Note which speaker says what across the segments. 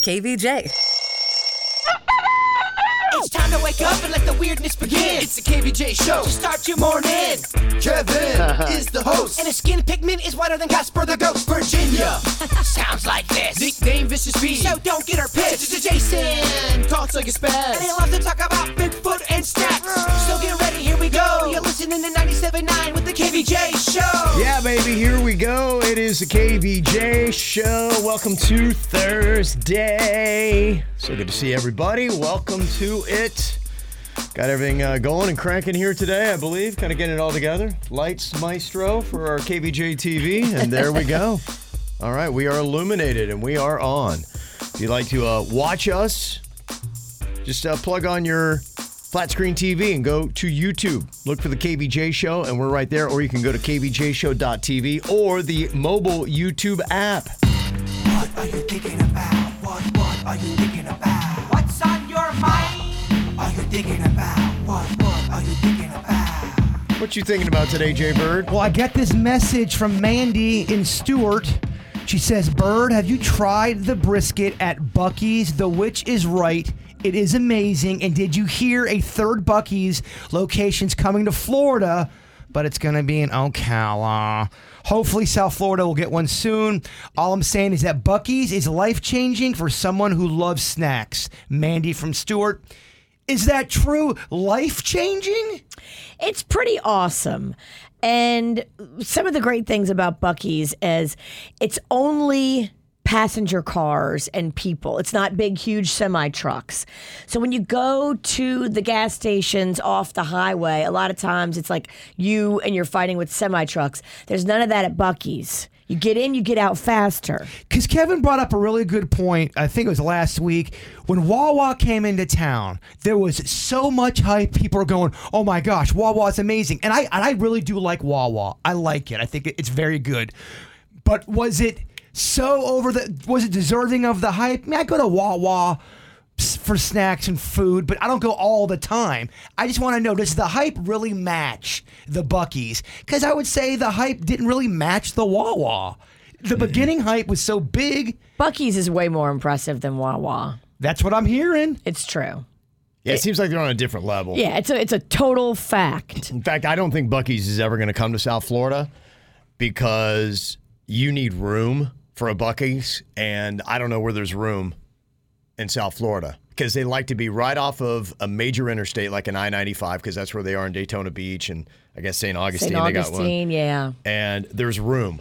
Speaker 1: KVJ.
Speaker 2: It's time to wake up and let the weirdness begin. It's the KVJ show. So start your morning.
Speaker 3: Kevin is the host.
Speaker 2: And his skin pigment is whiter than Casper the Ghost. Virginia sounds like this.
Speaker 3: Nickname Vicious B.
Speaker 2: So don't get her pissed. It's Jason.
Speaker 3: And talks like a spaz.
Speaker 2: And they love to talk about Bigfoot and snacks. So get ready, here we go. You're listening to 97.9 with the KVJ show.
Speaker 4: Yeah, baby, here we go. It is the KVJ show. Welcome to Thursday. So good to see everybody. Welcome to it. Got everything uh, going and cranking here today, I believe. Kind of getting it all together. Lights maestro for our KVJ TV, and there we go. All right, we are illuminated and we are on. If you'd like to uh, watch us, just uh, plug on your flat screen TV and go to YouTube. Look for the KVJ show, and we're right there. Or you can go to kvjshow.tv or the mobile YouTube app.
Speaker 2: What are you thinking about? What, what are you thinking about? What's on your mind? Are you thinking about? What, what are you thinking about?
Speaker 4: What you thinking about today, Jay Bird?
Speaker 5: Well, I got this message from Mandy in Stewart. She says, Bird, have you tried the brisket at Bucky's? The Witch is Right. It is amazing. And did you hear a third Bucky's location's coming to Florida? But it's going to be in Ocala. Hopefully, South Florida will get one soon. All I'm saying is that Bucky's is life changing for someone who loves snacks. Mandy from Stewart. Is that true? Life changing?
Speaker 1: It's pretty awesome. And some of the great things about Bucky's is it's only passenger cars and people. It's not big, huge semi trucks. So when you go to the gas stations off the highway, a lot of times it's like you and you're fighting with semi trucks. There's none of that at Bucky's. You get in, you get out faster.
Speaker 5: Because Kevin brought up a really good point. I think it was last week when Wawa came into town. There was so much hype. People are going, "Oh my gosh, Wawa's amazing!" And I and I really do like Wawa. I like it. I think it- it's very good. But was it so over the? Was it deserving of the hype? I mean, I go to Wawa s- for snacks and food, but I don't go all the time. I just want to know does the hype really match the Buckies? Because I would say the hype didn't really match the Wawa. The beginning hype was so big.
Speaker 1: Bucky's is way more impressive than Wawa.
Speaker 5: That's what I'm hearing.
Speaker 1: It's true.
Speaker 4: Yeah, it seems like they're on a different level.
Speaker 1: Yeah, it's a it's a total fact.
Speaker 4: In fact, I don't think Bucky's is ever going to come to South Florida because you need room for a Bucky's, and I don't know where there's room in South Florida because they like to be right off of a major interstate like an I 95 because that's where they are in Daytona Beach and I guess St. Augustine.
Speaker 1: St.
Speaker 4: They got one.
Speaker 1: Augustine, yeah.
Speaker 4: And there's room.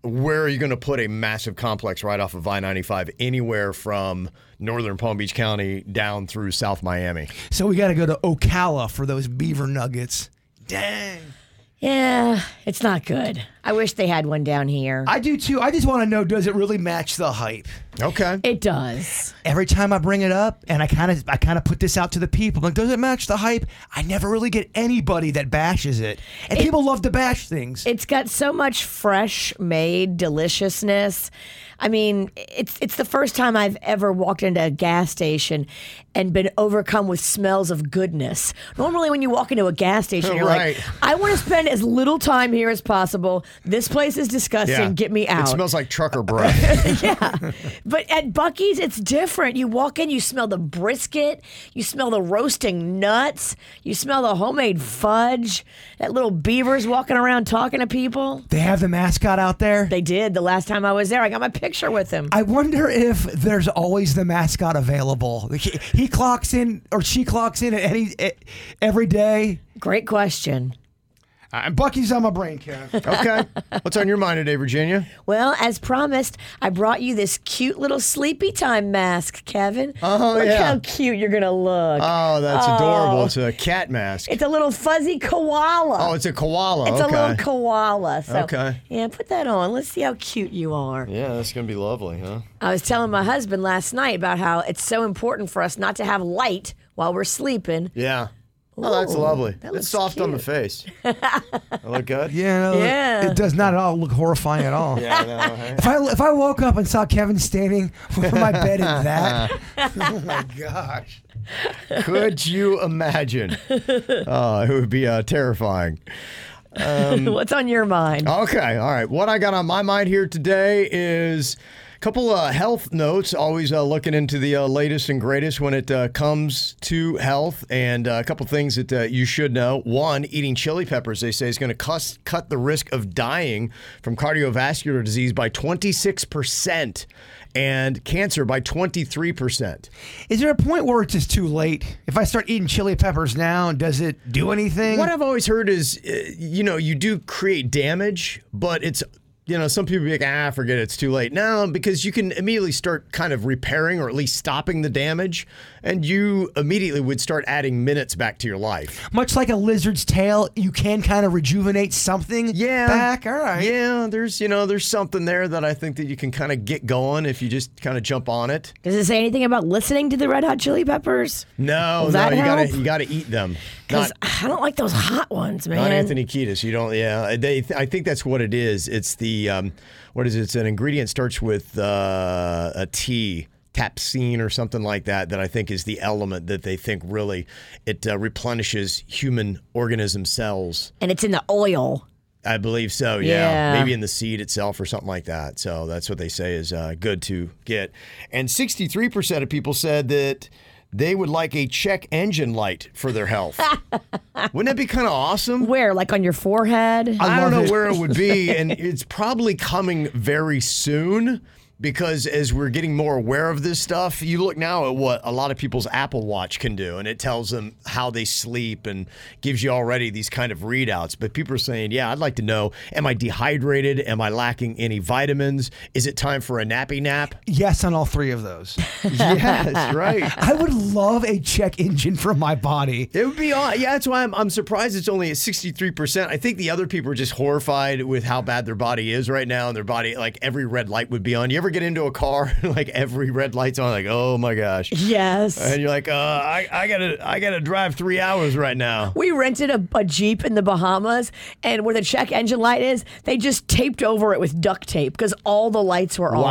Speaker 4: Where are you going to put a massive complex right off of I 95 anywhere from northern Palm Beach County down through South Miami?
Speaker 5: So we got to go to Ocala for those beaver nuggets.
Speaker 1: Yeah, it's not good. I wish they had one down here.
Speaker 5: I do too. I just want to know does it really match the hype?
Speaker 4: Okay.
Speaker 1: it does.
Speaker 5: Every time I bring it up and I kind of I kind of put this out to the people, I'm like does it match the hype? I never really get anybody that bashes it. And people love to bash things.
Speaker 1: It's got so much fresh made deliciousness. I mean, it's it's the first time I've ever walked into a gas station and been overcome with smells of goodness. Normally when you walk into a gas station, you're
Speaker 4: Right.
Speaker 1: like, I want to spend as little time here as possible. This place is disgusting. Get me out.
Speaker 4: It smells like trucker breath.
Speaker 1: yeah. But at Bucky's, it's different. You walk in, you smell the brisket, you smell the roasting nuts, you smell the homemade fudge, that little beaver's walking around talking to people.
Speaker 5: They have the mascot out there.
Speaker 1: They did the last time I was there. I got my picture with him.
Speaker 5: I wonder if there's always the mascot available. He, he clocks in or she clocks in at any at, every day.
Speaker 1: Great question.
Speaker 5: I- Bucky's on my brain, Karen.
Speaker 4: Okay. What's on your mind today, Virginia?
Speaker 1: Well, as promised, I brought you this cute little sleepy time mask, Kevin.
Speaker 4: Oh,
Speaker 1: look
Speaker 4: yeah.
Speaker 1: how cute you're gonna look.
Speaker 4: Oh, that's adorable. It's a cat mask.
Speaker 1: it's a little fuzzy koala.
Speaker 4: Oh, it's a koala.
Speaker 1: It's
Speaker 4: okay.
Speaker 1: a little koala. So,
Speaker 4: Okay.
Speaker 1: Yeah, put that on. Let's see how cute you are.
Speaker 4: yeah, that's gonna be lovely, huh?
Speaker 1: I was telling my husband last night about how it's so important for us not to have light while we're sleeping.
Speaker 4: Yeah. Oh, that's
Speaker 1: Ooh,
Speaker 4: lovely.
Speaker 1: that
Speaker 4: it's
Speaker 1: looks
Speaker 4: soft on the
Speaker 1: cute.
Speaker 4: face. I look good.
Speaker 5: Yeah, no,
Speaker 1: Yeah.
Speaker 5: It does not at all look horrifying at all.
Speaker 4: I know, hey?
Speaker 5: If I if I woke up and saw Kevin standing over my bed in that, oh my gosh.
Speaker 4: Could you imagine? Uh, it would be uh, terrifying. Um,
Speaker 1: What's on your mind?
Speaker 4: Okay, all right. What I got on my mind here today is a couple of health notes. Always uh, looking into the uh, latest and greatest when it uh, comes to health, and uh, a couple things that uh, you should know. One, eating chili peppers, they say, is going to cus- cut the risk of dying from cardiovascular disease by 26% and cancer by 23%.
Speaker 5: Is there a point where it's just too late? If I start eating chili peppers now, does it do anything?
Speaker 4: What I've always heard is, uh, you know, you do create damage, but it's, you know, some people be like, ah, forget it, it's too late. No, because you can immediately start kind of repairing or at least stopping the damage, and you immediately would start adding minutes back to your life.
Speaker 5: Much like a lizard's tail, you can kind of rejuvenate something back. All right.
Speaker 4: Yeah, there's, you know, there's something there that I think that you can kind of get going if you just kind of jump on it.
Speaker 1: Does it say anything about listening to the Red Hot Chili Peppers?
Speaker 4: No, no,
Speaker 1: Will that
Speaker 4: you gotta,
Speaker 1: help?
Speaker 4: you gotta eat them. Not,
Speaker 1: Because I don't like those hot ones, man.
Speaker 4: Not Anthony Kiedis. You don't. Yeah, uh, they. I think that's what it is. It's the um, what is it? It's an ingredient starts with uh, a T, tapsine or something like that. That I think is the element that they think really it uh, replenishes human organism cells.
Speaker 1: And it's in the oil.
Speaker 4: I believe so. Yeah.
Speaker 1: Yeah.
Speaker 4: maybe in the seed itself or something like that. So that's what they say is uh, good to get. And sixty-three percent of people said that. They would like a check engine light for their health. Wouldn't that be kind of awesome?
Speaker 1: Where? Like on your forehead?
Speaker 4: I, don't
Speaker 5: love
Speaker 4: know
Speaker 5: it.
Speaker 4: where it would be, and it's probably coming very soon because as we're getting more aware of this stuff, you look now at what a lot of people's Apple Watch can do, and it tells them how they sleep and gives you already these kind of readouts. But people are saying, "Yeah, I'd like to know: Am I dehydrated? Am I lacking any vitamins? Is it time for a nappy nap?"
Speaker 5: Yes on all three of those.
Speaker 4: yes, right.
Speaker 5: I would love a check engine for my body.
Speaker 4: It would be odd. Yeah, that's why I'm, I'm surprised it's only at 63%. I think the other people are just horrified with how bad their body is right now. And their body, like every red light would be on. You ever get into a car, like every red light's on, like, oh my gosh.
Speaker 1: yes.
Speaker 4: And you're like, uh, I, I gotta, I gotta drive three hours right now.
Speaker 1: we rented a, a Jeep in the Bahamas, and where the check engine light is, they just taped over it with duct tape because all the lights were on.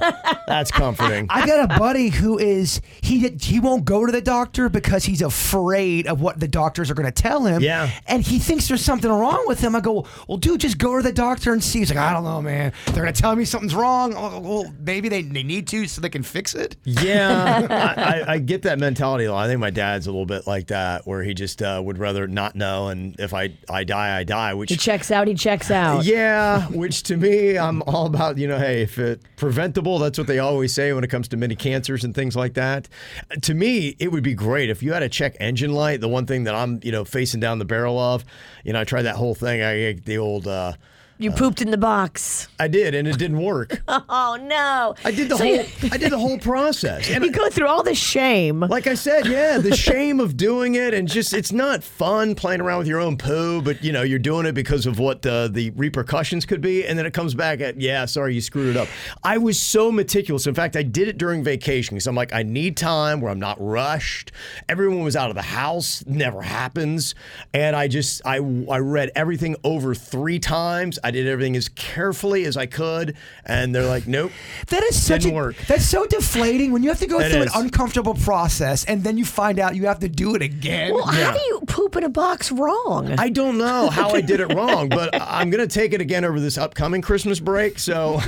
Speaker 4: Wow, that's comforting.
Speaker 5: I got a buddy who is he he won't go to the doctor because he's afraid of what the doctors are going to tell him.
Speaker 4: Yeah.
Speaker 5: and he thinks there's something wrong with him. I go, well, dude, just go to the doctor and see. He's like, I don't know, man. They're going to tell me something's wrong. Oh, Well, maybe they, they need to so they can fix it.
Speaker 4: Yeah, I, I, I get that mentality. a lot. I think my dad's a little bit like that, where he just uh, would rather not know. And if I, I die, I die. Which
Speaker 1: He checks out, he checks out.
Speaker 4: Yeah, which to me, I'm all about, you know, hey, if it preventable, that's what they always say when it comes to many cancers and things like that. Uh, To me, it would be great if you had a check engine light. The one thing that I'm, you know, facing down the barrel of, you know, I tried that whole thing. I ate the old, uh,
Speaker 1: You pooped in the box.
Speaker 4: I did, and it didn't work.
Speaker 1: Oh, no.
Speaker 4: I did the
Speaker 1: So
Speaker 4: whole,
Speaker 1: you-
Speaker 4: I did the whole process. And
Speaker 1: You go through all the shame.
Speaker 4: like I said, yeah, the shame of doing it and just it's not fun playing around with your own poo, but you know, you're doing it because of what uh, the repercussions could be and then it comes back at, yeah, sorry, you screwed it up. I was so meticulous. In fact, I did it during vacation cuz I'm like I need time where I'm not rushed. Everyone was out of the house, never happens, and I just I I read everything over 3 times. I did everything as carefully as I could and they're like, "Nope."
Speaker 5: That is such
Speaker 4: Didn't
Speaker 5: a
Speaker 4: work.
Speaker 5: that's so deflating when you have to go
Speaker 4: It
Speaker 5: through
Speaker 4: is.
Speaker 5: an uncomfortable process and then you find out you have to do it again.
Speaker 1: Well, how do you poop in a box wrong?
Speaker 4: I don't know how I did it wrong, but I'm going to take it again over this upcoming Christmas break. So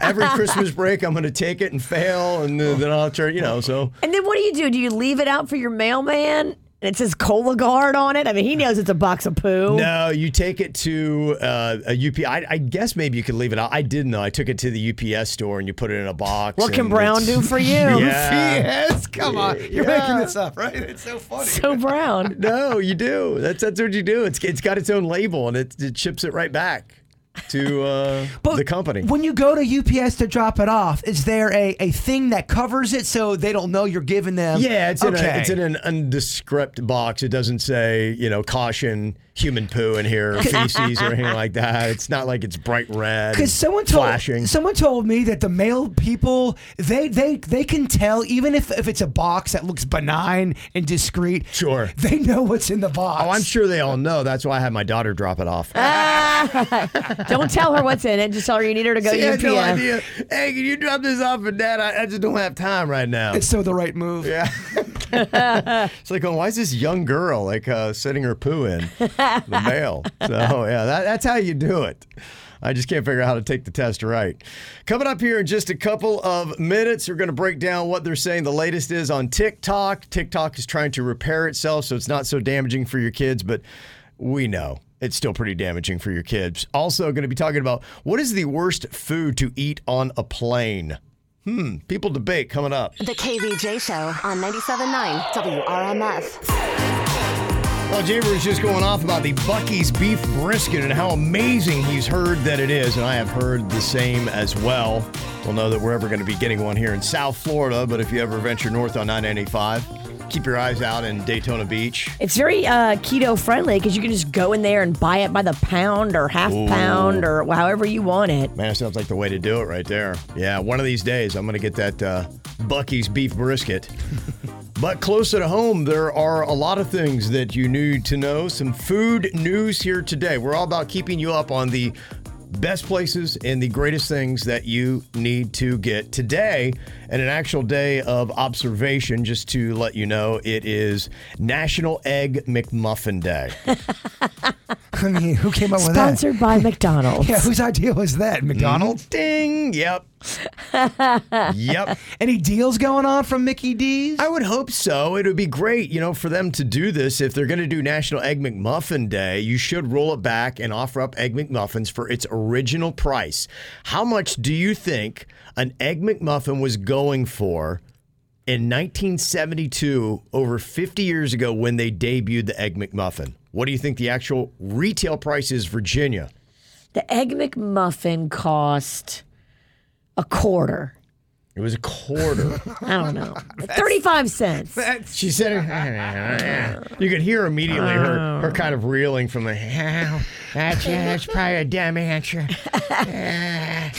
Speaker 4: every Christmas break, I'm going to take it and fail, and then then I'll try, you know. So
Speaker 1: and then what do you do? Do you leave it out for your mailman? and it says Cola Guard on it. I mean, he knows it's a box of poo.
Speaker 4: No, you take it to uh, a UP. I, I guess maybe you could leave it out. I didn't though. I took it to the UPS store and you put it in a box.
Speaker 1: What can
Speaker 4: and
Speaker 1: Brown
Speaker 4: it's-
Speaker 1: do for you?
Speaker 4: Yeah.
Speaker 5: Yes, come on. You're making
Speaker 4: Yeah.
Speaker 5: this up, right? It's so funny.
Speaker 1: So brown.
Speaker 4: No, you do. That's that's what you do. It's it's got its own label and it, it ships it right back to uh,
Speaker 5: But
Speaker 4: the company.
Speaker 5: When you go to UPS to drop it off, is there a, a thing that covers it so they don't know you're giving
Speaker 1: um,
Speaker 5: them?
Speaker 4: Yeah, it's in,
Speaker 5: Okay.
Speaker 4: a, it's in an undescript box. It doesn't say, you know, caution, human poo in here, feces or anything like that. It's not like it's bright red. and
Speaker 5: Because someone told
Speaker 4: flashing.
Speaker 5: someone told me that the male people they they they can tell even if, if it's a box that looks benign and discreet.
Speaker 4: Sure.
Speaker 5: they know what's in the box.
Speaker 4: oh, I'm sure they all know. That's why I had my daughter drop it off.
Speaker 1: Don't tell her what's in it. Just tell her you need her to go
Speaker 4: She
Speaker 1: to
Speaker 4: had no
Speaker 1: UPS.
Speaker 4: idea. Hey, can you drop this off for dad? I, I just don't have time right now.
Speaker 5: It's so the right move.
Speaker 4: yeah. it's like, oh, why is this young girl like uh, sitting her poo in the mail? So yeah, that, that's how you do it. I just can't figure out how to take the test right. Coming up here in just a couple of minutes, we're going to break down what they're saying the latest is on TikTok. TikTok is trying to repair itself so it's not so damaging for your kids, but we know it's still pretty damaging for your kids. Also, going to be talking about what is the worst food to eat on a plane? Hmm, people debate coming up.
Speaker 6: The KVJ Show on 97.9 WRMF.
Speaker 4: Well, Jaber was just going off about the Bucky's beef brisket and how amazing he's heard that it is, and I have heard the same as well. We'll know that we're ever going to be getting one here in South Florida, but if you ever venture north on 985, keep your eyes out in Daytona Beach.
Speaker 1: It's very uh, keto friendly because you can just go in there and buy it by the pound or half pound or however you want it.
Speaker 4: Man, that sounds like the way to do it right there. Yeah, one of these days I'm going to get that uh, Bucky's beef brisket. but closer to home, there are a lot of things that you need to know. Some food news here today. We're all about keeping you up on the best places and the greatest things that you need to get today. And an actual day of observation, just to let you know, it is National Egg McMuffin Day.
Speaker 5: I mean, who came up with that?
Speaker 1: Sponsored by McDonald's.
Speaker 5: Yeah, whose idea was
Speaker 4: Mm-hmm.
Speaker 5: that? McDonald's.
Speaker 4: Ding! Yep. yep.
Speaker 5: Any deals going on from Mickey D's?
Speaker 4: I would hope so. It would be great, you know, for them to do this. If they're going to do National Egg McMuffin Day, you should roll it back and offer up Egg McMuffins for its original price. How much do you think an Egg McMuffin was going for in 1972, over 50 years ago, when they debuted the Egg McMuffin? What do you think the actual retail price is, Virginia?
Speaker 1: The Egg McMuffin cost a quarter.
Speaker 4: It was a quarter.
Speaker 1: I don't know. 35 cents.
Speaker 4: She said, "You could hear immediately her, her kind of reeling from the. That's, that's probably a dumb answer. Uh,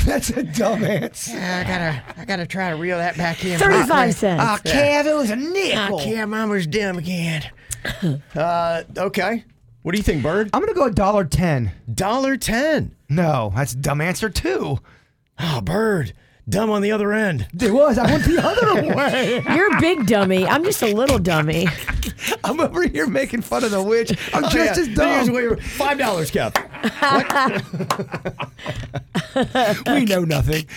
Speaker 5: That's a dumb answer.
Speaker 4: I gotta I gotta try to reel that back in.
Speaker 1: 35 cents.
Speaker 5: Ah, Kev, it was a nickel.
Speaker 4: mom was dumb again. uh, okay. What do you think, Bird?
Speaker 5: I'm gonna go a dollar ten.
Speaker 4: Dollar ten.
Speaker 5: No, that's a dumb answer too.
Speaker 4: Oh, Bird, dumb on the other end.
Speaker 5: It was. I went the other way.
Speaker 1: You're a big dummy. I'm just a little dummy.
Speaker 5: I'm over here making fun of the witch. I'm just as
Speaker 4: Oh, Here's
Speaker 5: dumb.
Speaker 4: where you're- Five dollars, Kev.
Speaker 5: We know nothing.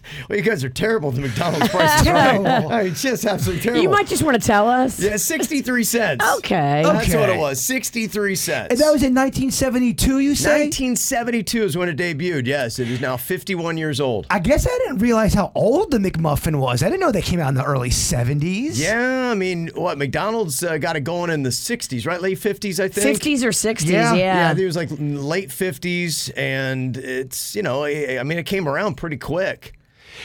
Speaker 4: Well, you guys are terrible. The McDonald's prices. right?
Speaker 5: Terrible.
Speaker 4: I mean, just absolutely terrible.
Speaker 1: You might just want to tell us.
Speaker 4: yeah, sixty-three cents.
Speaker 1: Okay.
Speaker 4: That's what
Speaker 5: Okay.
Speaker 4: it was. Sixty-three cents.
Speaker 5: And that was in 1972, you say?
Speaker 4: 1972 is when it debuted. Yes, it is now 51 years old.
Speaker 5: I guess I didn't realize how old the McMuffin was. I didn't know they came out in the early 70s.
Speaker 4: Yeah, I mean, what McDonald's uh, got it going in the 60s, right? Late 50s, I think.
Speaker 1: 60s or 60s,
Speaker 5: Yeah.
Speaker 1: yeah.
Speaker 4: Yeah, it was like late 50s, and it's you know, I I mean, it came around pretty quick.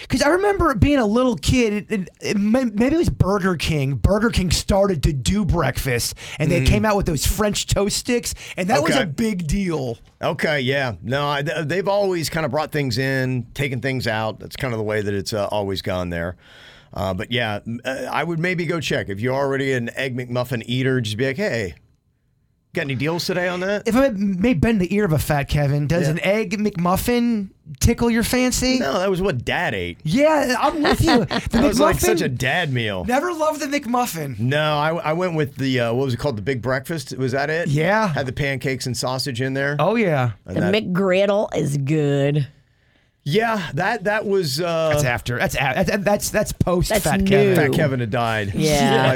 Speaker 5: Because I remember being a little kid, it, it, it, may- maybe it was Burger King. Burger King started to do breakfast, and they came out with those French toast sticks, and that was
Speaker 4: Mm. Okay.
Speaker 5: a big deal.
Speaker 4: Okay, yeah, no, I, th- they've always kind of brought things in, taken things out. That's kind of the way that it's uh, always gone there. Uh, but yeah, m- uh, I would maybe go check if you're already an egg McMuffin eater. Just be like, hey, got any deals today on that?
Speaker 5: If I may bend the ear of a fat Kevin, does
Speaker 4: Yeah.
Speaker 5: an egg McMuffin tickle your fancy?
Speaker 4: No, that was what Dad ate.
Speaker 5: Yeah, I'm with you. The
Speaker 4: That was like
Speaker 5: McMuffin-
Speaker 4: such a dad meal.
Speaker 5: Never loved the McMuffin.
Speaker 4: No, I, I went with the uh, what was it called? The big breakfast. Was that it?
Speaker 5: Yeah.
Speaker 4: Had the pancakes and sausage in there.
Speaker 5: Oh yeah.
Speaker 1: The McGriddle is good.
Speaker 4: Yeah, that that was uh,
Speaker 5: That's after. That's a- that's that's, that's post
Speaker 1: That's
Speaker 5: Fat
Speaker 1: new.
Speaker 5: Kevin.
Speaker 4: Fat Kevin had died.
Speaker 1: Yeah.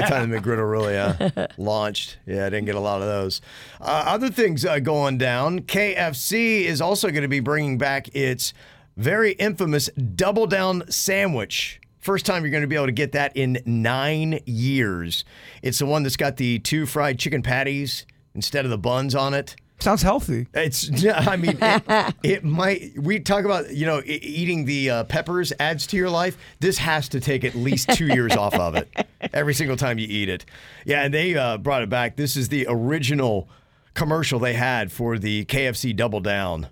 Speaker 4: By the time the McGriddle really uh, launched. Yeah, I didn't get a lot of those. Uh, other things uh, going down KFC is also going to be bringing back its very infamous double down sandwich. First time you're going to be able to get that in nine years. It's the one that's got the two fried chicken patties instead of the buns on it.
Speaker 5: Sounds healthy.
Speaker 4: It's, yeah, I mean, it, it might. We talk about, you know, e- eating the uh, peppers adds to your life. This has to take at least two years off of it every single time you eat it. Yeah, and they uh, brought it back. This is the original commercial they had for the KFC Double Down.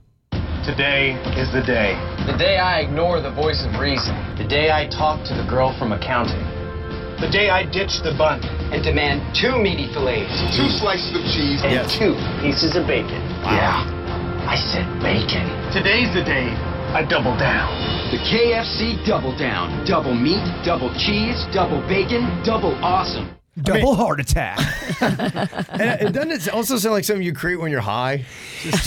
Speaker 7: Today is the day.
Speaker 8: The day I ignore the voice of reason. The day I talk to the girl from accounting
Speaker 7: The day I ditch the bun.
Speaker 8: and demand two meaty fillets
Speaker 9: Two slices of cheese.
Speaker 8: and
Speaker 4: Yes.
Speaker 8: two pieces of bacon. Yeah. I said bacon.
Speaker 7: Today's the day I double down.
Speaker 8: The KFC Double Down. Double meat, double cheese, double bacon, double awesome.
Speaker 5: Double heart attack.
Speaker 4: And it- doesn't it also sound like something you create when you're high?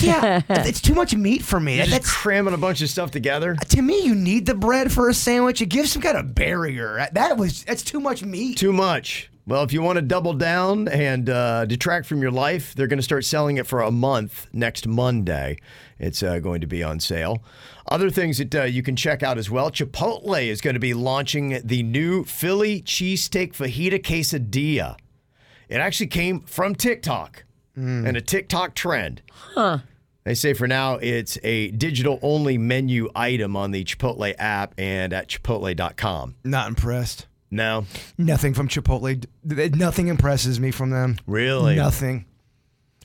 Speaker 5: yeah, it's too much meat for me.
Speaker 4: You're just
Speaker 5: That's Uh,
Speaker 4: cramming a bunch of stuff together.
Speaker 5: to me. You need the bread for a sandwich. It gives some kind of barrier. That was that's too much meat.
Speaker 4: Too much. Well, if you want to double down and uh, detract from your life, they're going to start selling it for a month next Monday. It's uh, going to be on sale. Other things that uh, you can check out as well Chipotle is going to be launching the new Philly cheesesteak fajita quesadilla. It actually came from TikTok
Speaker 5: Hmm.
Speaker 4: and a TikTok trend. They say for now it's a digital only menu item on the Chipotle app and at chipotle.com.
Speaker 5: Not impressed.
Speaker 4: No,
Speaker 5: Nothing from Chipotle. Nothing impresses me from them.
Speaker 4: really?
Speaker 5: Nothing.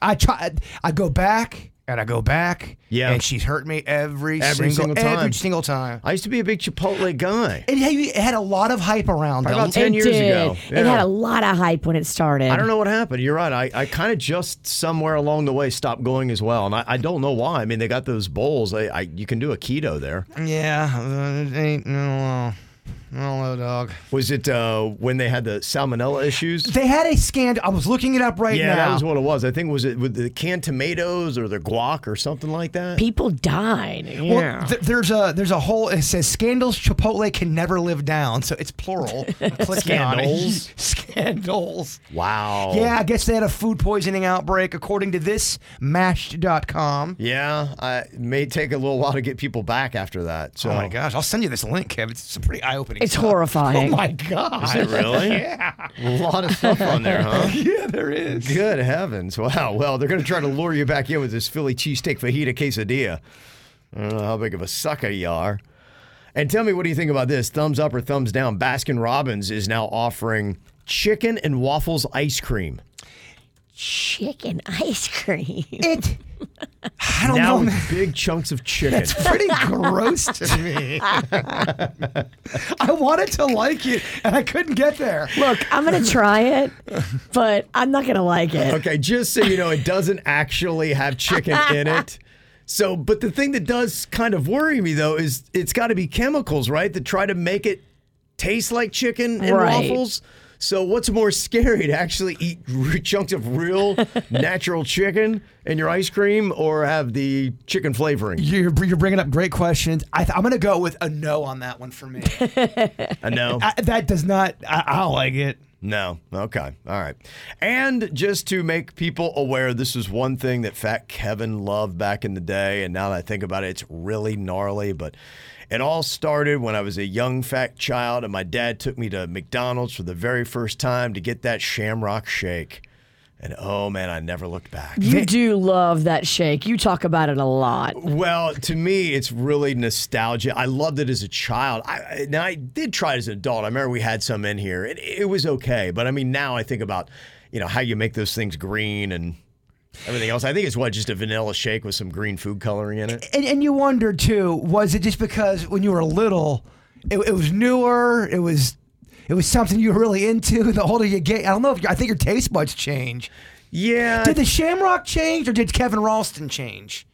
Speaker 5: I try. I go back and I go back.
Speaker 4: Yeah.
Speaker 5: And she's hurt me every,
Speaker 4: Every single time.
Speaker 5: Every single time.
Speaker 4: I used to be a big Chipotle guy.
Speaker 5: It had, it had a lot of hype around it.
Speaker 4: About 10
Speaker 1: it
Speaker 4: years
Speaker 1: did.
Speaker 4: ago.
Speaker 1: It
Speaker 4: Yeah.
Speaker 1: had a lot of hype when it started.
Speaker 4: I don't know what happened. You're right. I, I kind of just somewhere along the way stopped going as well. And I, I don't know why. I mean, they got those bowls. I, I You can do a keto there.
Speaker 5: Yeah. uh, It ain't no. Hello, dog.
Speaker 4: Was it uh, when they had the salmonella issues?
Speaker 5: They had a scandal. I was looking it up right
Speaker 4: yeah,
Speaker 5: now.
Speaker 4: that was what it was. I think was it with the canned tomatoes or the guac or something like that.
Speaker 1: People died.
Speaker 5: Well,
Speaker 1: Yeah.
Speaker 5: th- there's a there's a whole it says scandals Chipotle can never live down so it's plural. I'm clicking on it.
Speaker 4: Scandals?
Speaker 5: scandals.
Speaker 4: Wow.
Speaker 5: Yeah, I guess they had a food poisoning outbreak according to this mashed.com.
Speaker 4: Yeah. I, it may take a little while to get people back after that. So.
Speaker 5: Oh my gosh, I'll send you this link, Kev. It's some pretty eye opening.
Speaker 1: It's horrifying.
Speaker 5: Oh my gosh.
Speaker 4: Is it really? yeah. A lot of stuff on there, huh?
Speaker 5: Yeah, there is.
Speaker 4: Good heavens. Wow. Well, they're going to try to lure you back in with this Philly cheesesteak fajita quesadilla. I don't know how big of a sucker you are. And tell me, what do you think about this? Thumbs up or thumbs down? Baskin Robbins is now offering chicken and waffles ice cream.
Speaker 1: Chicken ice cream.
Speaker 5: It. I don't
Speaker 4: Now
Speaker 5: know.
Speaker 4: with
Speaker 5: man.
Speaker 4: big chunks of chicken.
Speaker 5: Pretty gross to me. I wanted to like it, and I couldn't get there.
Speaker 1: Look, I'm gonna try it, but I'm not gonna like it.
Speaker 4: Okay, just so you know, it doesn't actually have chicken in it. So, but the thing that does kind of worry me though is it's got to be chemicals, right? That try to make it taste like chicken and
Speaker 1: Right.
Speaker 4: waffles. So, what's more scary to actually eat r- chunks of real natural chicken in your ice cream or have the chicken flavoring?
Speaker 5: You're, you're bringing up great questions. I th- I'm going to go with a no on that one for me.
Speaker 4: I know.
Speaker 5: I, that does not. I, I don't like it.
Speaker 4: No. Okay. All right. And just to make people aware, this is one thing that Fat Kevin loved back in the day. And now that I think about it, it's really gnarly. But it all started when I was a young fat child, and my dad took me to McDonald's for the very first time to get that shamrock shake. And oh man, I never looked back.
Speaker 1: You do love that shake. You talk about it a lot.
Speaker 4: Well, to me, it's really nostalgia. I loved it as a child. I, I- now, I did try it as an adult. I remember we had some in here. It, it was okay. But I mean, now I think about, you know, how you make those things green and everything else. I think it's what, just a vanilla shake with some green food coloring in it?
Speaker 5: And, and you wonder too, was it just because when you were little, it, it was newer, it was, it was something you were really into. The older you get, I don't know if your- I think your taste buds change.
Speaker 4: Yeah.
Speaker 5: Did the Shamrock change, or did Kevin Ralston change?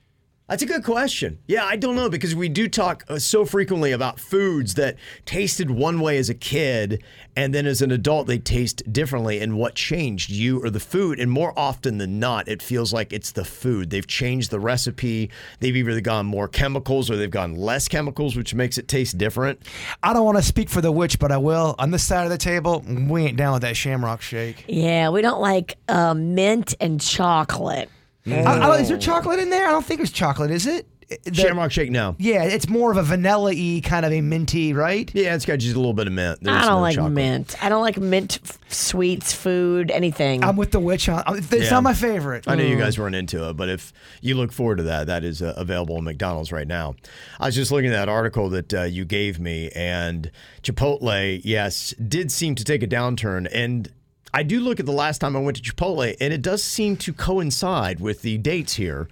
Speaker 4: That's a good question. Yeah, I don't know because we do talk uh, so frequently about foods that tasted one way as a kid and then as an adult they taste differently and what changed you or the food and more often than not it feels like it's the food. They've changed the recipe. They've either gone more chemicals or they've gone less chemicals which makes it taste different.
Speaker 5: I don't want to speak for the witch, but I will. On this side of the table, we ain't down with that shamrock shake.
Speaker 1: Yeah, we don't like uh, mint and chocolate.
Speaker 5: I- I- is there chocolate in there? I don't think it's chocolate, is it? The-
Speaker 4: Shamrock shake no.
Speaker 5: Yeah, it's more of a vanilla y kind of a minty, right?
Speaker 4: Yeah, it's got just a little bit of mint. There's
Speaker 1: I don't
Speaker 4: no
Speaker 1: like
Speaker 4: chocolate.
Speaker 1: mint. I don't like mint f- sweets, food, anything.
Speaker 5: I'm with the witch. On, it's
Speaker 4: Yeah.
Speaker 5: not my favorite. Mm.
Speaker 4: I know you guys weren't into it, but if you look forward to that, that is uh, available in McDonald's right now. I was just looking at that article that uh, you gave me, and Chipotle, yes, did seem to take a downturn. And I do look at the last time I went to Chipotle, and it does seem to coincide with the dates here.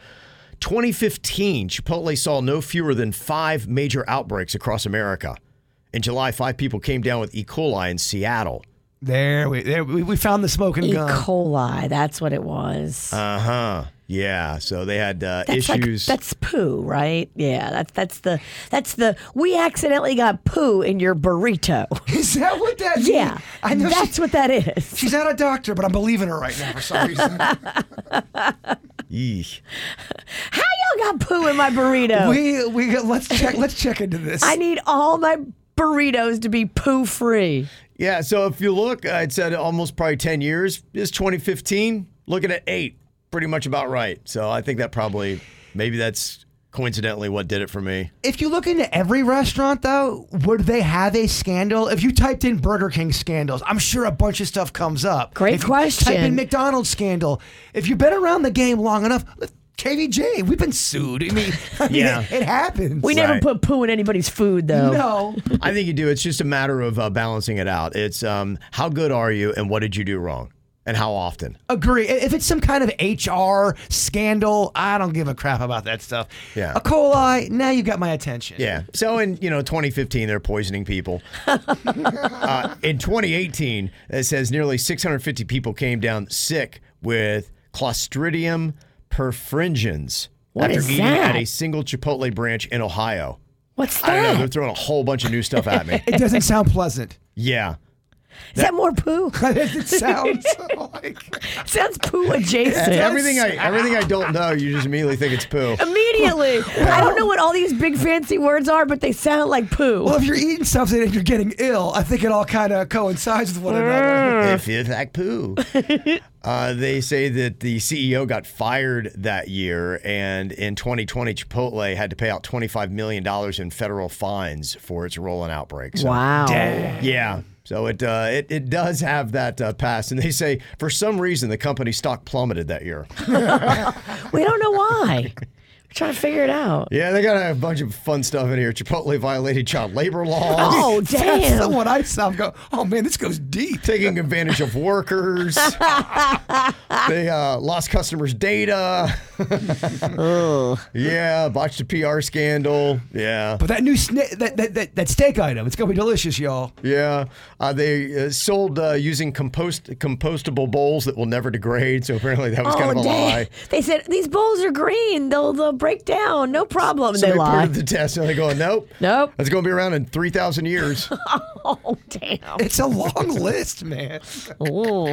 Speaker 4: 2015, Chipotle saw no fewer than five major outbreaks across America. In July, five people came down with E. coli in Seattle.
Speaker 5: There, we, there we, we found the smoking
Speaker 1: E.
Speaker 5: gun.
Speaker 1: coli, that's what it was.
Speaker 4: Uh huh. Yeah. So they had uh,
Speaker 1: that's like-
Speaker 4: issues.
Speaker 1: that's poo, right? Yeah, that's that's the that's the we accidentally got poo in your burrito.
Speaker 5: Is that what that means?
Speaker 1: Yeah,
Speaker 5: I know
Speaker 1: that's
Speaker 5: she-
Speaker 1: what that is.
Speaker 5: she's not a doctor, but I'm believing her right now for some reason.
Speaker 4: Eesh.
Speaker 1: How y'all got poo in my burrito?
Speaker 5: we we let's check let's check into this.
Speaker 1: I need all my burritos to be poo free.
Speaker 4: Yeah, so if you look, uh, it said almost probably 10 years. It's 2015, looking at eight, pretty much about right. So I think that probably, maybe that's coincidentally what did it for me.
Speaker 5: if you look into every restaurant, though, would they have a scandal? If you typed in Burger King scandals, I'm sure a bunch of stuff comes up.
Speaker 1: Great
Speaker 5: If you Type in
Speaker 1: question.
Speaker 5: McDonald's scandal. If you've been around the game long enough, KVJ, we've been sued. I mean, I mean,
Speaker 4: Yeah.
Speaker 5: it, it happens.
Speaker 1: We never
Speaker 4: Right.
Speaker 1: put poo in anybody's food though.
Speaker 5: no.
Speaker 4: I think you do. It's just a matter of uh, balancing it out. It's um, how good are you and what did you do wrong and how often?
Speaker 5: Agree. I- If it's some kind of HR scandal, I don't give a crap about that stuff.
Speaker 4: Yeah.
Speaker 5: A coli, now you got my attention.
Speaker 4: Yeah. So in you know 2015, they're poisoning people. uh, in 2018, it says nearly 650 people came down sick with Clostridium perfringens
Speaker 1: What
Speaker 4: after
Speaker 1: is
Speaker 4: eating
Speaker 1: that?
Speaker 4: at a single Chipotle branch in Ohio.
Speaker 1: What's
Speaker 4: I don't know.
Speaker 1: that?
Speaker 4: They're
Speaker 1: Is
Speaker 4: throwing a whole bunch of new stuff at me.
Speaker 5: It doesn't sound pleasant.
Speaker 4: yeah.
Speaker 1: that more poo?
Speaker 5: it sounds like.
Speaker 1: Sounds poo adjacent.
Speaker 4: Everything I everything I don't know, you just immediately think it's poo.
Speaker 1: Immediately. I don't know what all these big fancy words are, but they sound like poo.
Speaker 5: Well, if you're eating something and you're getting ill, I think it all kind of coincides with one another.
Speaker 1: Mm.
Speaker 4: If it's like poo. uh, they say that the CEO got fired that year, and in 2020, Chipotle had to pay out 25 million dollars in federal fines for its rolling outbreak. So,
Speaker 1: wow.
Speaker 4: Yeah. So it, uh, it it does have that uh, pass, and they say for some reason the company stock plummeted that year.
Speaker 1: We don't know why. We're trying to figure it out.
Speaker 4: yeah, they got a bunch of fun stuff in here. Chipotle violated child labor laws,
Speaker 1: Oh,
Speaker 5: That's the
Speaker 1: damn.
Speaker 5: one I saw. I'm going, oh man, this goes deep.
Speaker 4: taking advantage of workers. they uh, lost customers' data. Yeah, botched a PR scandal. Yeah.
Speaker 5: But that new sna- that, that that that steak item, it's gonna be delicious, y'all.
Speaker 4: Yeah. Uh, they uh, sold uh, using compost compostable bowls that will never degrade. So apparently that was
Speaker 1: oh,
Speaker 4: kind of a
Speaker 1: damn.
Speaker 4: lie.
Speaker 1: They said these bowls are green. They'll they'll break down. No problem.
Speaker 4: So
Speaker 1: they
Speaker 4: they
Speaker 1: lie.
Speaker 4: put it to the test and they go, nope.
Speaker 1: Nope.
Speaker 4: That's going to be around in 3,000 years.
Speaker 1: oh, damn.
Speaker 5: It's a long list, man.
Speaker 1: Ooh.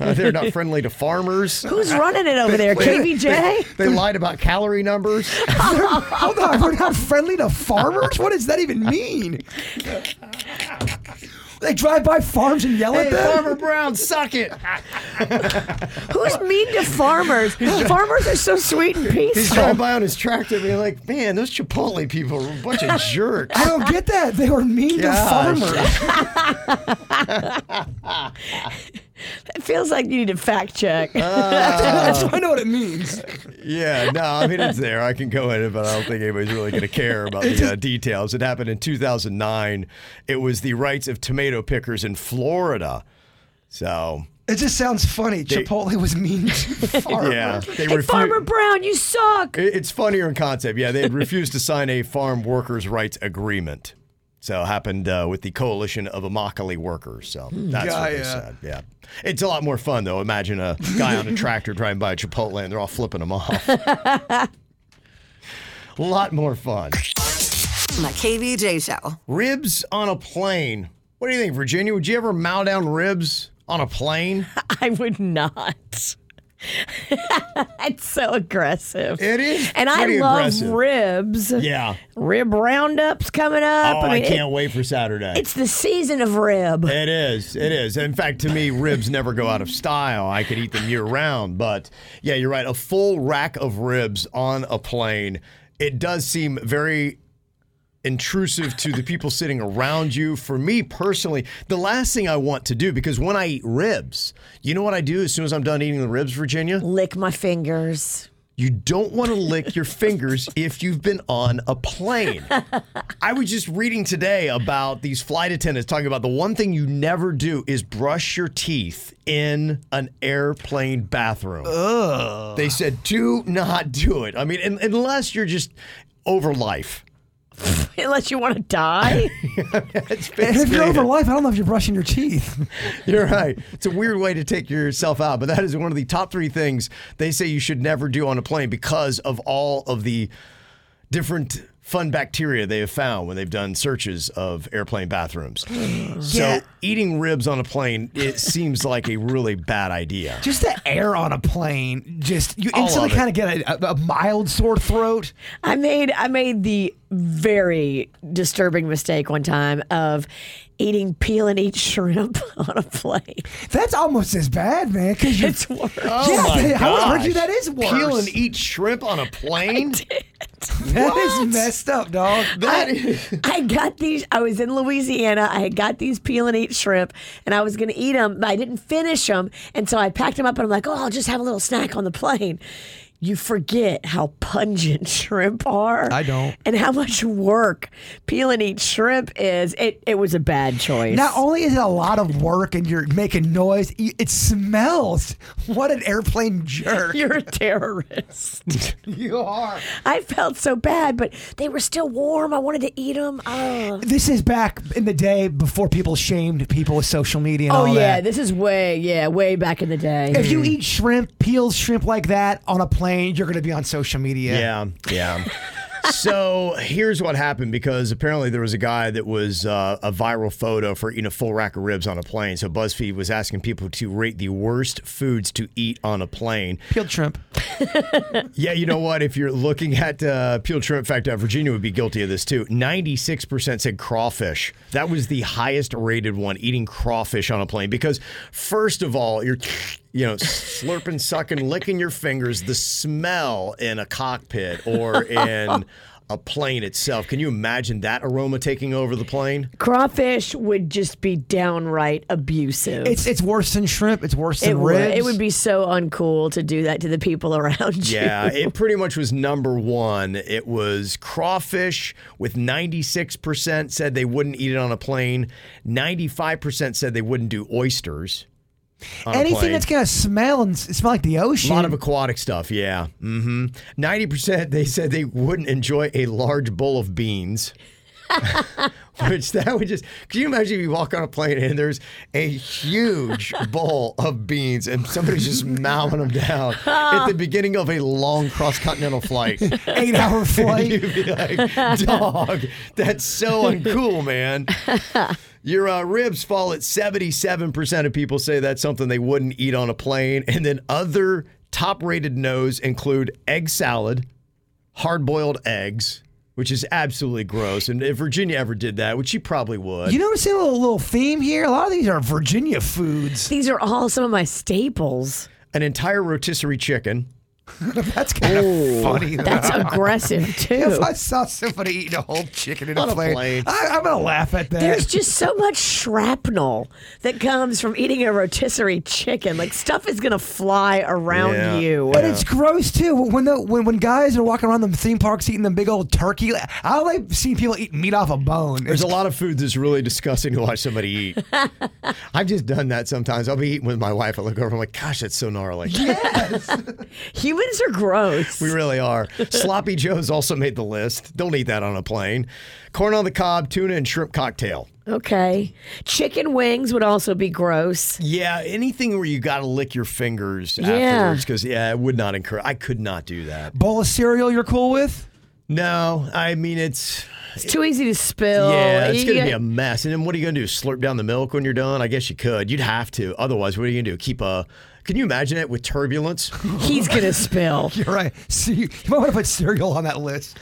Speaker 4: Uh, they're not friendly to farmers.
Speaker 1: Who's running it over there? KBJ?
Speaker 4: They lied about calorie numbers.
Speaker 5: Hold on, we're not friendly to farmers. What does that even mean? They drive by farms and yell
Speaker 4: hey,
Speaker 5: at them.
Speaker 4: Farmer Brown, suck it.
Speaker 1: Who's mean to farmers? farmers are so sweet and
Speaker 4: He's
Speaker 1: peaceful.
Speaker 4: driving by on his tractor being like, man, those Chipotle people are a bunch of jerks.
Speaker 5: I don't get that. They were mean
Speaker 4: Gosh.
Speaker 5: to farmers.
Speaker 1: It feels like you need to fact check.
Speaker 5: That's why Uh, I know what it means.
Speaker 4: Yeah, no, I mean, it's there. I can go in it, but I don't think anybody's really going to care about the uh, details. It happened in 2009. It was the rights of tomato pickers in Florida. So,
Speaker 5: It just sounds funny. Chipotle was mean to farmers.
Speaker 4: yeah. They
Speaker 1: hey,
Speaker 4: refu-
Speaker 1: Farmer Brown, you suck.
Speaker 4: It- It's funnier in concept. Yeah, they had refused to sign a farm workers' rights agreement. So it happened uh, with the coalition of Immokalee workers. So that's what they
Speaker 5: Yeah, yeah.
Speaker 4: said. Yeah, it's a lot more fun though. Imagine a guy on a tractor driving by a Chipotle and they're all flipping him off. A lot more fun.
Speaker 9: The KVJ Show.
Speaker 4: Ribs on a plane. What do you think, Virginia? Would you ever mow down ribs on a plane?
Speaker 1: I would not. That's so aggressive.
Speaker 4: It is
Speaker 1: And I
Speaker 4: pretty
Speaker 1: love
Speaker 4: aggressive.
Speaker 1: ribs.
Speaker 4: Yeah.
Speaker 1: Rib roundups coming up.
Speaker 4: Oh, I,
Speaker 1: mean, it-
Speaker 4: can't wait for Saturday.
Speaker 1: it's the season of rib.
Speaker 4: It is. It is. In fact, to me, ribs never go out of style. I could eat them year round. But yeah, you're right. A full rack of ribs on a plane, it does seem very intrusive to the people sitting around you. For me personally, the last thing I want to do, because when I eat ribs, you know what I do as soon as I'm done eating the ribs, Virginia?
Speaker 1: Lick my fingers.
Speaker 4: You don't want to lick your fingers if you've been on a plane. I was just reading today about these flight attendants talking about the one thing you never do is brush your teeth in an airplane bathroom. They said, do not do it. I mean, un- unless you're just over life.
Speaker 1: Unless you want to die.
Speaker 4: That's
Speaker 5: And if
Speaker 4: basically
Speaker 5: you're
Speaker 4: it.
Speaker 5: over life, I don't know if you're brushing your teeth.
Speaker 4: You're right. It's a weird way to take yourself out, but that is one of the top three things they say you should never do on a plane because of all of the different fun bacteria they have found when they've done searches of airplane bathrooms. So eating ribs on a plane, it seems like a really bad idea.
Speaker 5: Just the air on a plane, just you
Speaker 4: All
Speaker 5: instantly
Speaker 4: of it.
Speaker 5: kind of get a, a, a mild sore throat.
Speaker 1: I made I made the very disturbing mistake one time of eating peel and eat shrimp on a plate.
Speaker 5: That's almost as bad, man. Because you,
Speaker 1: It's worse.
Speaker 4: Oh
Speaker 5: Yes,
Speaker 4: my
Speaker 5: I would
Speaker 4: gosh.
Speaker 5: argue that is worse.
Speaker 4: Peel and eat shrimp on a plane?
Speaker 5: that is messed up, dog.
Speaker 4: That is.
Speaker 1: I got these. I was in Louisiana. I had got these peel and eat shrimp, and I was going to eat them, but I didn't finish them. And so I packed them up, and I'm like, oh, I'll just have a little snack on the plane. You forget how pungent shrimp are.
Speaker 5: I don't.
Speaker 1: And how much work peel and eat shrimp is. It it was a bad choice.
Speaker 5: Not only is it a lot of work and you're making noise, y- it smells. What an airplane jerk.
Speaker 1: You're a terrorist.
Speaker 5: You are.
Speaker 1: I felt so bad, but they were still warm. I wanted to eat them. Oh,
Speaker 5: This is back in the day before people shamed people with social media and
Speaker 1: oh
Speaker 5: all
Speaker 1: yeah.
Speaker 5: that.
Speaker 1: This is way, yeah, way back in the day.
Speaker 5: If you eat shrimp, peeled shrimp like that on a plane, you're going to be on social media.
Speaker 4: Yeah, yeah. so here's what happened because apparently there was a guy that was uh, a viral photo for eating a full rack of ribs on a plane. So BuzzFeed was asking people to rate the worst foods to eat on a plane.
Speaker 5: Peeled shrimp.
Speaker 4: Yeah, you know what? If you're looking at uh, peeled shrimp, in fact, uh, Virginia would be guilty of this too. 96% said crawfish. That was the highest rated one, eating crawfish on a plane. Because, first of all, you're, you know, slurping, sucking, licking your fingers. The smell in a cockpit or in a plane itself. Can you imagine that aroma taking over the plane?
Speaker 1: Crawfish would just be downright abusive.
Speaker 5: It's it's worse than shrimp. It's worse than
Speaker 1: it, would,
Speaker 5: ribs.
Speaker 1: it would be so uncool to do that to the people around you.
Speaker 4: Yeah, it pretty much was number one. It was crawfish with 96% said they wouldn't eat it on a plane. 95% said they wouldn't do oysters. on a
Speaker 5: anything
Speaker 4: plane.
Speaker 5: that's going to smell and s- smell like the
Speaker 4: a
Speaker 5: ocean.
Speaker 4: lot of aquatic stuff, yeah. Mm-hmm. 90% they said they wouldn't enjoy a large bowl of beans. Which that would just can you imagine if you walk on a plane and there's a huge bowl of beans and somebody's just mowing them down at the beginning of a long cross continental flight.
Speaker 5: eight hour flight.
Speaker 4: You'd be like, dog, that's so uncool, man. Your uh, ribs fall at 77% of people say that's something they wouldn't eat on a plane. And then other top rated no's include egg salad, hard boiled eggs, which is absolutely gross. And if Virginia ever did that, which she probably would.
Speaker 5: You notice a little, little theme here? A lot of these are Virginia foods.
Speaker 1: These are all some of my staples.
Speaker 4: an entire rotisserie chicken.
Speaker 5: That's kind of funny.
Speaker 1: That's aggressive too.
Speaker 5: If I saw somebody eating a whole chicken in
Speaker 4: On
Speaker 5: a
Speaker 4: a
Speaker 5: plane,
Speaker 4: plane.
Speaker 5: I, I'm gonna laugh at that.
Speaker 1: There's just so much shrapnel that comes from eating a rotisserie chicken. Like stuff is gonna fly around
Speaker 4: Yeah.
Speaker 1: you.
Speaker 5: but it's gross too. When the when, when guys are walking around them theme parks eating them big old turkey, like, I like seeing people eat meat off a bone.
Speaker 4: There's
Speaker 5: It's
Speaker 4: a lot of food that's really disgusting to watch somebody eat. I've just done that sometimes. I'll be eating with my wife. I look over, I'm like, gosh, that's so gnarly.
Speaker 1: Humans are gross.
Speaker 4: We really are. Sloppy Joe's also made the list. Don't eat that on a plane. Corn on the cob, tuna, and shrimp cocktail.
Speaker 1: Okay. Chicken wings would also be gross.
Speaker 4: Yeah, anything where you got to lick your fingers
Speaker 1: Yeah.
Speaker 4: afterwards. Because, yeah, it would not encourage. I could not do that.
Speaker 5: bowl of cereal you're cool with.
Speaker 4: No, I mean it's
Speaker 1: It's too easy to spill.
Speaker 4: yeah, it's
Speaker 1: You
Speaker 4: gonna
Speaker 1: got-
Speaker 4: be a mess. And then what are you gonna do? Slurp down the milk when you're done? I guess you could. You'd have to. Otherwise, what are you gonna do? Keep a? Can you imagine it with turbulence?
Speaker 1: He's gonna spill.
Speaker 5: You're right. See, you might want to put cereal on that list.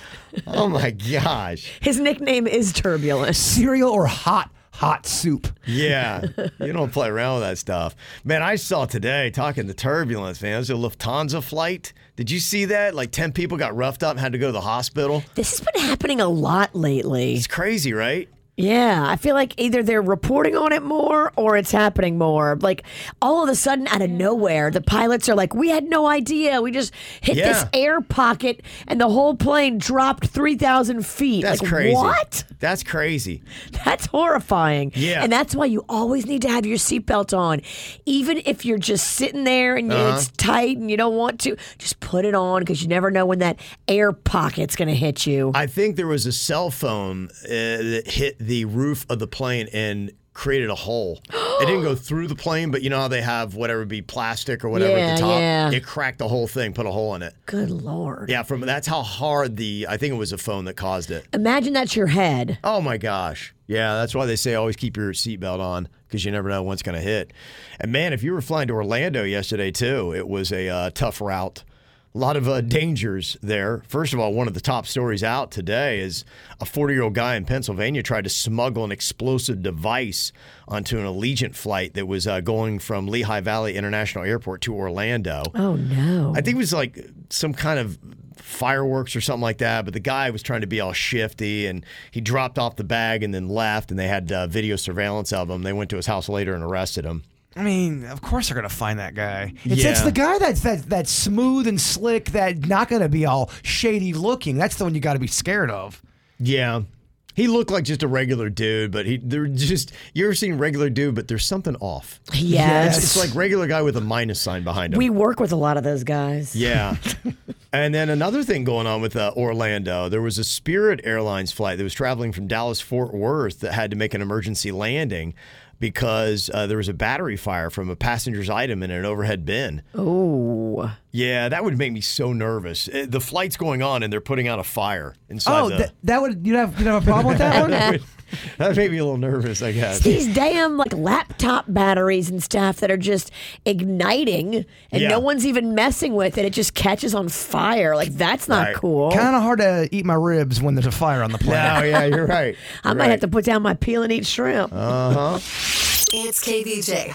Speaker 4: oh my gosh!
Speaker 1: His nickname is Turbulence.
Speaker 5: Cereal or hot, hot soup.
Speaker 4: Yeah, you don't play around with that stuff, man. I saw today talking to turbulence, man. It was a Lufthansa flight. Did you see that? Like ten people got roughed up and had to go to the hospital.
Speaker 1: This has been happening a lot lately.
Speaker 4: It's crazy, right?
Speaker 1: Yeah, I feel like either they're reporting on it more or it's happening more. Like all of a sudden, out of nowhere, the pilots are like, "We had no idea. We just hit this
Speaker 4: Yeah.
Speaker 1: air pocket, and the whole plane dropped three thousand feet."
Speaker 4: That's
Speaker 1: Like,
Speaker 4: crazy.
Speaker 1: What?
Speaker 4: That's crazy.
Speaker 1: That's horrifying.
Speaker 4: Yeah.
Speaker 1: And that's why you always need to have your seatbelt on. Even if you're just sitting there and
Speaker 4: Uh-huh.
Speaker 1: it's tight and you don't want to, just put it on because you never know when that air pocket's going to hit you.
Speaker 4: I think there was a cell phone uh, that hit the roof of the plane and created a hole. it didn't go through the plane, but you know how they have whatever be plastic or whatever at
Speaker 1: Yeah,
Speaker 4: the top.
Speaker 1: yeah.
Speaker 4: It cracked the whole thing, put a hole in it.
Speaker 1: Good Lord.
Speaker 4: Yeah, from that's how hard the I think it was a phone that caused it.
Speaker 1: Imagine that's your head.
Speaker 4: Oh my gosh. Yeah, that's why they say always keep your seatbelt on because you never know when it's going to hit. And man, if you were flying to Orlando yesterday too, it was a uh, tough route. A lot of uh, dangers there. First of all, one of the top stories out today is a 40 year old guy in Pennsylvania tried to smuggle an explosive device onto an Allegiant flight that was uh, going from Lehigh Valley International Airport to Orlando.
Speaker 1: Oh, no.
Speaker 4: I think it was like some kind of fireworks or something like that. But the guy was trying to be all shifty, and he dropped off the bag and then left. And they had uh, video surveillance of him. They went to his house later and arrested him.
Speaker 5: I mean, of course they're gonna find that guy. It's, it's
Speaker 4: Yeah.
Speaker 5: the guy that's that that's smooth and slick, that not gonna be all shady looking. That's the one you got to be scared of.
Speaker 4: Yeah. He looked like just a regular dude, but he they're just you ever seen regular dude, but there's something off.
Speaker 1: Yes.
Speaker 4: It's like regular guy with a minus sign behind him.
Speaker 1: we work with a lot of those guys.
Speaker 4: Yeah. and then another thing going on with uh, Orlando, there was a Spirit Airlines flight that was traveling from Dallas Fort Worth that had to make an emergency landing because uh, there was a battery fire from a passenger's item in an overhead bin.
Speaker 1: Oh.
Speaker 4: Yeah, that would make me so nervous. Uh, The flight's going on and they're putting out a fire inside
Speaker 5: oh,
Speaker 4: the.
Speaker 5: that that would you have you have a problem with that one?
Speaker 4: that made me a little nervous, I guess.
Speaker 1: These damn like laptop batteries and stuff that are just igniting and
Speaker 4: Yeah.
Speaker 1: no one's even messing with it. It just catches on fire. Like that's not
Speaker 4: Right.
Speaker 1: cool.
Speaker 5: Kind of hard to eat my ribs when there's a fire on the plane.
Speaker 4: No, yeah, you're right. Uh-huh.
Speaker 1: I might have to put down my peel and eat shrimp.
Speaker 9: It's KVJ.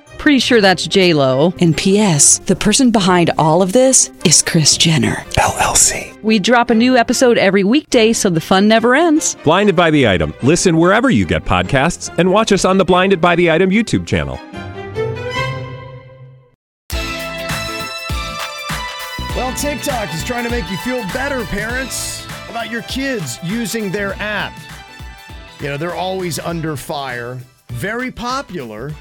Speaker 10: Pretty sure that's J Lo. And P.S. The person behind all of this is Chris Jenner
Speaker 11: LLC.
Speaker 10: We drop a new episode every weekday, so the fun never ends.
Speaker 11: Blinded by the item. Listen wherever you get podcasts, and watch us on the Blinded by the Item YouTube channel.
Speaker 4: Well, TikTok is trying to make you feel better, parents, about your kids using their app. You know, they're always under fire, very popular,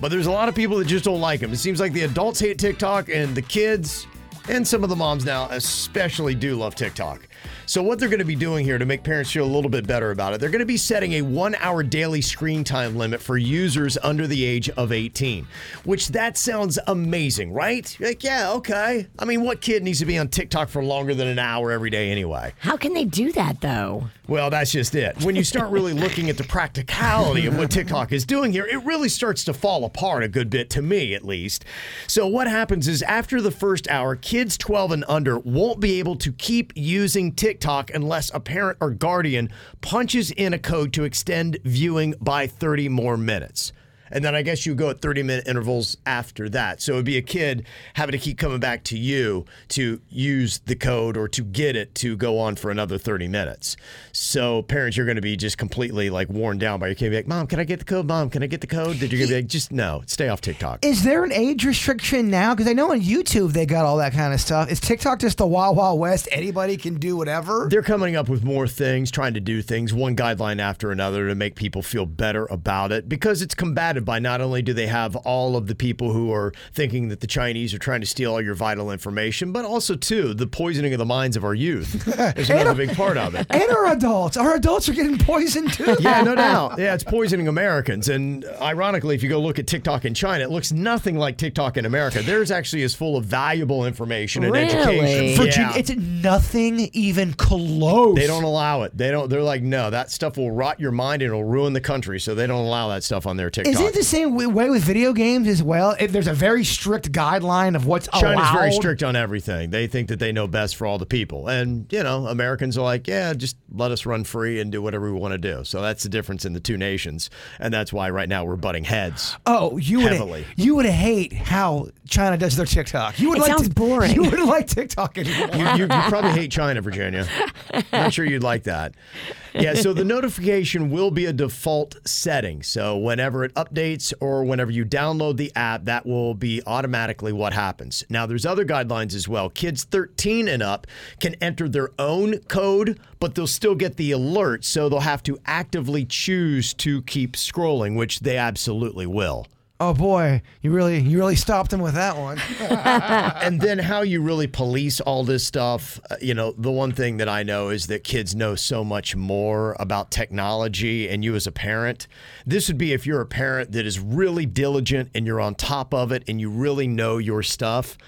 Speaker 4: but there's a lot of people that just don't like them. It seems like the adults hate TikTok and the kids and some of the moms now especially do love TikTok. So what they're going to be doing here to make parents feel a little bit better about it, they're going to be setting a 1-hour daily screen time limit for users under the age of 18, which that sounds amazing, right? You're like, yeah, okay. I mean, what kid needs to be on TikTok for longer than an hour every day anyway?
Speaker 1: How can they do that though?
Speaker 4: Well, that's just it. When you start really looking at the practicality of what TikTok is doing here, it really starts to fall apart a good bit, to me at least. So, what happens is after the first hour, kids 12 and under won't be able to keep using TikTok unless a parent or guardian punches in a code to extend viewing by 30 more minutes. And then I guess you go at 30 minute intervals after that. So it'd be a kid having to keep coming back to you to use the code or to get it to go on for another 30 minutes. So parents, you're going to be just completely like worn down by your kid. Be like, Mom, can I get the code? Mom, can I get the code? That you're going to be like, just no, stay off TikTok.
Speaker 5: Is there an age restriction now? Because I know on YouTube they got all that kind of stuff. Is TikTok just the Wild Wild West? Anybody can do whatever?
Speaker 4: They're coming up with more things, trying to do things, one guideline after another to make people feel better about it because it's combated by not only do they have all of the people who are thinking that the Chinese are trying to steal all your vital information, but also, too, the poisoning of the minds of our youth is another big part of it.
Speaker 5: And our adults. Our adults are getting poisoned too.
Speaker 4: Yeah, no doubt. Yeah, it's poisoning Americans. And ironically, if you go look at TikTok in China, it looks nothing like TikTok in America. Theirs actually is full of valuable information and education.
Speaker 5: For
Speaker 4: Yeah.
Speaker 5: gen- it's nothing even close.
Speaker 4: They don't allow it. They don't. They're like, no, that stuff will rot your mind and it'll ruin the country. So they don't allow that stuff on their TikTok.
Speaker 5: Is it the same w- way with video games as well? If there's a very strict guideline of what's
Speaker 4: China's
Speaker 5: allowed.
Speaker 4: very strict on everything. They think that they know best for all the people, and you know, Americans are like, yeah, just let us run free and do whatever we want to do. So that's the difference in the two nations, and that's why right now we're butting heads.
Speaker 5: Oh, you would
Speaker 4: Heavily.
Speaker 5: you would hate how China does their TikTok. You would
Speaker 4: It
Speaker 5: like
Speaker 4: sounds
Speaker 5: to-
Speaker 4: boring.
Speaker 5: You wouldn't like TikTok anymore.
Speaker 4: you, you, you probably hate China, Virginia. Not sure you'd like that. Yeah, so the notification will be a default setting. So whenever it updates or whenever you download the app, that will be automatically what happens. Now, there's other guidelines as well. Kids 13 and up can enter their own code, but they'll still get the alert. So they'll have to actively choose to keep scrolling, which they absolutely will.
Speaker 5: Oh boy, you really you really stopped him with that one.
Speaker 4: and then how you really police all this stuff. uh, You know, the one thing that I know is that kids know so much more about technology, and you as a parent, this would be if you're a parent that is really diligent and you're on top of it and you really know your stuff.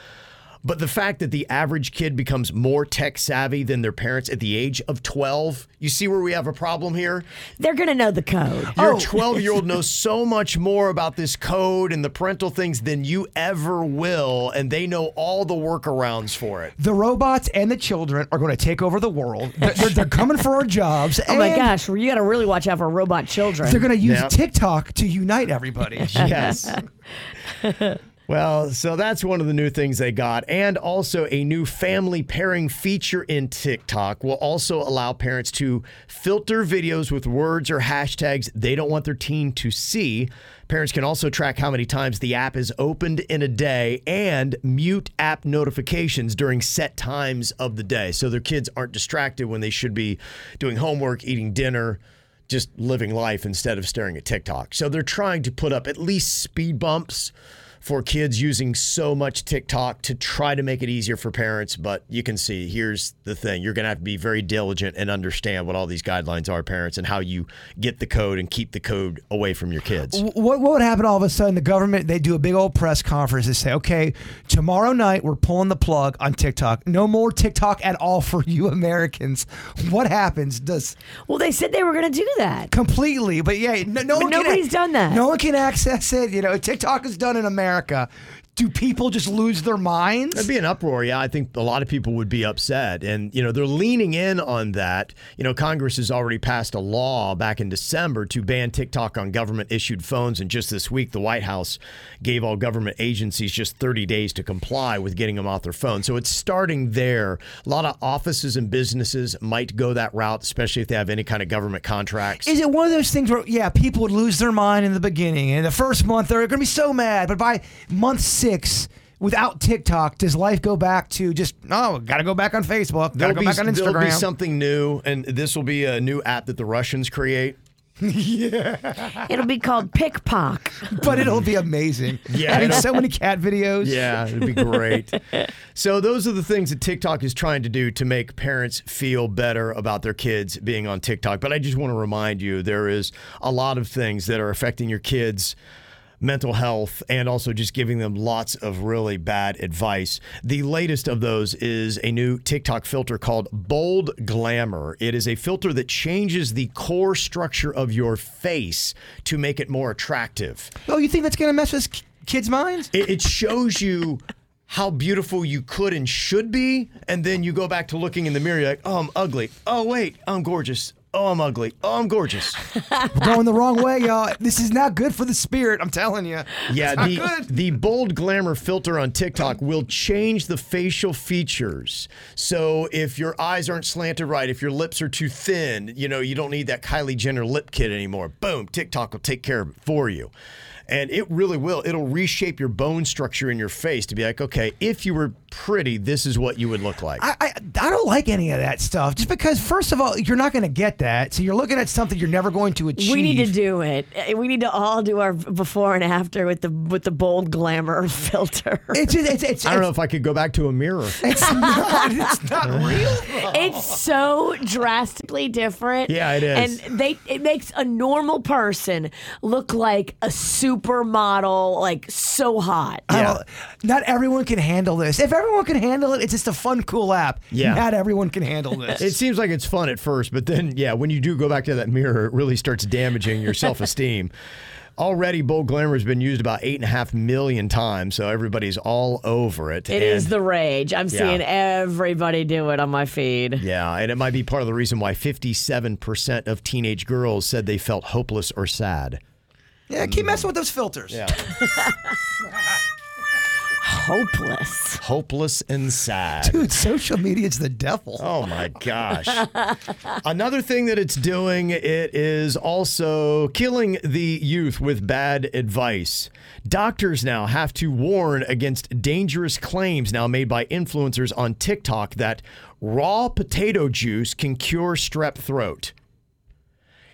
Speaker 4: But the fact that the average kid becomes more tech savvy than their parents at the age of 12, you see where we have a problem here?
Speaker 1: They're going to know the code. Oh.
Speaker 4: Your 12 year old knows so much more about this code and the parental things than you ever will, and they know all the workarounds for it.
Speaker 5: The robots and the children are going to take over the world. They're, they're- they're coming for our jobs.
Speaker 1: Oh my
Speaker 5: and
Speaker 1: gosh, you got to really watch out for robot children.
Speaker 5: They're going to use
Speaker 4: Yep.
Speaker 5: TikTok to unite everybody.
Speaker 4: Yes. Well, so that's one of the new things they got. And also, a new family pairing feature in TikTok will also allow parents to filter videos with words or hashtags they don't want their teen to see. Parents can also track how many times the app is opened in a day and mute app notifications during set times of the day. So their kids aren't distracted when they should be doing homework, eating dinner, just living life instead of staring at TikTok. So they're trying to put up at least speed bumps for kids using so much TikTok to try to make it easier for parents. But you can see, here's the thing you're going to have to be very diligent and understand what all these guidelines are, parents, and how you get the code and keep the code away from your kids.
Speaker 5: W- What, what would happen all of a sudden? The government, they do a big old press conference and say, okay, tomorrow night we're pulling the plug on TikTok. No more TikTok at all for you Americans. What happens? Does
Speaker 1: Well, they said they were going to do that
Speaker 5: completely, but yeah, no, no
Speaker 1: But
Speaker 5: one can
Speaker 1: nobody's
Speaker 5: ac-
Speaker 1: done that.
Speaker 5: No one can access it. You know, TikTok is done in America. Do people just lose their minds?
Speaker 4: That'd be an uproar. Yeah, I think a lot of people would be upset. And, you know, they're leaning in on that. You know, Congress has already passed a law back in December to ban TikTok on government issued phones. And just this week, the White House gave all government agencies just 30 days to comply with getting them off their phone. So it's starting there. A lot of offices and businesses might go that route, especially if they have any kind of government contracts.
Speaker 5: Is it one of those things where, yeah, people would lose their mind in the beginning, and the first month they're going to be so mad, but by month six, without TikTok, does life go back to just oh, got to go back on Facebook, got to go back on
Speaker 4: there'll be
Speaker 5: Instagram?
Speaker 4: something new, and this will be a new app that the Russians create.
Speaker 5: yeah,
Speaker 1: It'll be called Pickpock.
Speaker 5: but it'll be amazing.
Speaker 4: Yeah,
Speaker 5: having
Speaker 4: it'll-
Speaker 5: so many cat videos.
Speaker 4: Yeah, it'd be great. so those are the things that TikTok is trying to do to make parents feel better about their kids being on TikTok. But I just want to remind you there is a lot of things that are affecting your kids mental health and also just giving them lots of really bad advice. The latest of those is a new TikTok filter called Bold Glamour. It is a filter that changes the core structure of your face to make it more attractive.
Speaker 5: Oh, you think that's going to mess with k- kids' minds?
Speaker 4: It, it shows you how beautiful you could and should be, and then you go back to looking in the mirror, you're like, oh, I'm ugly. Oh, wait, I'm gorgeous. Oh, I'm ugly. Oh, I'm gorgeous.
Speaker 5: We're going the wrong way, y'all. This is not good for the spirit. I'm telling you.
Speaker 4: Yeah,
Speaker 5: It's not
Speaker 4: the,
Speaker 5: good.
Speaker 4: the bold glamour filter on TikTok will change the facial features. So if your eyes aren't slanted right, if your lips are too thin, you know, you don't need that Kylie Jenner lip kit anymore. Boom, TikTok will take care of it for you. And it really will. It'll reshape your bone structure in your face to be like, okay, if you were pretty, this is what you would look like.
Speaker 5: I, I, I don't like any of that stuff. Just because, first of all, you're not going to get that. So you're looking at something you're never going to achieve.
Speaker 1: We need to do it. Uh, We need to all do our before and after with the with the bold glamour filter.
Speaker 5: It's just, it's, it's
Speaker 4: I don't know if I could go back to a mirror.
Speaker 5: It's not. It's not real.
Speaker 1: It's so drastically different.
Speaker 4: Yeah, it is.
Speaker 1: And they it makes a normal person look like a supermodel, like so hot.
Speaker 5: I don't- Not everyone can handle this. If everyone can handle it, it's just a fun, cool app.
Speaker 4: Yeah.
Speaker 5: Not everyone can handle this.
Speaker 4: It seems like it's fun at first, but then, yeah, when you do go back to that mirror, it really starts damaging your self esteem. Already, Bold Glamour has been used about eight and a half million times, so everybody's all over it.
Speaker 1: It is
Speaker 4: and-
Speaker 1: the rage. I'm
Speaker 4: Yeah.
Speaker 1: seeing everybody do it on my feed.
Speaker 4: Yeah, and it might be part of the reason why 57% of teenage girls said they felt hopeless or sad.
Speaker 5: Yeah, keep messing with those filters.
Speaker 4: Yeah.
Speaker 1: Hopeless.
Speaker 4: Hopeless and sad.
Speaker 5: Dude, social media's the devil.
Speaker 4: Oh my gosh. Another thing that it's doing, it is also killing the youth with bad advice. Doctors now have to warn against dangerous claims now made by influencers on TikTok that raw potato juice can cure strep throat.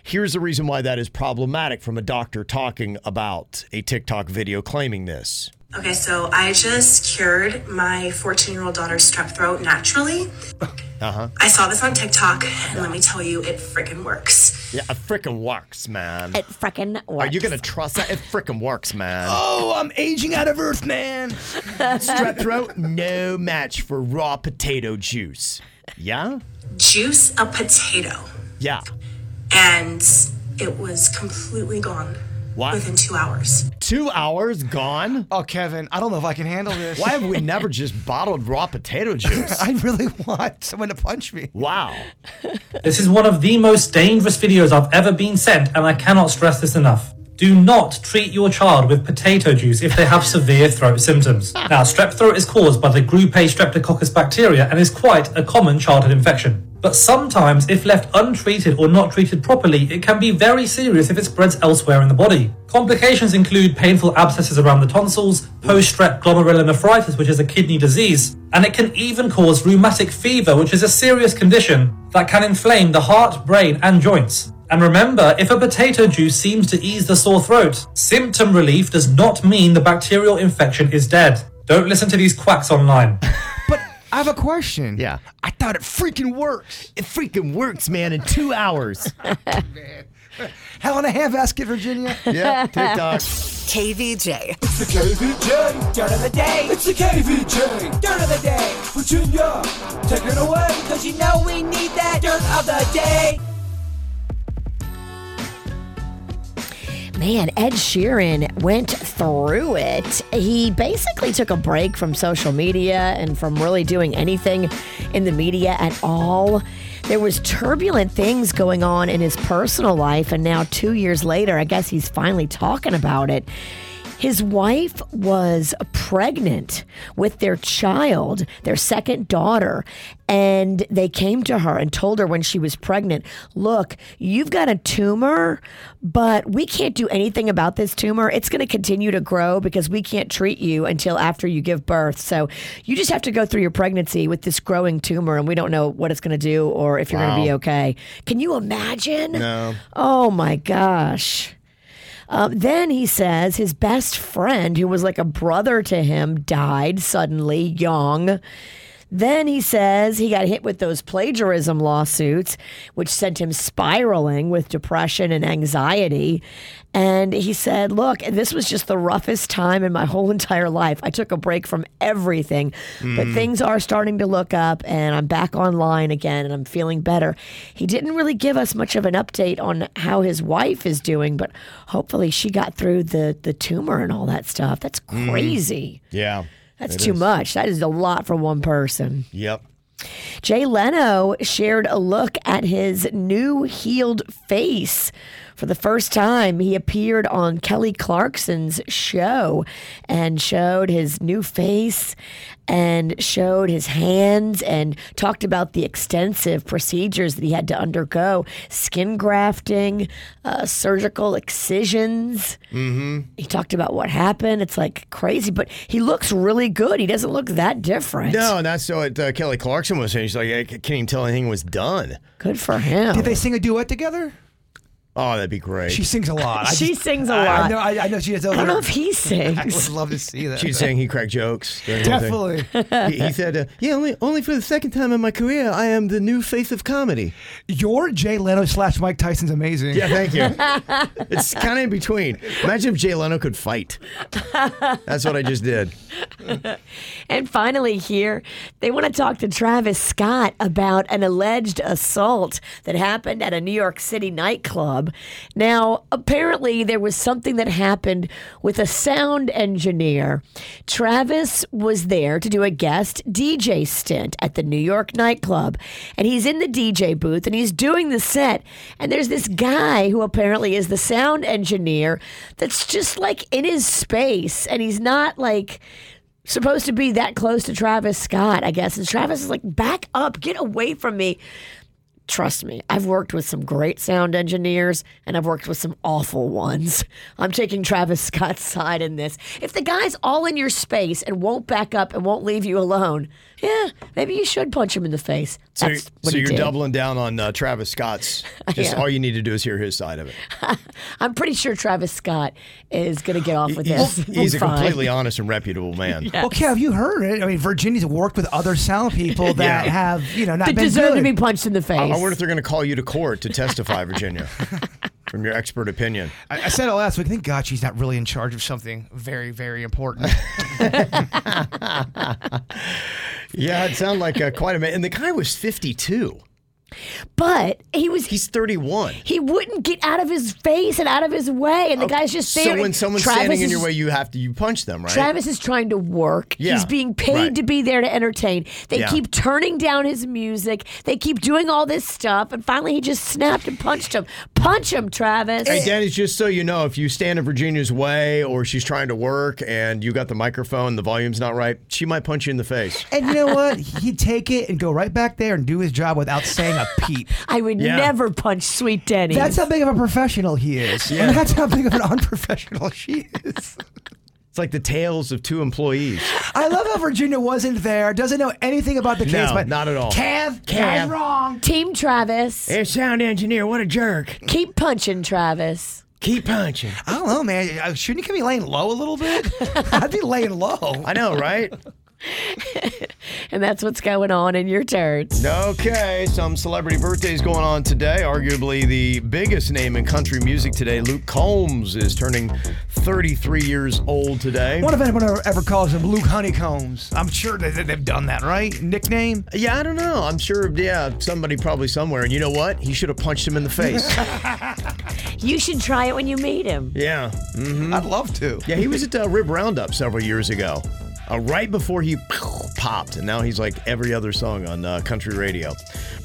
Speaker 4: Here's the reason why that is problematic from a doctor talking about a TikTok video claiming this.
Speaker 12: Okay, so I just cured my 14 year old daughter's strep throat naturally.
Speaker 4: Uh huh.
Speaker 12: I saw this on TikTok, and let me tell you, it freaking works.
Speaker 4: Yeah, it frickin' works, man.
Speaker 1: It frickin'
Speaker 4: Are you gonna trust that? It frickin' works, man.
Speaker 5: Oh, I'm aging out of Earth, man.
Speaker 4: Strep throat, no match for raw potato juice. Yeah?
Speaker 12: Juice a potato,
Speaker 4: Yeah.
Speaker 12: and it was completely gone
Speaker 4: What?
Speaker 12: within two hours.
Speaker 4: Two hours gone?
Speaker 5: Oh, Kevin, I don't know if I can handle this.
Speaker 4: Why have we never just bottled raw potato juice?
Speaker 5: I really want someone to punch me.
Speaker 4: Wow.
Speaker 13: This is one of the most dangerous videos I've ever been sent, and I cannot stress this enough. Do not treat your child with potato juice if they have severe throat symptoms. Now, strep throat is caused by the group A streptococcus bacteria and is quite a common childhood infection. But sometimes, if left untreated or not treated properly, it can be very serious if it spreads elsewhere in the body. Complications include painful abscesses around the tonsils, post strep glomerulonephritis, which is a kidney disease, and it can even cause rheumatic fever, which is a serious condition that can inflame the heart, brain, and joints. And remember, if a potato juice seems to ease the sore throat, symptom relief does not mean the bacterial infection is dead. Don't listen to these quacks online.
Speaker 5: I have a question.
Speaker 4: Yeah.
Speaker 5: I thought it freaking works.
Speaker 4: It freaking works, man, in two hours.
Speaker 5: Hell and a half basket, Virginia.
Speaker 4: Yeah, TikTok.
Speaker 9: KVJ.
Speaker 2: It's the KVJ. Dirt of the day. It's the KVJ. Dirt of the day. Virginia, take it away. Cause you know we need that dirt of the day.
Speaker 1: Man, Ed Sheeran went through it. He basically took a break from social media and from really doing anything in the media at all. There was turbulent things going on in his personal life and now 2 years later, I guess he's finally talking about it. His wife was pregnant with their child, their second daughter, and they came to her and told her when she was pregnant, Look, you've got a tumor, but we can't do anything about this tumor. It's going to continue to grow because we can't treat you until after you give birth. So you just have to go through your pregnancy with this growing tumor, and we don't know what it's going to do or if you're going to be
Speaker 4: Wow.
Speaker 1: okay. Can you imagine?
Speaker 4: No.
Speaker 1: Oh my gosh. Um, then he says his best friend, who was like a brother to him, died suddenly young. Then he says he got hit with those plagiarism lawsuits, which sent him spiraling with depression and anxiety. And he said, Look, this was just the roughest time in my whole entire life. I took a break from everything, but
Speaker 14: Mm.
Speaker 1: things things are starting to look up and I'm back online again and I'm feeling better. He didn't really give us much of an update on how his wife is doing, but hopefully she got through the, the tumor and all that stuff.
Speaker 5: Mm.
Speaker 1: That's crazy.
Speaker 4: Yeah.
Speaker 1: That's
Speaker 4: Mm. it
Speaker 1: too
Speaker 4: is.
Speaker 1: much. That is a lot for one person.
Speaker 4: Yep.
Speaker 1: Jay Leno shared a look at his new healed face. For the first time, he appeared on Kelly Clarkson's show and showed his new face and showed his hands and talked about the extensive procedures that he had to undergo skin grafting, uh, surgical excisions.
Speaker 4: Mm-hmm.
Speaker 1: He talked about what happened. It's like crazy, but he looks really good. He doesn't look that different.
Speaker 4: No, and that's what uh, Kelly Clarkson was saying. She's like, I c- can't even tell anything was done.
Speaker 1: Good for him.
Speaker 5: Did they sing a duet together?
Speaker 4: Oh, that'd be great.
Speaker 5: She sings a lot. I
Speaker 1: She
Speaker 5: just-
Speaker 1: sings a
Speaker 5: I- I
Speaker 1: lot.
Speaker 5: know, I, I know she has.
Speaker 1: I don't
Speaker 5: other-
Speaker 1: know if he sings.
Speaker 5: I would love to see that.
Speaker 4: She's saying he cracked jokes. during the whole thing.
Speaker 5: Definitely.
Speaker 4: he, he said, uh, "Yeah, only only for the second time in my career, I am the new face of comedy."
Speaker 5: Your Jay Leno slash Mike Tyson's amazing.
Speaker 4: Yeah, thank you. it's kind of in between. Imagine if Jay Leno could fight. That's what I just did.
Speaker 1: and finally, here, they want to talk to Travis Scott about an alleged assault that happened at a New York City nightclub. Now, apparently, there was something that happened with a sound engineer. Travis was there to do a guest DJ stint at the New York nightclub, and he's in the DJ booth and he's doing the set. And there's this guy who apparently is the sound engineer that's just like in his space, and he's not like supposed to be that close to Travis Scott, I guess. And Travis is like, back up, get away from me. Trust me, I've worked with some great sound engineers and I've worked with some awful ones. I'm taking Travis Scott's side in this. If the guy's all in your space and won't back up and won't leave you alone, yeah, maybe you should punch him in the face.
Speaker 4: So,
Speaker 1: That's
Speaker 4: so
Speaker 1: what he
Speaker 4: you're
Speaker 1: did.
Speaker 4: doubling down on uh, Travis Scott's. Just
Speaker 1: am.
Speaker 4: all you need to do is hear his side of it.
Speaker 1: I'm pretty sure Travis Scott is going to get off with
Speaker 4: He's,
Speaker 1: this.
Speaker 4: he's a
Speaker 1: Fine.
Speaker 4: completely honest and reputable man.
Speaker 5: Well, Kev, you heard it. I mean, Virginia's worked with other sound people that
Speaker 4: Yeah.
Speaker 5: have, you know, not
Speaker 1: That
Speaker 5: been
Speaker 1: deserve
Speaker 5: good.
Speaker 1: to be punched in the face.
Speaker 4: I, I wonder if they're going to call you to court to testify, Virginia, from your expert opinion.
Speaker 5: I, I said it last week. Thank God she's not really in charge of something very, very important.
Speaker 4: Yeah, it sounded like uh, quite a man. And the guy was 52.
Speaker 1: But he was.
Speaker 4: He's 31.
Speaker 1: He wouldn't get out of his face and out of his way, and the guy's just there.
Speaker 4: Oh, So
Speaker 1: and
Speaker 4: when someone's
Speaker 1: Travis
Speaker 4: standing in
Speaker 1: is
Speaker 4: your way, you have to you punch them, right?
Speaker 1: Travis is trying to work.
Speaker 4: Yeah,
Speaker 1: He's being paid
Speaker 4: right.
Speaker 1: to be there to entertain. They
Speaker 4: Yeah.
Speaker 1: keep turning down his music. They keep doing all this stuff. And finally, he just snapped and punched him. Punch him, Travis.
Speaker 4: Hey, Dennis, just so you know, if you stand in Virginia's way or she's trying to work and you got the microphone, the volume's not right, she might punch you in the face.
Speaker 5: and you know what? He'd take it and go right back there and do his job without saying a peep.
Speaker 1: I would
Speaker 5: Yeah.
Speaker 1: never punch Sweet Denny.
Speaker 5: That's how big of a professional he is.
Speaker 4: Yeah.
Speaker 5: And that's how big of an unprofessional she is.
Speaker 4: It's like the tales of two employees.
Speaker 5: I love how Virginia wasn't there, doesn't know anything about the case,
Speaker 4: No,
Speaker 5: but
Speaker 4: not at all.
Speaker 5: Kev,
Speaker 4: Kev.
Speaker 5: Kev, wrong.
Speaker 1: Team Travis.
Speaker 4: Air sound engineer, what a jerk.
Speaker 1: Keep punching, Travis.
Speaker 4: Keep punching.
Speaker 5: I don't know, man. Uh, Shouldn't you be laying low a little bit? I'd be laying low.
Speaker 4: I know, right?
Speaker 1: And that's what's going on in your turds.
Speaker 4: Okay, some celebrity birthdays going on today. Arguably the biggest name in country music today, Luke Combs, is turning 33 years old today.
Speaker 5: What if anyone ever, ever calls him Luke Honeycombs? I'm sure they, they've done that, right? Nickname?
Speaker 4: Yeah, I don't know. I'm sure, yeah, somebody probably somewhere. And you know what? He should have punched him in the face.
Speaker 1: You should try it when you meet him.
Speaker 4: yeah. hmm
Speaker 5: I'd love to.
Speaker 4: Yeah, he was at uh, Rib Roundup several years ago, uh, right before he popped, and now he's like every other song on uh, country radio.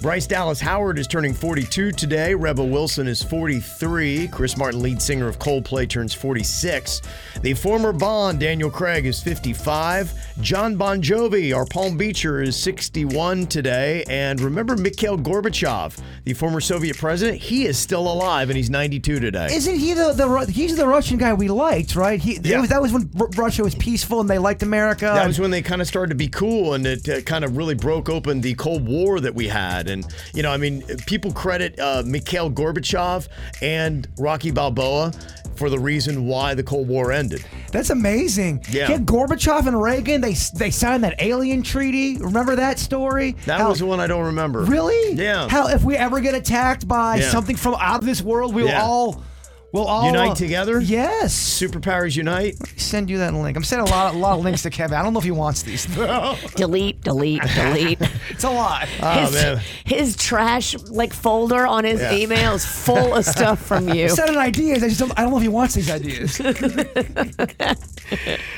Speaker 4: Bryce Dallas Howard is turning 42 today. Rebel Wilson is 43. Chris Martin, lead singer of Coldplay, turns 46. The former Bond, Daniel Craig, is 55. John Bon Jovi, our Palm Beacher, is 61 today. And remember Mikhail Gorbachev, the former Soviet president? He is still alive, and he's 92 today.
Speaker 5: Isn't he the, the Ru- he's the Russian guy we liked, right? He,
Speaker 4: Yeah.
Speaker 5: it was, that was when R- Russia was peaceful and they liked America.
Speaker 4: That
Speaker 5: and-
Speaker 4: was when they kind of started to be cool, and it uh, kind of really broke open the Cold War that we had. And you know, I mean, people credit uh, Mikhail Gorbachev and Rocky Balboa for the reason why the Cold War ended.
Speaker 5: That's amazing.
Speaker 4: Yeah.
Speaker 5: Get Gorbachev and Reagan, they they signed that alien treaty. Remember that story?
Speaker 4: That
Speaker 5: How-
Speaker 4: was the one I don't remember.
Speaker 5: Really?
Speaker 4: Yeah.
Speaker 5: How if we ever get attacked by
Speaker 4: Yeah.
Speaker 5: something from out of this world, we'll
Speaker 4: Yeah.
Speaker 5: all we'll all
Speaker 4: Unite together?
Speaker 5: Yes.
Speaker 4: Superpowers unite.
Speaker 5: Send you that link. I'm sending a lot, a lot of links to Kevin. I don't know if he wants these.
Speaker 1: Delete, delete, delete.
Speaker 5: it's a lot.
Speaker 4: Oh
Speaker 1: his,
Speaker 4: man.
Speaker 1: his trash like folder on his
Speaker 4: Yeah.
Speaker 1: email is full of stuff from you.
Speaker 5: I'm sending ideas. I just don't, I don't know if he wants these ideas.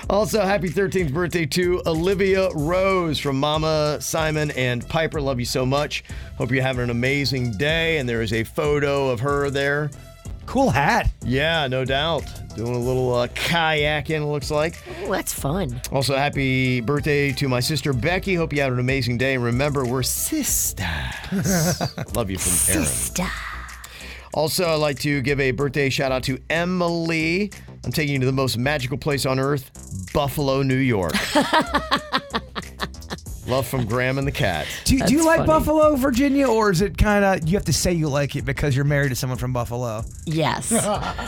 Speaker 4: Also, happy 13th birthday to Olivia Rose from Mama, Simon, and Piper. Love you so much. Hope you're having an amazing day. And there is a photo of her there.
Speaker 5: Cool hat.
Speaker 4: Yeah, no doubt. Doing a little uh, kayaking, it looks like.
Speaker 1: Oh, that's fun.
Speaker 4: Also, happy birthday to my sister Becky. Hope you had an amazing day. And remember, we're sisters. Love you from Aaron. Also, I'd like to give a birthday shout out to Emily. I'm taking you to the most magical place on earth, Buffalo, New York. Love from Graham and the Cat.
Speaker 5: Do, do you like Buffalo, Virginia, or is it kind of you have to say you like it because you're married to someone from Buffalo?
Speaker 1: Yes.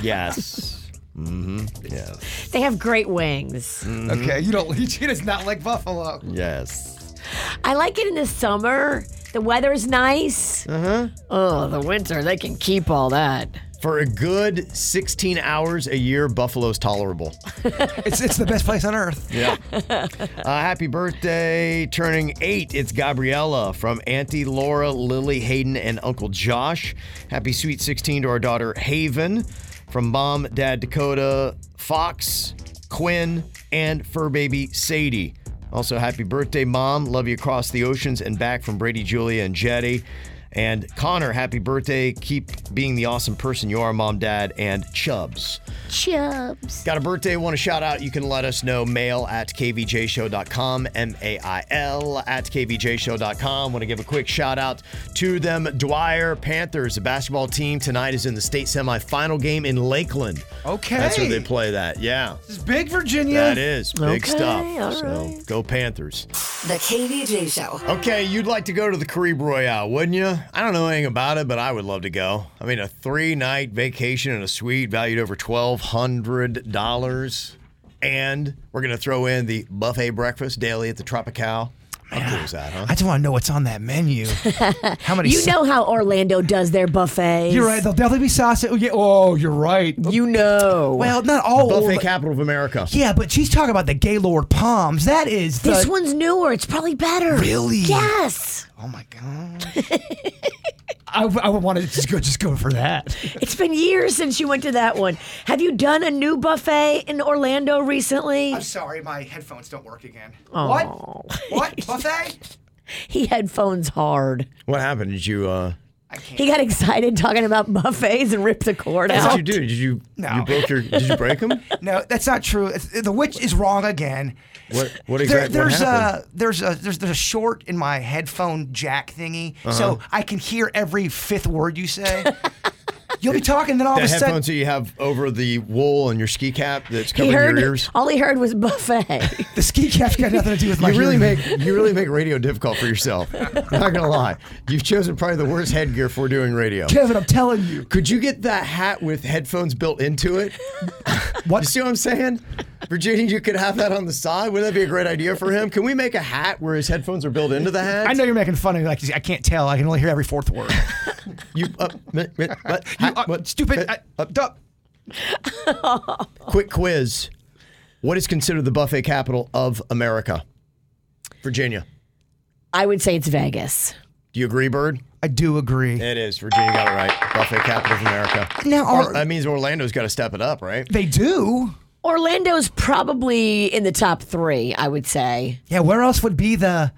Speaker 4: Yes. Mm-hmm. Yes.
Speaker 1: They have great wings.
Speaker 5: Mm-hmm. Okay, you don't. She does not like Buffalo.
Speaker 4: Yes.
Speaker 1: I like it in the summer. The weather's nice.
Speaker 4: Uh huh.
Speaker 1: Oh, the winter, they can keep all that.
Speaker 4: For a good 16 hours a year, Buffalo's tolerable.
Speaker 5: It's it's the best place on earth.
Speaker 4: Yeah. uh, happy birthday, turning eight. It's Gabriella from Auntie Laura, Lily Hayden, and Uncle Josh. Happy sweet 16 to our daughter Haven from mom, dad Dakota, Fox, Quinn, and fur baby Sadie. Also, happy birthday, mom. Love you across the oceans and back from Brady, Julia, and Jetty. And Connor, happy birthday. Keep being the awesome person you are, mom, dad, and Chubbs.
Speaker 1: Chubs.
Speaker 4: Got a birthday, want to shout out? You can let us know. Mail at kvjshow.com, M A I L at kvjshow.com. Want to give a quick shout out to them. Dwyer Panthers, the basketball team, tonight is in the state semifinal game in Lakeland.
Speaker 5: Okay.
Speaker 4: That's where they play that. Yeah.
Speaker 5: It's big, Virginia.
Speaker 4: That is big
Speaker 5: Okay,
Speaker 4: stuff.
Speaker 5: all
Speaker 4: so go Panthers.
Speaker 9: The KVJ Show.
Speaker 4: Okay, you'd like to go to the Carib Royale, wouldn't you? I don't know anything about it, but I would love to go. I mean, a three-night vacation in a suite valued over twelve hundred dollars, and we're gonna throw in the buffet breakfast daily at the Tropical. How cool is that, huh?
Speaker 5: I just want to know what's on that menu. How many?
Speaker 1: You
Speaker 5: sa-
Speaker 1: know how Orlando does their buffets.
Speaker 5: You're right. There'll definitely be sausage. Oh, yeah. Oh, you're right.
Speaker 1: You know.
Speaker 5: Well, not all.
Speaker 4: buffet capital of America.
Speaker 5: Yeah, but she's talking about the Gaylord Palms. That is the.
Speaker 1: This one's newer. It's probably better.
Speaker 5: Really? Oh,
Speaker 1: Yes.
Speaker 5: I, I would want to just go, just go for that.
Speaker 1: It's been years since you went to that one. Have you done a new buffet in Orlando recently? Oh.
Speaker 5: sorry, my headphones don't work again.
Speaker 1: What?
Speaker 5: What buffet?
Speaker 1: He headphones hard.
Speaker 4: What happened? Did you? uh
Speaker 1: He got excited talking about buffets and ripped the cord
Speaker 4: What
Speaker 1: out.
Speaker 4: did you do? Did you?
Speaker 5: No.
Speaker 4: You broke your? Did you break them?
Speaker 5: No, that's not true. It's- the witch is wrong again.
Speaker 4: What? What
Speaker 5: There,
Speaker 4: exactly?
Speaker 5: there's uh,
Speaker 4: what happened?
Speaker 5: a there's a there's there's a short in my headphone jack thingy,
Speaker 4: Uh-huh.
Speaker 5: so I can hear every fifth word you say. You'll be talking, then all
Speaker 4: the
Speaker 5: of a sudden,
Speaker 4: headphones that you have over the wool on your ski cap that's
Speaker 1: He
Speaker 4: covering
Speaker 1: heard
Speaker 4: your ears.
Speaker 1: all he heard was buffet.
Speaker 5: the ski cap's got nothing to do with my.
Speaker 4: you really
Speaker 5: hearing.
Speaker 4: make you really make radio difficult for yourself. Not gonna lie, you've chosen probably the worst headgear for doing radio.
Speaker 5: Kevin. I'm telling you,
Speaker 4: Could you get that hat with headphones built into it?
Speaker 5: What?
Speaker 4: You see what I'm saying? Virginia, you could have that on the side. Wouldn't that be a great idea for him? Can we make a hat where his headphones are built into the hat?
Speaker 5: I know you're making fun of me. Like I can't tell. I can only hear every fourth word.
Speaker 4: You, uh, mi- mi- what?
Speaker 5: you
Speaker 4: Hat-
Speaker 5: uh,
Speaker 4: what?
Speaker 5: stupid. I, uh, duh.
Speaker 4: Quick quiz: What is considered the buffet capital of America? Virginia.
Speaker 1: I would say it's Vegas.
Speaker 4: Do you agree, Bird?
Speaker 5: I do agree.
Speaker 4: It is. Virginia got it right. Buffet capital of America.
Speaker 5: Now,
Speaker 4: Or-
Speaker 5: are-
Speaker 4: that means Orlando's got to step it up, right?
Speaker 5: They do.
Speaker 1: Orlando's probably in the top three, I would say.
Speaker 5: Yeah, where else would be the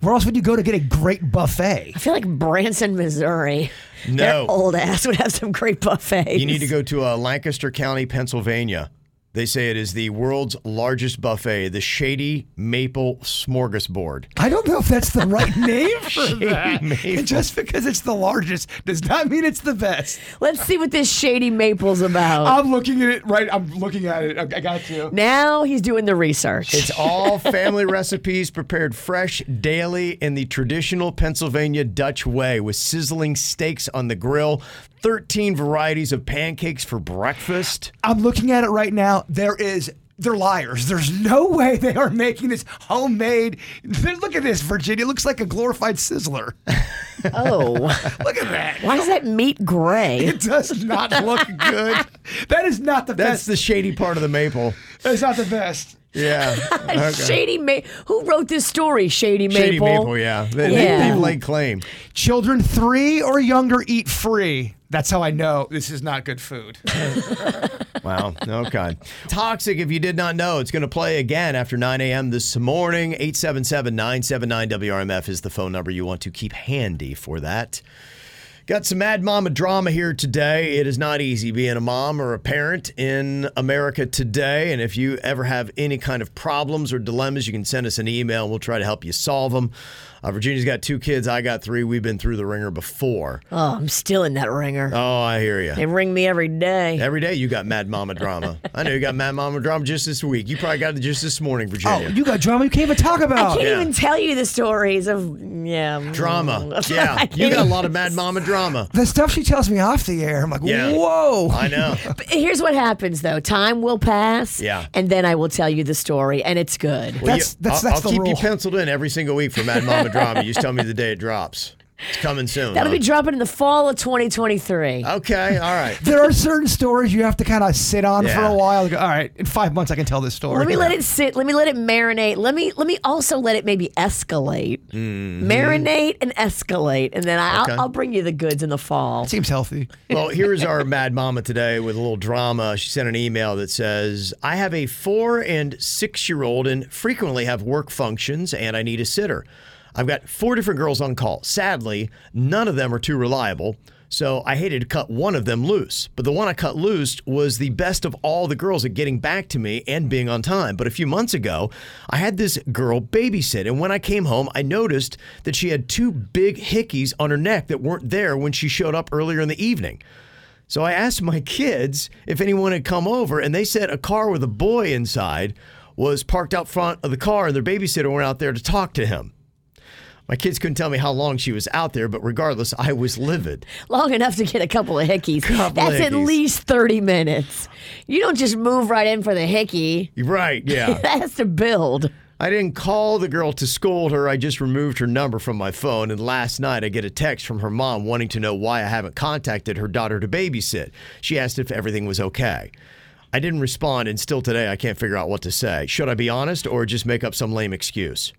Speaker 5: where else would you go to get a great buffet?
Speaker 1: I feel like Branson, Missouri. Their
Speaker 4: No,
Speaker 1: old ass would have some great buffets.
Speaker 4: you need to go to uh, Lancaster County, Pennsylvania. They say it is the world's largest buffet, the Shady Maple Smorgasbord.
Speaker 5: I don't know if that's the right name for that.
Speaker 4: Maple.
Speaker 5: And Just because it's the largest does not mean it's the best.
Speaker 1: Let's see what this shady maple's about.
Speaker 5: I'm looking at it right. I'm looking at it. I I got you.
Speaker 1: now he's doing the research.
Speaker 4: It's all family recipes prepared fresh daily in the traditional Pennsylvania Dutch way with sizzling steaks on the grill, 13 varieties of pancakes for breakfast.
Speaker 5: I'm looking at it right now. There is. They're liars. There's no way they are making this homemade. Look at this, Virginia. It looks like a glorified sizzler.
Speaker 1: oh,
Speaker 5: Look at that.
Speaker 1: why is that meat gray?
Speaker 5: It does not look good. That is not the
Speaker 4: That's
Speaker 5: best.
Speaker 4: the shady part of the maple.
Speaker 5: That's not the best.
Speaker 4: Yeah. Okay.
Speaker 1: Shady Maple. Who wrote this story? Shady Maple.
Speaker 4: Shady maple, yeah. They, they-
Speaker 1: Yeah.
Speaker 4: they've laid claim.
Speaker 5: Children three or younger eat free. That's how I know this is not good food.
Speaker 4: Wow. Okay. Toxic, if you did not know, it's going to play again after 9 a.m. this morning. 877 979 WRMF is the phone number you want to keep handy for that. Got some Mad Mama drama here today. It is not easy being a mom or a parent in America today. And if you ever have any kind of problems or dilemmas, you can send us an email. We'll try to help you solve them. Uh, Virginia's got two kids. I got three. We've been through the ringer before.
Speaker 1: Oh, I'm still in that ringer.
Speaker 4: Oh, I hear you.
Speaker 1: They ring me every day.
Speaker 4: Every day you got Mad Mama drama. I know you got Mad Mama drama just this week. You probably got it just this morning, Virginia.
Speaker 5: Oh, you got drama you can't even talk
Speaker 1: I
Speaker 5: about.
Speaker 1: can't even tell you the stories of yeah
Speaker 4: Drama.
Speaker 1: mm. I
Speaker 4: Yeah. You got a
Speaker 1: can't-
Speaker 4: lot of Mad Mama drama.
Speaker 5: The stuff she tells me off the air, I'm like,
Speaker 4: Yeah.
Speaker 5: whoa.
Speaker 4: I know.
Speaker 1: But here's what happens though: time will pass,
Speaker 4: Yeah.
Speaker 1: and then I will tell you the story, and it's good.
Speaker 4: Well, you- I'll, I'll keep you penciled in every single week for Mad Mama drama. You just tell me the day it drops. It's coming soon.
Speaker 1: That'll
Speaker 4: huh?
Speaker 1: be dropping in the fall of 2023.
Speaker 4: Okay, all right.
Speaker 5: There are certain stories you have to kind of sit on for
Speaker 4: Yeah.
Speaker 5: a while. Go, All right, in five months I can tell this story.
Speaker 1: Let me let it sit. Let me let it marinate. Let me let me also let it maybe escalate, marinate and escalate, and then
Speaker 4: Mm-hmm.
Speaker 1: I'll,
Speaker 4: Okay.
Speaker 1: I'll bring you the goods in the fall.
Speaker 5: Seems healthy.
Speaker 4: Well, here is our Mad Mama today with a little drama. She sent an email that says, I have a four and six year old and frequently have work functions, and I need a sitter. I've got four different girls on call. Sadly, none of them are too reliable. So I hated to cut one of them loose, but the one I cut loose was the best of all the girls at getting back to me and being on time. But a few months ago, I had this girl babysit, and when I came home, I noticed that she had two big hickeys on her neck that weren't there when she showed up earlier in the evening. So I asked my kids if anyone had come over, and they said a car with a boy inside was parked out front of the car, and their babysitter went out there to talk to him. My kids couldn't tell me how long she was out there, but regardless, I was livid.
Speaker 1: Long enough to get a couple of hickeys.
Speaker 4: Couple
Speaker 1: That's at
Speaker 4: hickeys.
Speaker 1: least 30 minutes. You don't just move right in for the hickey.
Speaker 4: Right, yeah.
Speaker 1: that has to build.
Speaker 4: I didn't call the girl to scold her. I just removed her number from my phone. And last night, I get a text from her mom wanting to know why I haven't contacted her daughter to babysit. She asked if everything was okay. I didn't respond, and still today, I can't figure out what to say. Should I be honest or just make up some lame excuse?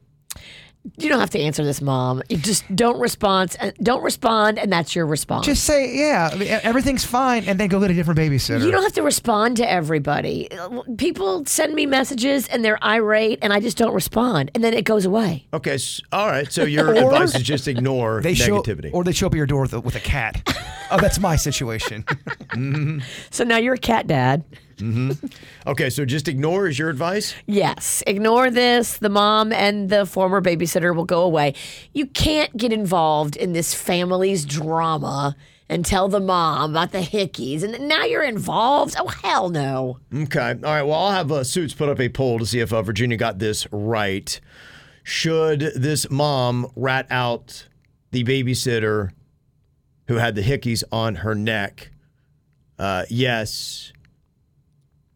Speaker 1: You don't have to answer this, mom. You just don't respond. uh, Don't respond, and that's your response.
Speaker 5: Just say, yeah, I mean, e, everything's fine, and then go get a different babysitter.
Speaker 1: You don't have to respond to everybody. People send me messages and they're irate, and I just don't respond, and then it goes away.
Speaker 4: Okay, s all right. So your
Speaker 5: Or-
Speaker 4: advice is just ignore
Speaker 5: they show,
Speaker 4: negativity.
Speaker 5: or they show up at your door with a, with a cat. oh, that's my situation.
Speaker 4: Mm-hmm.
Speaker 1: So now you're a cat dad.
Speaker 4: hmm Okay, so just ignore is your advice?
Speaker 1: Yes, ignore this. The mom and the former babysitter will go away. You can't get involved in this family's drama and tell the mom about the hickeys, and now you're involved. Oh hell no!
Speaker 4: Okay. All right. Well, I'll have uh, Suits put up a poll to see if uh, Virginia got this right. Should this mom rat out the babysitter who had the hickeys on her neck? Uh, yes,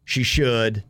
Speaker 4: she should.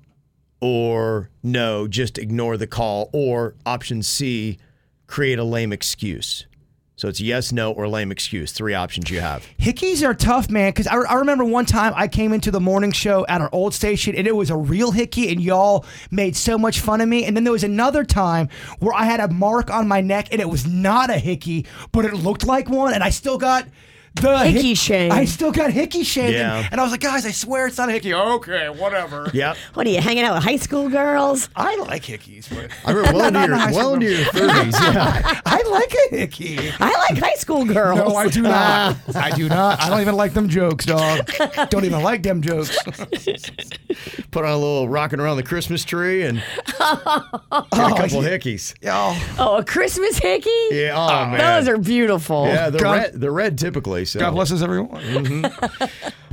Speaker 4: Or no, just ignore the call. Or option C, create a lame excuse. So it's yes, no, or lame excuse. Three options you have.
Speaker 5: Hickeys are tough, man. Because I, I remember one time I came into the morning show at our old station, and it was a real hickey, and y'all made so much fun of me. And then there was another time where I had a mark on my neck, and it was not a hickey, but it looked like one, and I still got. The
Speaker 1: Hickey shame.
Speaker 5: I still got hickey shame.
Speaker 4: Yeah.
Speaker 5: And I was like, guys, I swear it's not a hickey. Okay, whatever.
Speaker 4: Yep.
Speaker 1: What are you hanging out with high school girls?
Speaker 5: I like hickeys, but
Speaker 4: I remember well into your, well into your 30s. Yeah.
Speaker 5: I like a hickey.
Speaker 1: I like high school girls.
Speaker 5: No, I do not. I do not. I don't even like them jokes, dog. Don't even like them jokes.
Speaker 4: put on a little rocking around the Christmas tree and get a couple hickeys.
Speaker 5: Yeah.
Speaker 1: Oh, a Christmas hickey?
Speaker 4: Yeah, oh, man.
Speaker 1: Those are beautiful.
Speaker 4: Yeah, they're
Speaker 5: God-
Speaker 4: red. They're red typically. So
Speaker 5: God blesses everyone.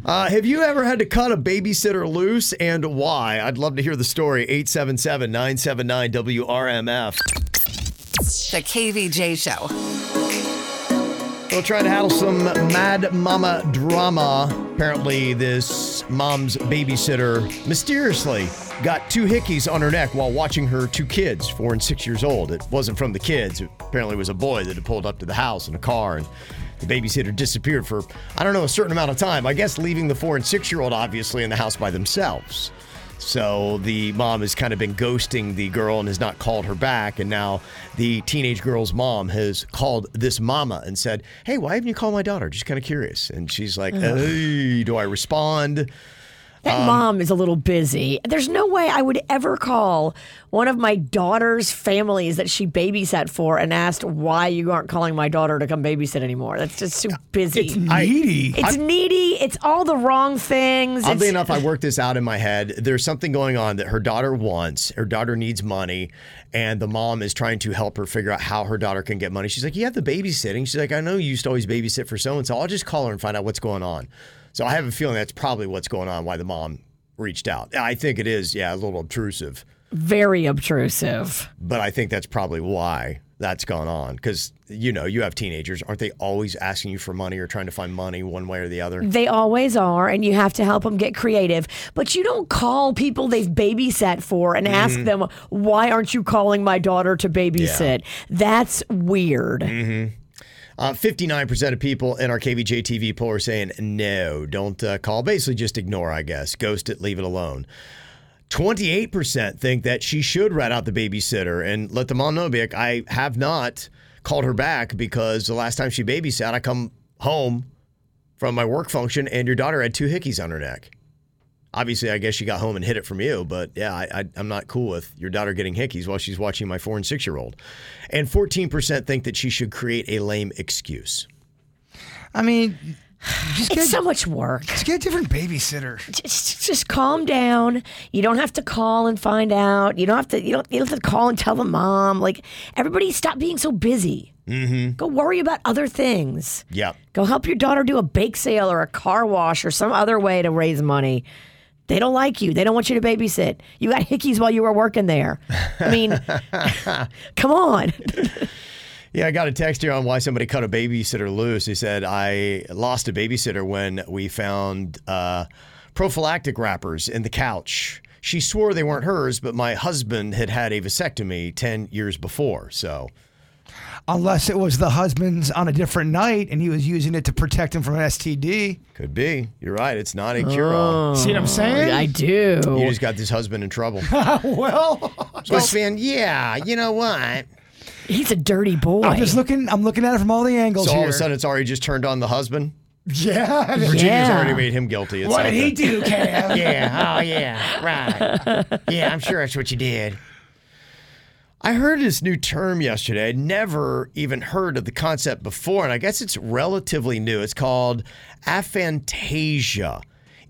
Speaker 4: Uh, have you ever had to cut a babysitter loose and why? I'd love to hear the story. 877 979 WRMF.
Speaker 9: The KVJ Show.
Speaker 4: We'll try to handle some Mad Mama drama. Apparently, this mom's babysitter mysteriously got two hickeys on her neck while watching her two kids, four and six years old. It wasn't from the kids. It apparently was a boy that had pulled up to the house in a car, and the babysitter disappeared for, I don't know, a certain amount of time. I guess leaving the four and six year old obviously in the house by themselves. So the mom has kind of been ghosting the girl and has not called her back. And now the teenage girl's mom has called this mama and said, Hey, why haven't you called my daughter? Just kind of curious. And she's like,
Speaker 1: Ugh.
Speaker 4: Hey, do I respond?
Speaker 1: That
Speaker 4: Um,
Speaker 1: mom is a little busy. There's no way I would ever call one of my daughter's families that she babysat for and asked why you aren't calling my daughter to come babysit anymore. That's just too busy. It's
Speaker 4: needy.
Speaker 1: it's
Speaker 4: Um, I-
Speaker 1: needy. It's all the wrong things.
Speaker 4: Oddly
Speaker 1: It's-
Speaker 4: enough, I worked this out in my head. There's something going on that her daughter wants. Her daughter needs money, and the mom is trying to help her figure out how her daughter can get money. She's like, "You have the babysitting." She's like, "I know you used to always babysit for so and so. I'll just call her and find out what's going on." So I have a feeling that's probably what's going on. Why the mom reached out? I think it is. Yeah, a little obtrusive,
Speaker 1: very obtrusive.
Speaker 4: but I think that's probably why that's gone on because you know you have teenagers aren't they always asking you for money or trying to find money one way or the other
Speaker 1: They always are, and you have to help them get creative. But you don't call people they've babysat for and ask
Speaker 4: Mhm.
Speaker 1: them, why aren't you calling my daughter to babysit? That's weird.
Speaker 4: Mm-hmm. Uh, 59% of people in our KVJ TV poll are saying, no, don't uh, call. Basically, just ignore, I guess. Ghost it, leave it alone. 28% think that she should rat out the babysitter and let the mom know, be like, I have not called her back because the last time she babysat, I come home from my work function and your daughter had two hickeys on her neck. Obviously, I guess she got home and hid it from you, but yeah, I, I, I'm not cool with your daughter getting hickeys while she's watching my four and six year old. And 14% think that she should create a lame excuse.
Speaker 5: I mean,
Speaker 1: it's so much work. Just
Speaker 5: get a different babysitter.
Speaker 1: Just, just calm down. You don't have to call and find out. You don't have to. You don't. You don't have to call and tell the mom. Like everybody, stop being so busy.
Speaker 4: Mm-hmm.
Speaker 1: Go worry about other things.
Speaker 4: Yep.
Speaker 1: Go help your daughter do a bake sale or a car wash or some other way to raise money. They don't like you. They don't want you to babysit. You got hickeys while you were working there. I mean, come on.
Speaker 4: Yeah, I got a text here on why somebody cut a babysitter loose. He said, I lost a babysitter when we found uh, prophylactic wrappers in the couch. She swore they weren't hers, but my husband had had a vasectomy 10 years before. So,
Speaker 5: Unless it was the husband's on a different night and he was using it to protect him from an STD.
Speaker 4: Could be. You're right. It's not a cure all.
Speaker 5: See what I'm saying?
Speaker 1: do.
Speaker 4: You just got this husband in trouble.
Speaker 5: well,
Speaker 4: well, Sven, yeah, you know what?
Speaker 1: He's a dirty boy.
Speaker 5: I'm just looking. I'm looking at it from all the angles
Speaker 4: so all
Speaker 5: here.
Speaker 4: of a sudden, it's already just turned on the husband.
Speaker 5: yeah,
Speaker 4: Virginia's already made him guilty. It's
Speaker 5: What
Speaker 4: out
Speaker 5: did he
Speaker 4: there.
Speaker 5: do, Cam?
Speaker 4: yeah. Oh, yeah. Right. Yeah, I'm sure that's what you did. I heard this new term yesterday. I'd never even heard of the concept before, and I guess it's relatively new. It's called aphantasia.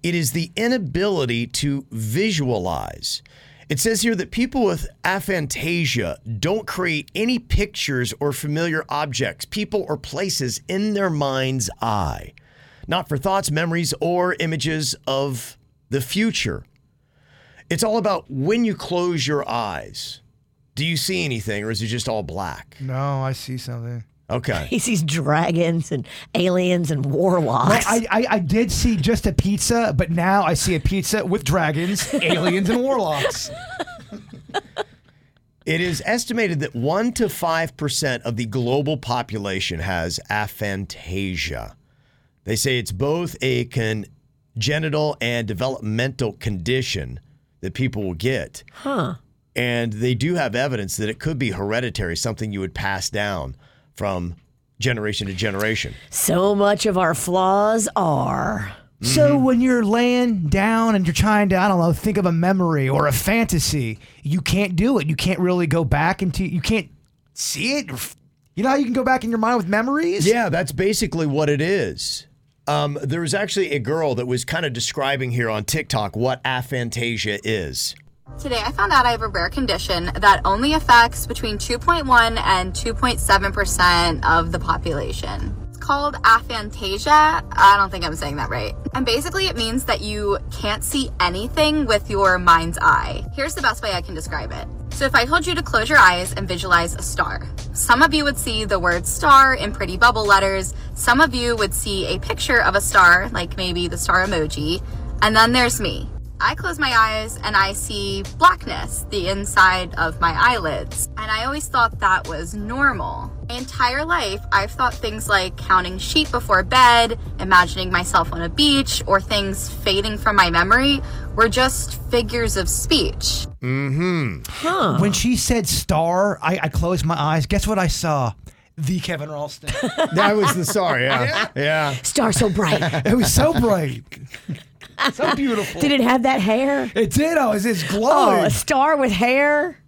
Speaker 4: It is the inability to visualize. It says here that people with aphantasia don't create any pictures or familiar objects, people, or places in their mind's eye, not for thoughts, memories, or images of the future. It's all about when you close your eyes. Do you see anything or is it just all black?
Speaker 5: No, I see something.
Speaker 4: Okay.
Speaker 1: He sees dragons and aliens and warlocks.
Speaker 5: Well, I, I, I did see just a pizza, but now I see a pizza with dragons, aliens, and warlocks.
Speaker 4: It is estimated that 1 to 5% of the global population has aphantasia. They say it's both a congenital and developmental condition that people will get.
Speaker 1: Huh.
Speaker 4: And they do have evidence that it could be hereditary, something you would pass down from generation to generation.
Speaker 1: So much of our flaws are.
Speaker 5: So
Speaker 4: Mm-hmm.
Speaker 5: when you're laying down and you're trying to, I don't know, think of a memory or a fantasy, you can't do it. You can't really go back into. You can't see it. or f- You know how you can go back in your mind with memories.
Speaker 4: Yeah, that's basically what it is. Um, there was actually a girl that was kind of describing here on TikTok what aphantasia is.
Speaker 14: Today, I found out I have a rare condition that only affects between 2.1 and 2.7% of the population. It's called aphantasia. I don't think I'm saying that right. And basically, it means that you can't see anything with your mind's eye. Here's the best way I can describe it. So, if I told you to close your eyes and visualize a star, some of you would see the word star in pretty bubble letters, some of you would see a picture of a star, like maybe the star emoji, and then there's me. I close my eyes and I see blackness, the inside of my eyelids. And I always thought that was normal. My entire life, I've thought things like counting sheep before bed, imagining myself on a beach, or things fading from my memory We're just figures of speech.
Speaker 5: Mm-hmm. Huh. When she said star, I, I closed my eyes. Guess what I saw? The Kevin Ralston.
Speaker 4: that was the star, yeah. Yeah.
Speaker 1: Star so bright.
Speaker 5: it was so bright. So beautiful.
Speaker 1: Did it have that hair?
Speaker 5: It did. I was just glowing.
Speaker 1: Oh, a star with hair.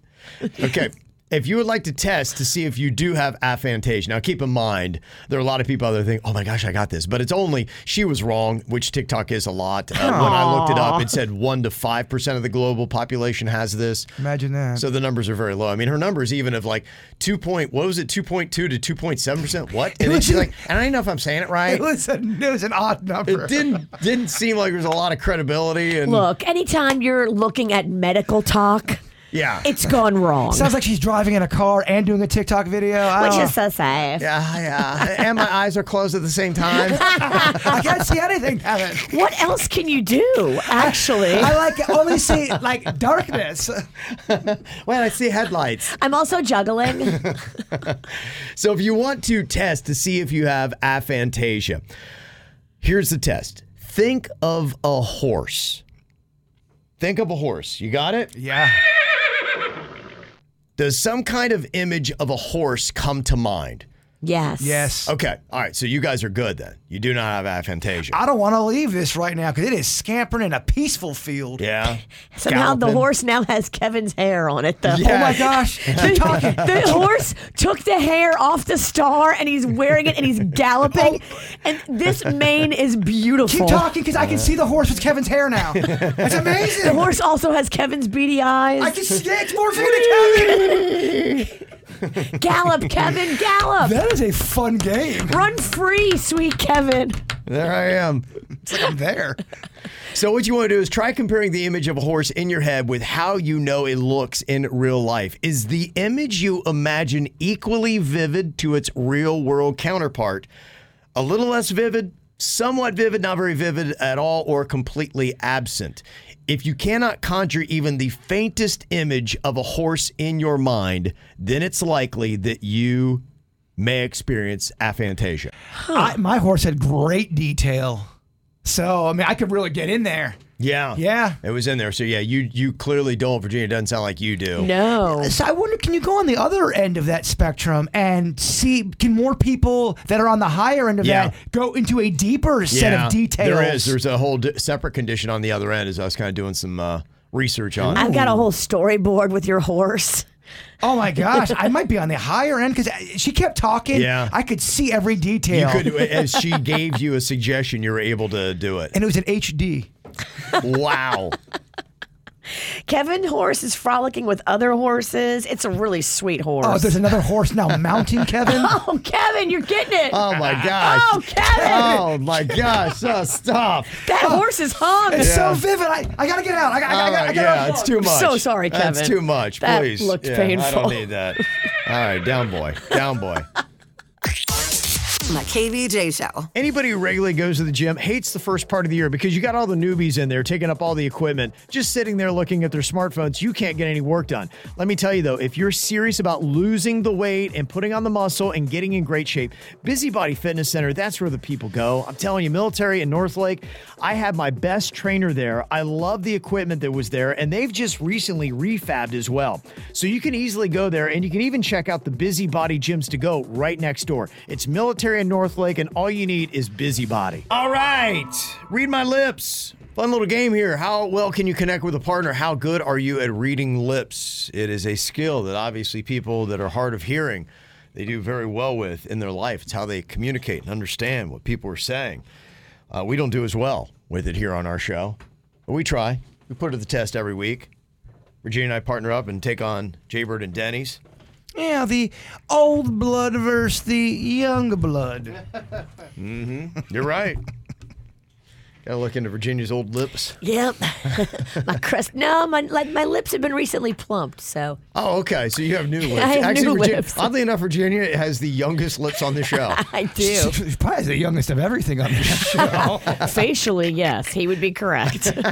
Speaker 4: Okay. If you would like to test to see if you do have aphantasia, now keep in mind there are a lot of people out there think, "Oh my gosh, I got this," but it's only she was wrong, which TikTok is a lot. Uh, when I looked it up,
Speaker 5: Aw.
Speaker 4: it said one to five percent of the global population has this.
Speaker 5: Imagine that.
Speaker 4: So the numbers are very low. I mean, her numbers even of like two point what was it, two point two to two point seven percent? What? And then she's like, I don't even know if I'm saying it right.
Speaker 5: It was, a, it was an odd number.
Speaker 4: it didn't didn't seem like there was a lot of credibility. And
Speaker 1: Look, anytime you're looking at medical talk,
Speaker 4: yeah,
Speaker 1: it's gone wrong.
Speaker 5: Sounds like she's driving in a car and doing a TikTok video. I
Speaker 1: Which
Speaker 5: don't
Speaker 1: is
Speaker 5: know.
Speaker 1: so safe.
Speaker 4: Yeah, yeah. and my eyes are closed at the same time.
Speaker 5: I can't see anything, Kevin.
Speaker 1: What else can you do, actually?
Speaker 5: I like only see like darkness.
Speaker 4: when I see headlights.
Speaker 1: I'm also juggling.
Speaker 4: So if you want to test to see if you have aphantasia, here's the test. Think of a horse. Think of a horse. You got it?
Speaker 5: Yeah.
Speaker 4: Does some kind of image of a horse come to mind?
Speaker 1: Yes.
Speaker 5: Yes.
Speaker 4: Okay. All right. So you guys are good then. You do not have aphantasia.
Speaker 5: I don't want to leave this right now because it is scampering in a peaceful field.
Speaker 4: yeah.
Speaker 1: Somehow the
Speaker 4: Galloping.
Speaker 1: horse now has Kevin's hair on it, though.
Speaker 5: Oh my gosh.
Speaker 1: The, the horse took the hair off the star and he's wearing it and he's galloping. And this mane is beautiful.
Speaker 5: Oh. Keep talking because I can see the horse with Kevin's hair now. That's amazing.
Speaker 1: The horse also has Kevin's beady eyes.
Speaker 5: I can see it's morphing into
Speaker 1: Kevin. gallop, Kevin, gallop.
Speaker 5: Kevin. That is a fun game.
Speaker 1: Run free, sweet Kevin.
Speaker 4: There I am.
Speaker 5: It's like I'm there.
Speaker 4: So what you want to do is try comparing the image of a horse in your head with how you know it looks in real life. Is the image you imagine equally vivid to its real world counterpart? A little less vivid, somewhat vivid, not very vivid at all, or completely absent. If you cannot conjure even the faintest image of a horse in your mind, then it's likely that you may experience aphantasia.
Speaker 5: I, my horse had great detail. So, I mean, I could really get in there.
Speaker 4: Yeah.
Speaker 5: Yeah.
Speaker 4: It was in there. So yeah, you you clearly don't, Virginia. Doesn't sound like you do.
Speaker 1: No.
Speaker 5: So I wonder, can you go on the other end of that spectrum and see? Can more people that are on the higher end of
Speaker 4: Yeah.
Speaker 5: that go into a deeper set
Speaker 4: Yeah,
Speaker 5: of details?
Speaker 4: There is. There's a whole di- separate condition on the other end. As I was kind of doing some uh, research on.
Speaker 1: I've got a whole storyboard with your horse.
Speaker 5: Oh my gosh, I might be on the higher end because she kept talking.
Speaker 4: Yeah.
Speaker 5: I could see every
Speaker 4: You
Speaker 5: detail.
Speaker 4: could, uh, as she gave you a suggestion, you were able to do it.
Speaker 5: and it was an HD.
Speaker 4: Wow.
Speaker 1: Kevin horse is frolicking with other horses. It's a really sweet horse.
Speaker 5: Oh, there's another horse now mounting Kevin.
Speaker 1: Oh, Kevin, you're getting it.
Speaker 4: Oh my gosh.
Speaker 1: Oh, Kevin.
Speaker 4: Oh my gosh. Oh, stop.
Speaker 1: That horse is hung.
Speaker 5: Oh, It's
Speaker 4: Yeah.
Speaker 5: so vivid. I, I gotta get out. I, got- I, got- I, got- I
Speaker 4: All right,
Speaker 5: gotta.
Speaker 4: yeah, it's too
Speaker 1: I'm
Speaker 4: much.
Speaker 1: so sorry,
Speaker 4: That's
Speaker 1: Kevin.
Speaker 4: too much.
Speaker 1: That
Speaker 4: Please.
Speaker 1: looked
Speaker 4: Yeah, I
Speaker 1: painful.
Speaker 4: don't need that. All right, down boy. Down boy.
Speaker 9: The KVJ Show.
Speaker 4: Anybody who regularly goes to the gym hates the first part of the year because you got all the newbies in there taking up all the equipment, just sitting there looking at their smartphones. You can't get any work done. Let me tell you though, if you're serious about losing the weight and putting on the muscle and getting in great shape, Busybody Fitness Center, that's where the people go. I'm telling you, military in Northlake, I had my best trainer there. I love the equipment that was there, and they've just recently refabbed as well. So you can easily go there and you can even check out the Busybody Gyms to Go right next door. It's military in Northlake, and all you need is Busybody. All right, read my lips. Fun little game here. How well can you connect with a partner? How good are you at reading lips? It is a skill that obviously people that are hard of hearing they do very well with in their life. It's how they communicate and understand what people are saying. Uh, we don't do as well with it here on our show. But we try. We put it to the test every week. Virginia and I partner up and take on Jaybird and Denny's.
Speaker 5: Yeah, the old blood versus the young blood.
Speaker 4: You're right. Mm-hmm. Gotta look into Virginia's old lips.
Speaker 1: Yep. my crust. No, my like my lips have been recently plumped, so
Speaker 4: Oh, okay. So you have new lips.
Speaker 1: I have
Speaker 4: Actually,
Speaker 1: new
Speaker 4: Virginia,
Speaker 1: lips.
Speaker 4: oddly enough, Virginia has the youngest lips on the show.
Speaker 1: I do.
Speaker 5: She probably is the youngest of everything on this show.
Speaker 1: Facially, yes, he would be correct.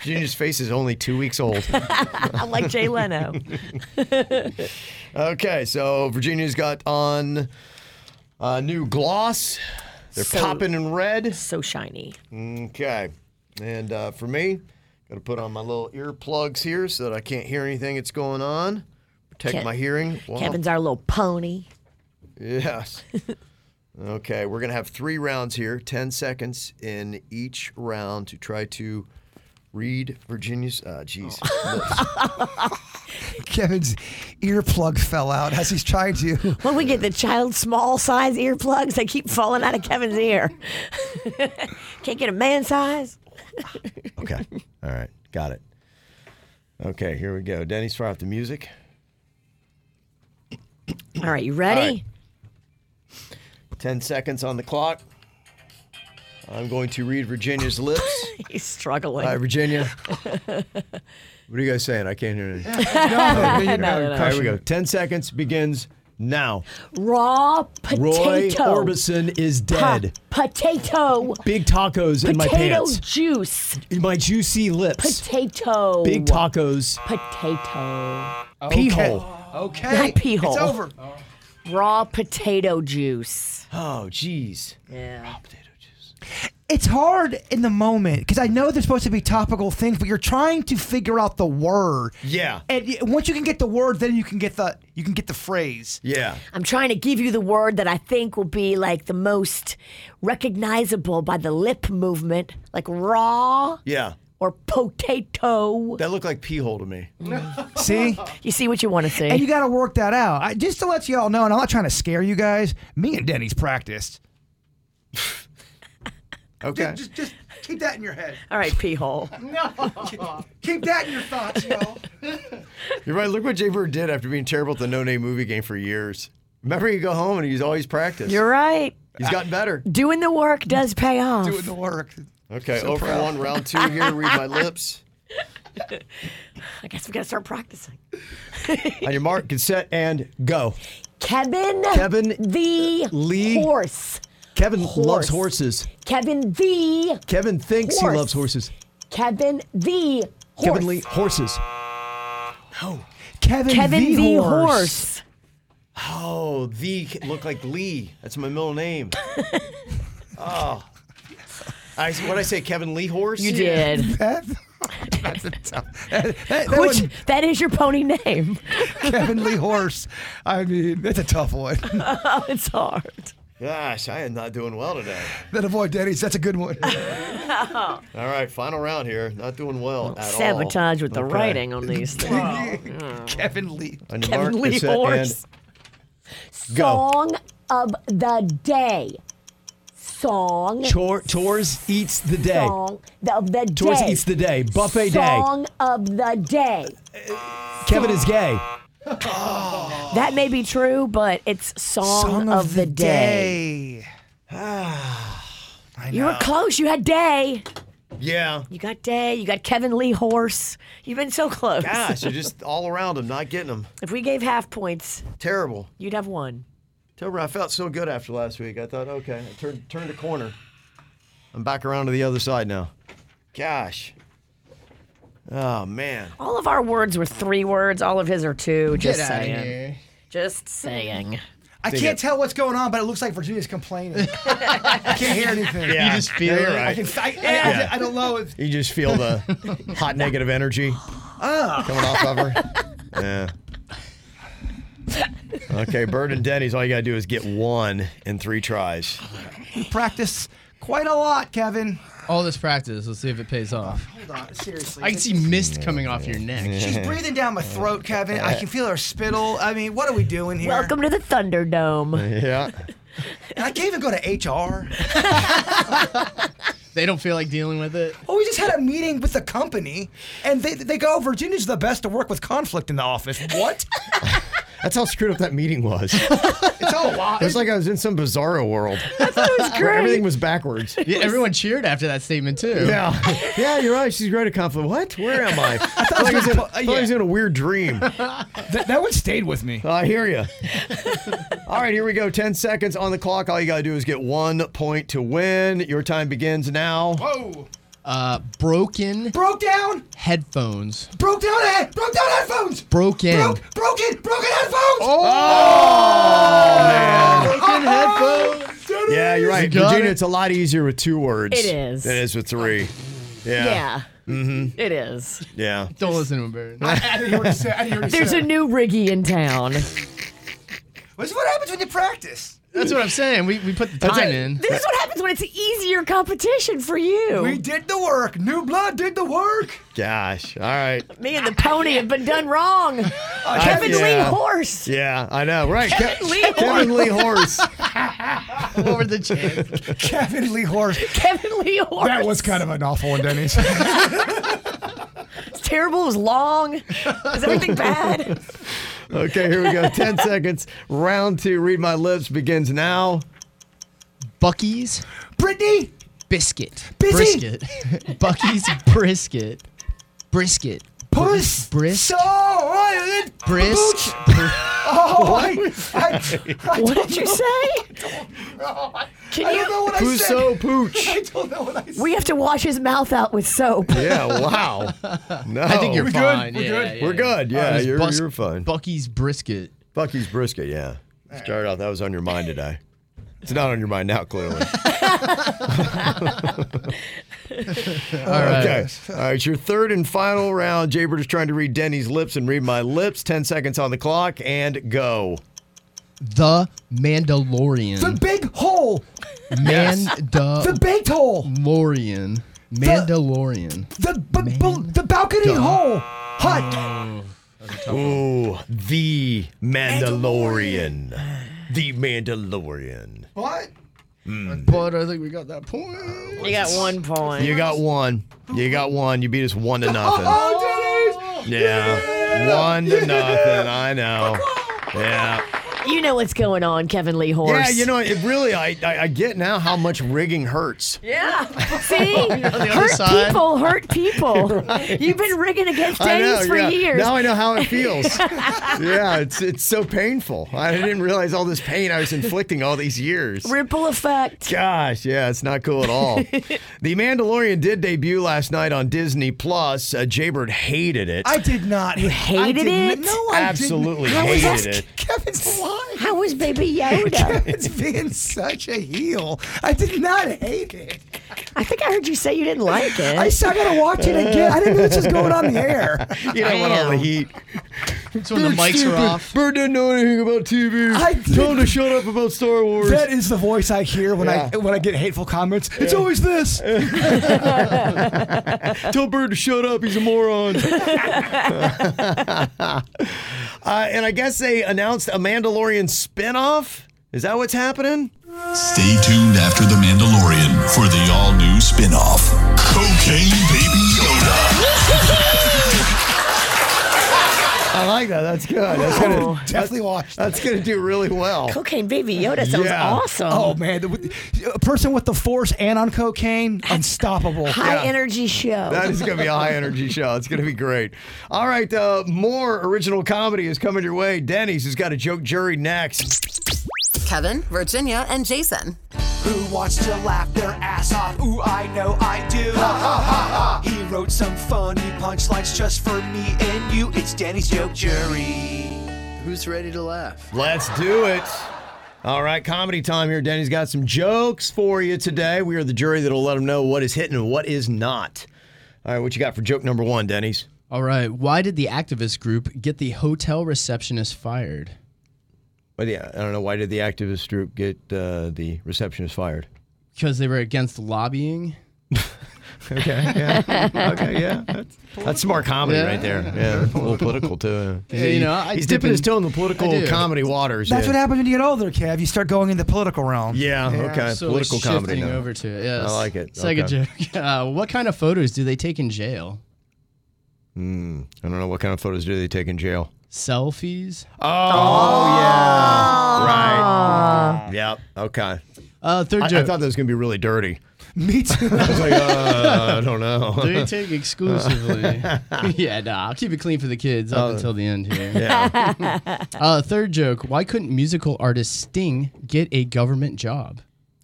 Speaker 4: Virginia's face is only two weeks old.
Speaker 1: I like Jay Leno.
Speaker 4: Okay, so Virginia's got on a new gloss. They're
Speaker 1: So-
Speaker 4: popping in red.
Speaker 1: So shiny.
Speaker 4: Okay. And uh, for me, got to put on my little earplugs here so that I can't hear anything that's going on. Protect
Speaker 1: Ke-
Speaker 4: my hearing. Wow.
Speaker 1: Kevin's our little pony.
Speaker 4: Yes. okay, we're going to have three rounds here, 10 seconds in each round to try to read Virginia's. Uh, jeez.
Speaker 1: Oh.
Speaker 5: Kevin's earplug fell out as he's trying to.
Speaker 1: When we get the child small size earplugs, they keep falling out of Kevin's ear. Can't get a man size.
Speaker 4: okay. All right. Got it. Okay, here we go. Denny's fire off the music.
Speaker 1: All right, you ready?
Speaker 4: 10 seconds on the clock. I'm going to read Virginia's lips.
Speaker 1: He's struggling.
Speaker 4: All right, Virginia. what are you guys saying? I can't hear anything.
Speaker 1: No, you know,
Speaker 4: All right, here we go. 10 seconds begins now.
Speaker 1: Raw potato.
Speaker 4: Roy Orbison is dead.
Speaker 1: potato.
Speaker 4: Big tacos in my
Speaker 1: potato
Speaker 4: pants.
Speaker 1: juice.
Speaker 4: In my juicy lips.
Speaker 1: Potato.
Speaker 4: Big tacos.
Speaker 1: Potato.
Speaker 4: Pee hole.
Speaker 5: Okay.
Speaker 1: Not pee
Speaker 5: It's
Speaker 1: hole.
Speaker 5: over.
Speaker 1: Raw potato juice.
Speaker 4: Oh, jeez.
Speaker 1: Yeah.
Speaker 5: It's hard in the moment because I know they're supposed to be topical things, but you're trying to figure out the word.
Speaker 4: Yeah.
Speaker 5: And y- once you can get the word, then you can get the you can get the phrase.
Speaker 4: Yeah.
Speaker 1: I'm trying to give you the word that I think will be like the most recognizable by the lip movement, like raw
Speaker 4: Yeah.
Speaker 1: or potato.
Speaker 4: That looked like pee hole to me.
Speaker 5: See?
Speaker 1: You see what you want to see.
Speaker 5: And you got to work that out. I, just to let you all know, and I'm not trying to scare you guys. Me and Denny's practiced.
Speaker 4: Okay.
Speaker 5: Just, just keep that in your head.
Speaker 1: All right, pee hole.
Speaker 5: No. keep that in your thoughts, y'all.
Speaker 4: You're right. Look what Jay Bird did after being terrible at the no name movie game for years. Remember, you go home and he's always practiced.
Speaker 1: You're right.
Speaker 4: He's gotten better.
Speaker 1: Doing the work does pay off.
Speaker 5: Doing the work.
Speaker 4: Okay,
Speaker 5: So
Speaker 4: over
Speaker 5: proud.
Speaker 4: one, round two here. Read my lips.
Speaker 1: I guess we gotta start practicing.
Speaker 4: On your mark, get set, and go.
Speaker 1: Kevin.
Speaker 4: Kevin
Speaker 1: the
Speaker 4: Lee-
Speaker 1: horse.
Speaker 4: Kevin
Speaker 1: Horse.
Speaker 4: loves horses.
Speaker 1: Kevin the
Speaker 4: Kevin thinks
Speaker 1: Horse.
Speaker 4: he loves horses.
Speaker 1: Kevin the horse.
Speaker 4: Kevin Lee, horses.
Speaker 5: Kevin,
Speaker 1: Kevin
Speaker 5: the,
Speaker 1: the
Speaker 5: horse.
Speaker 1: horse.
Speaker 4: Oh, the look like Lee. That's my middle name. oh, I what I say, Kevin Lee horse.
Speaker 1: You did.
Speaker 5: That, that's a tough. That, that- that
Speaker 1: Which
Speaker 5: one,
Speaker 1: that is your pony name.
Speaker 5: Kevin Lee Horse. I mean, that's a tough one. Oh,
Speaker 1: it's hard.
Speaker 4: Gosh, I am not doing well today.
Speaker 5: that avoid Denny's. That's a good one.
Speaker 4: All right, final round here. Not doing well at all.
Speaker 1: Sabotage with the
Speaker 4: Okay.
Speaker 1: writing on these things.
Speaker 5: Kevin Lee.
Speaker 4: On your
Speaker 1: Kevin
Speaker 4: mark,
Speaker 1: Lee
Speaker 4: get set,
Speaker 1: horse.
Speaker 4: and go.
Speaker 1: Song of the day. Song.
Speaker 4: Chor- Tours eats the day.
Speaker 1: Song of the day.
Speaker 4: Tours eats the day. Buffet day.
Speaker 1: Song of the day.
Speaker 4: Kevin is gay.
Speaker 1: That may be true, but it's song, of, the, day. You were close. You had day.
Speaker 4: Yeah.
Speaker 1: You got day. You got Kevin Lee horse. You've been so close.
Speaker 4: Gosh, you're just all around him, not getting him.
Speaker 1: If we gave half points,
Speaker 4: Terrible.
Speaker 1: you'd have one.
Speaker 4: Tober, I felt so good after last week. I thought, okay, I turned turned a corner. I'm back around to the other side now. Gosh. Oh man.
Speaker 1: All of our words were three words. All of his are two. Oh, Just
Speaker 5: Get outta
Speaker 1: saying.
Speaker 5: here.
Speaker 1: Just saying.
Speaker 5: I
Speaker 4: Dig
Speaker 5: can't
Speaker 4: it.
Speaker 5: tell what's going on, but it looks like Virginia's complaining. I can't hear anything.
Speaker 4: Yeah. You just feel it,
Speaker 5: I,
Speaker 4: right?
Speaker 5: can, I, I- I-
Speaker 4: Yeah.
Speaker 5: I don't know. If,
Speaker 4: You just feel the hot negative energy
Speaker 5: uh.
Speaker 4: coming off of her. Yeah. Okay, Bird and Denny's, all you gotta do is get one in three tries.
Speaker 5: you practice quite a lot, Kevin.
Speaker 15: All this practice. Let's see if it pays off.
Speaker 5: Hold on, seriously.
Speaker 15: I can see mist coming off your neck.
Speaker 5: She's breathing down my throat, Kevin. I can feel her spittle. I mean, what are we doing here?
Speaker 1: Welcome to the Thunderdome.
Speaker 4: Yeah.
Speaker 5: And I can't even go to HR.
Speaker 15: They don't feel like dealing with it.
Speaker 5: Well, we just had a meeting with the company, and they, they go, Virginia's the best to work with conflict in the office. What?
Speaker 4: That's how screwed up that meeting was. It
Speaker 5: it's all a lot.
Speaker 4: was like I was in some bizarro world.
Speaker 1: It's
Speaker 4: where Everything
Speaker 1: great.
Speaker 4: was backwards.
Speaker 15: Yeah, everyone cheered after that statement too.
Speaker 4: Yeah, yeah, you're right. She's great at conflict. What? Where am I? I thought I was, in, I thought I was in a weird dream.
Speaker 5: That, that one stayed with me.
Speaker 4: I hear you. All right, here we go. Ten seconds on the clock. All you gotta do is get one point to win. Your time begins now.
Speaker 5: Whoa.
Speaker 15: Uh, broken
Speaker 5: Broke down.
Speaker 15: headphones.
Speaker 5: Broke down. eh, Broke down headphones.
Speaker 15: Broken.
Speaker 5: Broke. Broken. Broken headphones.
Speaker 4: Oh! Broken headphones. Yeah, you're right,
Speaker 15: You got
Speaker 4: Virginia.
Speaker 15: it.
Speaker 4: It's a lot easier with two words.
Speaker 1: It is.
Speaker 4: Than it is with three. Yeah. Mm-hmm.
Speaker 1: It is.
Speaker 4: Yeah.
Speaker 16: Don't listen to him, Barry.
Speaker 4: I
Speaker 16: didn't hear what he said. I didn't hear what he
Speaker 1: There's a
Speaker 16: said.
Speaker 1: new Riggy in town.
Speaker 16: This is what happens when you practice. That's what I'm saying. We, we put the time in.
Speaker 1: This is what happens when it's easier competition for you.
Speaker 16: We
Speaker 1: did the work. New blood did the work.
Speaker 4: Gosh. All right.
Speaker 1: Me and the pony have been done wrong.
Speaker 16: Oh,
Speaker 1: Kevin
Speaker 4: I-
Speaker 1: Lee
Speaker 4: yeah.
Speaker 1: Horse.
Speaker 4: Yeah, I know. Right.
Speaker 1: Kevin
Speaker 4: Ke-
Speaker 1: Lee
Speaker 4: Kevin Lee Horse.
Speaker 16: Over the chance.
Speaker 5: Kevin Lee Horse.
Speaker 1: Kevin Lee Horse.
Speaker 5: That was kind of an awful one, Denny's.
Speaker 1: It's terrible. It was long. Is everything bad?
Speaker 4: Okay, here we go. 10 seconds. Round two, Read My Lips begins now. Bucky's.
Speaker 5: Brittany.
Speaker 16: Biscuit.
Speaker 5: Busy.
Speaker 16: Brisket. Bucky's brisket. Brisket.
Speaker 5: Puss.
Speaker 16: Brisk.
Speaker 5: So, I- it-
Speaker 16: Brisk.
Speaker 5: Oh, I, I, I
Speaker 16: What
Speaker 5: don't
Speaker 16: did you
Speaker 5: know.
Speaker 16: say?
Speaker 5: I don't know. I-
Speaker 1: Can
Speaker 5: I
Speaker 1: you-
Speaker 5: don't know what I said.
Speaker 1: Pusso pooch.
Speaker 5: I don't know what I said.
Speaker 1: We have to wash his mouth out with soap.
Speaker 4: Yeah, wow. No.
Speaker 16: I think you're
Speaker 4: We're good,
Speaker 16: fine.
Speaker 4: we're
Speaker 16: Yeah,
Speaker 4: good.
Speaker 16: yeah, Oh,
Speaker 4: We're good, yeah,
Speaker 16: It was
Speaker 4: you're- you're fine.
Speaker 16: Uh, Bucky's brisket.
Speaker 4: Bucky's brisket, yeah. Started off, that was on your mind today. It's not on your mind now, clearly. Okay. All right. It's your third and final round. Jaybird is trying to read Denny's lips and read my lips. 10 seconds on the clock and go.
Speaker 16: The Mandalorian.
Speaker 5: The big hole.
Speaker 16: Man
Speaker 5: The baked hole.
Speaker 16: Mandalorian. Mandalorian.
Speaker 5: The b- b- the balcony
Speaker 16: Duh.
Speaker 5: hole. Hut.
Speaker 4: Ooh, the Mandalorian. The Mandalorian.
Speaker 16: What?
Speaker 1: Hmm.
Speaker 16: But I think we got that point.
Speaker 1: You got one point.
Speaker 4: You got one. You got one. You beat us one to nothing.
Speaker 1: Oh,
Speaker 4: Yeah. One to nothing. I know. Yeah.
Speaker 1: You know what's going on, Kevin Lee Horse.
Speaker 4: Yeah, you know, it really, I, I, I get now how much rigging hurts.
Speaker 1: Yeah. See?
Speaker 4: other
Speaker 1: hurt
Speaker 4: side.
Speaker 1: people, hurt people.
Speaker 4: Right.
Speaker 1: You've been rigging against
Speaker 4: I know,
Speaker 1: Denny's for
Speaker 4: yeah.
Speaker 1: years.
Speaker 4: Now I know how it feels. yeah, it's it's so painful. I didn't realize all this pain I was inflicting all these years.
Speaker 1: Ripple effect.
Speaker 4: Gosh, yeah, it's not cool at all. the Mandalorian did debut last night on Disney Plus. Uh, Jaybird hated it.
Speaker 5: I did not. You
Speaker 1: hated it?
Speaker 5: No, I
Speaker 4: Absolutely
Speaker 5: didn't. How is
Speaker 4: hated
Speaker 5: that-
Speaker 4: it.
Speaker 5: Kevin's lying.
Speaker 1: How was Baby Yoda?
Speaker 5: Kevin's being such a heel. I did not hate it.
Speaker 1: I think I heard you say you didn't like it.
Speaker 5: I said I gotta watch it again. I didn't know this was going on the air.
Speaker 4: you don't want all the heat.
Speaker 16: It's when the
Speaker 4: Bird
Speaker 16: mics
Speaker 4: stupid.
Speaker 16: are off.
Speaker 4: Bird didn't know anything about TV.
Speaker 5: I
Speaker 4: Tell him to shut up about Star Wars.
Speaker 5: That is the voice I hear when I
Speaker 4: Yeah.
Speaker 5: when I get hateful comments. It's always this.
Speaker 4: Tell Bird to shut up. He's a moron. uh, and I guess they announced a Mandalorian spinoff. Is that what's happening?
Speaker 17: Stay tuned after The Mandalorian for the all new spin off Cocaine Baby Yoda.
Speaker 4: I like that. That's good. That's gonna,
Speaker 5: Oh.
Speaker 4: that's-
Speaker 5: Definitely watch that.
Speaker 4: That's gonna do really well.
Speaker 1: Cocaine Baby Yoda sounds
Speaker 4: Yeah.
Speaker 1: awesome.
Speaker 5: Oh man, the- a person with the force and on cocaine, unstoppable.
Speaker 1: High energy
Speaker 5: Oh.
Speaker 1: show.
Speaker 4: That is going to be a high energy show. It's going to be great. All right, uh, more original comedy is coming your way. Denny's has got a joke jury next.
Speaker 6: Kevin, Virginia, and Jason.
Speaker 18: Who wants to laugh their ass off? Ooh, I know I do. Ha ha ha ha. He wrote some funny punchlines just for me and you. It's Danny's Joke Jury.
Speaker 19: Who's ready to laugh?
Speaker 4: Let's do it. All right, comedy time here. Denny's got some jokes for you today. We are the jury that'll let them know what is hitting and what is not. All right, what you got for joke number one, Denny's?
Speaker 16: All right. Why did the activist group get the hotel receptionist fired?
Speaker 4: Well, yeah, I don't know. Why did the activist group get uh, the receptionist fired?
Speaker 16: Because they were against lobbying.
Speaker 4: okay. Yeah. Okay. Yeah. That's, That's smart comedy
Speaker 16: Yeah.
Speaker 4: right there. Yeah. A little political too.
Speaker 16: Yeah, you know, I
Speaker 4: he's
Speaker 16: dip
Speaker 4: dipping his
Speaker 16: in-
Speaker 4: toe in the
Speaker 16: I
Speaker 4: political
Speaker 16: do.
Speaker 4: comedy waters.
Speaker 5: That's
Speaker 4: yeah.
Speaker 5: what happens when you get older, Kev. You start going in the political realm.
Speaker 4: Yeah. okay.
Speaker 16: So
Speaker 4: political
Speaker 16: it's
Speaker 4: comedy.
Speaker 16: shifting
Speaker 4: now.
Speaker 16: over to it. Yes.
Speaker 4: I like it.
Speaker 16: Second
Speaker 4: okay.
Speaker 16: joke. Uh, what kind of photos do they take in jail?
Speaker 4: Mm, I don't know what kind of photos do they take in jail.
Speaker 16: Selfies.
Speaker 4: Oh, yeah. Right. Yep. Okay.
Speaker 16: Uh, third
Speaker 4: I, I
Speaker 16: joke.
Speaker 4: thought that was gonna be really dirty.
Speaker 5: Me too.
Speaker 4: I was like, uh, I don't know.
Speaker 16: They take exclusively. yeah, nah, I'll keep it clean for the kids up
Speaker 4: Oh.
Speaker 16: until the end here.
Speaker 4: Yeah.
Speaker 16: uh, third joke. Why couldn't musical artist Sting get a government job?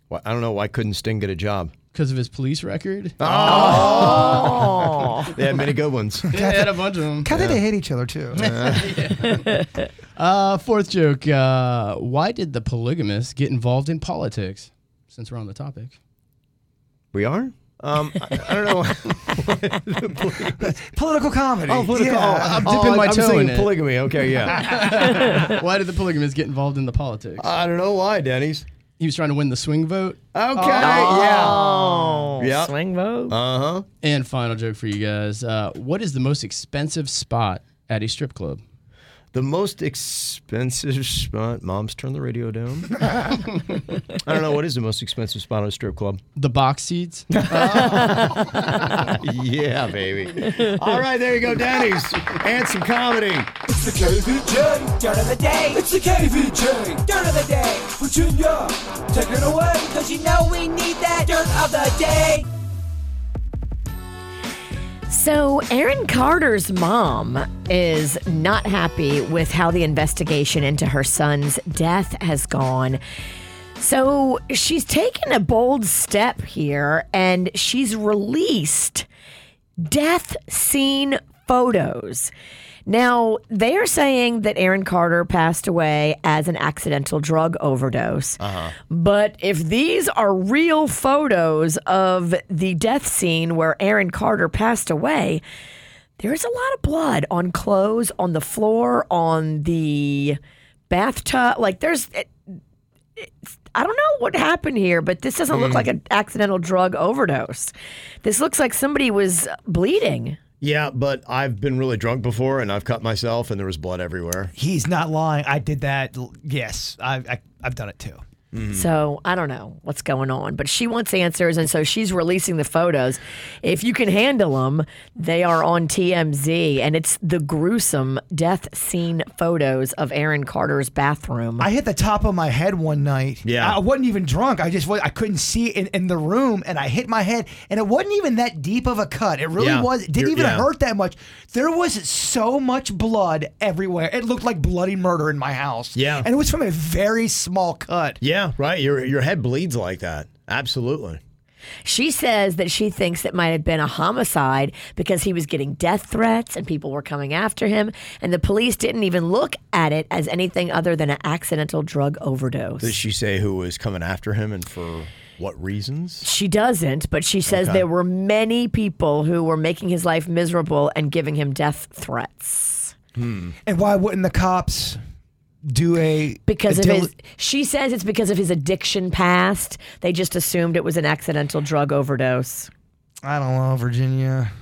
Speaker 4: Why- I don't know why couldn't Sting get a job.
Speaker 16: Because of his police record?
Speaker 4: Oh. they had many good ones.
Speaker 16: They had a bunch of them.
Speaker 5: Kind of they hate each other too.
Speaker 16: Uh, fourth joke. Uh, why did the polygamist get involved in politics? Since we're on the topic.
Speaker 4: We are? Um, I, I don't know.
Speaker 5: political comedy.
Speaker 4: Oh, political.
Speaker 15: Yeah.
Speaker 4: Oh,
Speaker 15: I'm
Speaker 4: oh,
Speaker 15: dipping my
Speaker 4: I'm
Speaker 15: toe
Speaker 4: thinking
Speaker 15: in it.
Speaker 4: polygamy. Okay, yeah.
Speaker 15: why did the polygamists get involved in the politics?
Speaker 4: I don't know why, Denny's.
Speaker 15: He was trying to win the swing vote.
Speaker 4: Okay, yeah. Yeah.
Speaker 1: Oh, Swing vote.
Speaker 4: Uh
Speaker 5: Uh-huh.
Speaker 4: huh.
Speaker 15: And final joke for you guys: uh, What is the most expensive spot at a strip club?
Speaker 4: The most expensive spot. Mom's turn the radio down. I don't know what is the most expensive spot on a strip club.
Speaker 15: The box seats.
Speaker 4: yeah, baby. All right, there you go, Denny's and some comedy.
Speaker 2: It's the KVJ dirt of the day. It's the KVJ dirt of the day. Virginia, take it away. Cause you know we need that dirt of the day.
Speaker 1: So, Aaron Carter's mom is not happy with how the investigation into her son's death has gone. So, she's taken a bold step here and she's released death scene photos. Now, they are saying that Aaron Carter passed away as an accidental drug overdose. But if these are real photos of the death scene where Aaron Carter passed away, there's a lot of blood on clothes, on the floor, on the bathtub. Like, there's. It, it's- I don't know what happened here, but this doesn't look
Speaker 4: Mm.
Speaker 1: like an accidental drug overdose. This looks like somebody was bleeding.
Speaker 4: Yeah, but I've been really drunk before, and I've cut myself, and there was blood everywhere.
Speaker 5: He's not lying. I did that. L- Yes, I, I I've done it too.
Speaker 4: Hmm. Mm-hmm.
Speaker 1: So I don't know what's going on, but she wants answers, and so she's releasing the photos. If you can handle them, they are on TMZ, and it's the gruesome death scene photos of Aaron Carter's bathroom.
Speaker 5: I hit the top of my head one night.
Speaker 1: Yeah.
Speaker 5: I wasn't even drunk. I just wa- I couldn't see it in, in the room, and I hit my head, and it wasn't even that deep of a cut. It really
Speaker 4: Yeah.
Speaker 5: was. It didn't
Speaker 4: You're-
Speaker 5: even
Speaker 4: yeah.
Speaker 5: hurt that much. There was so much blood everywhere. It looked like bloody murder in my house.
Speaker 4: Yeah.
Speaker 5: and it was from a very small cut.
Speaker 4: Yeah, right. Your your head bleeds like that. Absolutely.
Speaker 1: She says that she thinks it might have been a homicide because he was getting death threats and people were coming after him, and the police didn't even look at it as anything other than an accidental drug overdose.
Speaker 4: Does she say who was coming after him and for what reasons?
Speaker 1: She doesn't, but she says
Speaker 4: Okay.
Speaker 1: there were many people who were making his life miserable and giving him death threats.
Speaker 5: Hmm. And why wouldn't the cops do a
Speaker 1: Because
Speaker 5: a
Speaker 1: of
Speaker 5: dil-
Speaker 1: his, she says it's because of his addiction past. They just assumed it was an accidental drug overdose.
Speaker 5: I don't know Virginia.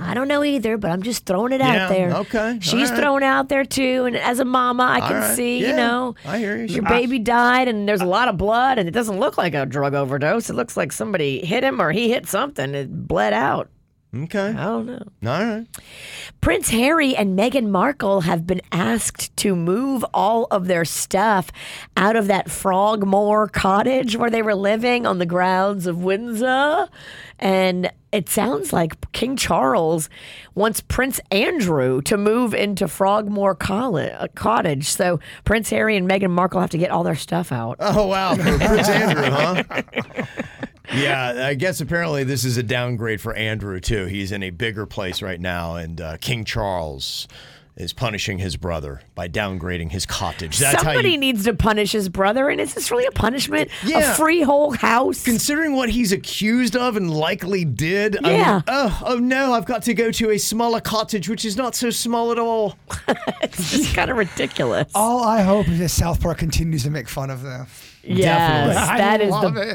Speaker 1: I don't know either, but I'm just throwing it
Speaker 5: Yeah,
Speaker 1: out there.
Speaker 5: okay,
Speaker 1: she's
Speaker 5: all right.
Speaker 1: thrown out there too, and as a mama, I
Speaker 5: All
Speaker 1: can
Speaker 5: right,
Speaker 1: see, you
Speaker 5: yeah,
Speaker 1: know,
Speaker 5: I hear you.
Speaker 1: your
Speaker 5: I-
Speaker 1: baby died, and there's a lot of blood, and it doesn't look like a drug overdose. It looks like somebody hit him or he hit something. It bled out.
Speaker 4: Okay, I
Speaker 1: don't know.
Speaker 4: All right.
Speaker 1: Prince Harry and Meghan Markle have been asked to move all of their stuff out of that Frogmore cottage where they were living on the grounds of Windsor. And it sounds like King Charles wants Prince Andrew to move into Frogmore Colle- uh, Cottage. So Prince Harry and Meghan Markle have to get all their stuff out.
Speaker 4: Oh, wow. Prince Andrew, huh? Yeah, I guess apparently this is a downgrade for Andrew too. He's in a bigger place right now, and uh, King Charles is punishing his brother by downgrading his cottage. That's how
Speaker 1: Somebody
Speaker 4: you.
Speaker 1: needs to punish his brother, and is this really a punishment?
Speaker 4: Yeah.
Speaker 1: A free whole house?
Speaker 4: Considering what he's accused of and likely did, I mean,
Speaker 1: Yeah.
Speaker 4: oh, oh no, I've got to go to a smaller cottage, which is not so small at all.
Speaker 1: it's just kind of ridiculous.
Speaker 5: All I hope is that South Park continues to make fun of them.
Speaker 1: Yes,
Speaker 5: I
Speaker 1: that is
Speaker 5: love
Speaker 1: the
Speaker 5: it.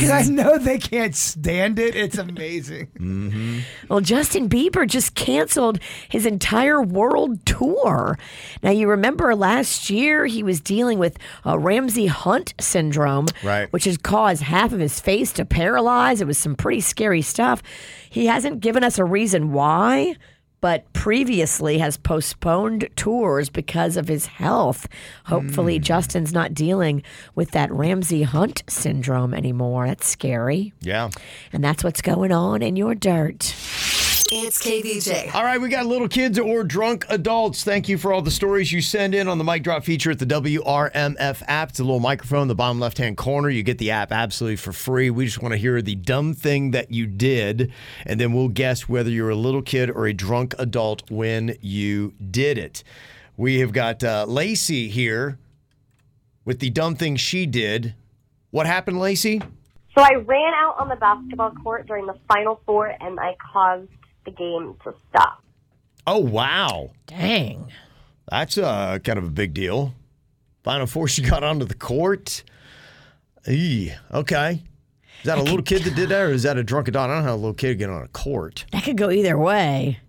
Speaker 5: 'Cause I know they can't stand it. It's amazing.
Speaker 4: Mm-hmm.
Speaker 1: Well, Justin Bieber just canceled his entire world tour. Now, you remember last year he was dealing with uh, Ramsey Hunt syndrome,
Speaker 4: Right.
Speaker 1: which has caused half of his face to paralyze. It was some pretty scary stuff. He hasn't given us a reason why, but previously has postponed tours because of his health.
Speaker 4: Hmm.
Speaker 1: Hopefully, Justin's not dealing with that Ramsey Hunt syndrome anymore. That's scary.
Speaker 4: Yeah.
Speaker 1: And that's what's going on in your dirt.
Speaker 9: It's KVJ.
Speaker 4: All right, we got little kids or drunk adults. Thank you for all the stories you send in on the mic drop feature at the WRMF app. It's a little microphone in the bottom left hand corner. You get the app absolutely for free. We just want to hear the dumb thing that you did, and then we'll guess whether you're a little kid or a drunk adult when you did it. We have got uh, Lacey here with the dumb thing she did. What happened, Lacey?
Speaker 20: So I ran out on the basketball court during the final four and I caused the game to stop.
Speaker 4: Oh wow!
Speaker 1: Dang,
Speaker 4: that's uh, kind of a big deal. Final four, she got onto the court. Eee, okay, is that a little kid that did that, or is that a drunken adult? I don't know how a little kid get on a court.
Speaker 1: That could go either way.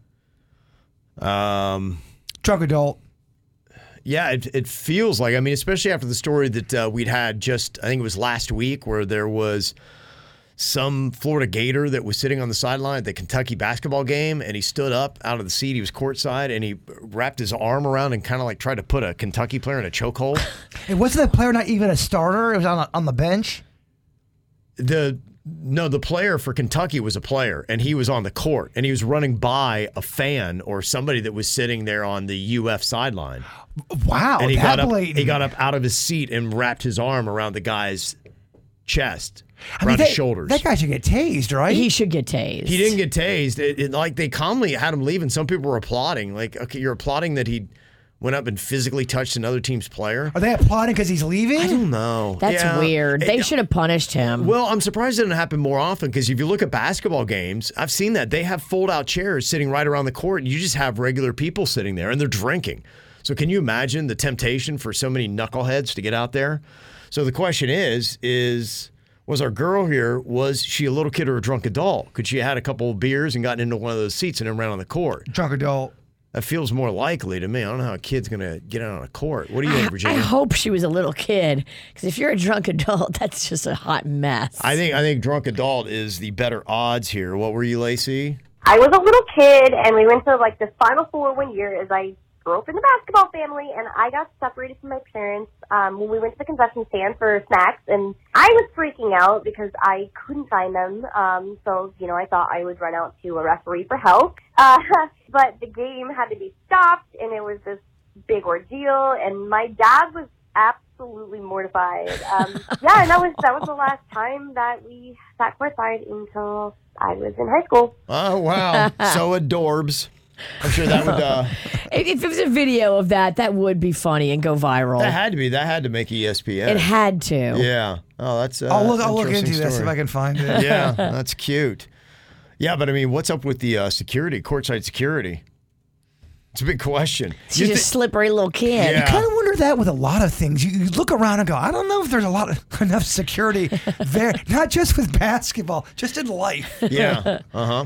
Speaker 4: Um,
Speaker 5: drunk adult.
Speaker 4: Yeah, it, it feels like. I mean, especially after the story that uh, we'd had just, I think it was last week, where there was some Florida Gator that was sitting on the sideline at the Kentucky basketball game, and he stood up out of the seat. He was courtside, and he wrapped his arm around and kind of like tried to put a Kentucky player in a chokehold.
Speaker 5: And wasn't that player not even a starter? It was on, on the bench.
Speaker 4: the no, the player for Kentucky was a player, and he was on the court, and he was running by a fan or somebody that was sitting there on the UF sideline.
Speaker 5: Wow,
Speaker 4: and he
Speaker 5: that
Speaker 4: got up.
Speaker 5: blatant.
Speaker 4: He got up out of his seat and wrapped his arm around the guy's chest,
Speaker 5: I
Speaker 4: around
Speaker 5: mean,
Speaker 4: his
Speaker 5: that-
Speaker 4: shoulders.
Speaker 5: That guy should get tased, right?
Speaker 1: He should get tased.
Speaker 4: he didn't get tased. It, it- like they calmly had him leave, and some people were applauding. Like, okay, you're applauding that he went up and physically touched another team's player.
Speaker 5: Are they applauding because he's leaving? I don't
Speaker 4: know.
Speaker 1: That's
Speaker 4: Yeah.
Speaker 1: weird. They
Speaker 4: It-
Speaker 1: should have punished him.
Speaker 4: Well, I'm surprised it didn't happen more often because if you look at basketball games, I've seen that they have fold-out chairs sitting right around the court. And you just have regular people sitting there and they're drinking. So can you imagine the temptation for so many knuckleheads to get out there? So the question is: Is was our girl here? Was she a little kid or a drunk adult? Could she have had a couple of beers and gotten into one of those seats and then ran on the court?
Speaker 5: Drunk adult.
Speaker 4: That feels more likely to me. I don't know how a kid's going to get out on a court. What do you think,
Speaker 1: I
Speaker 4: Virginia?
Speaker 1: hope she was a little kid because if you're a drunk adult, that's just a hot mess.
Speaker 4: I think I think drunk adult is the better odds here. What were you, Lacey?
Speaker 20: I was a little kid, and we went to like the Final Four one year as I grew up in the basketball family, and I got separated from my parents um, when we went to the concession stand for snacks, and I was freaking out because I couldn't find them. Um, so you know, I thought I would run out to a referee for help, uh, but the game had to be stopped, and it was this big ordeal, and my dad was absolutely mortified. Um, yeah, and that was that was the last time that we sat courtside until I was in high school.
Speaker 4: Oh wow, so adorbs. I'm sure that would uh,
Speaker 1: If, if it was a video of that, that would be funny and go viral.
Speaker 4: that had to be that had to make E ESPN.
Speaker 1: It had to.
Speaker 4: Yeah. Oh, that's. Uh,
Speaker 5: I'll look, I'll look into
Speaker 4: interesting
Speaker 5: this if
Speaker 4: story.
Speaker 5: I can find it.
Speaker 4: Yeah, that's cute. Yeah, but I mean, what's up with the uh, security, courtside security? It's a big question.
Speaker 1: She's a slippery little kid.
Speaker 5: You kind of wonder that with a lot of things. You, you look around and go, I don't know if there's a lot of enough security there, not just with basketball, just in life.
Speaker 4: yeah. Uh huh.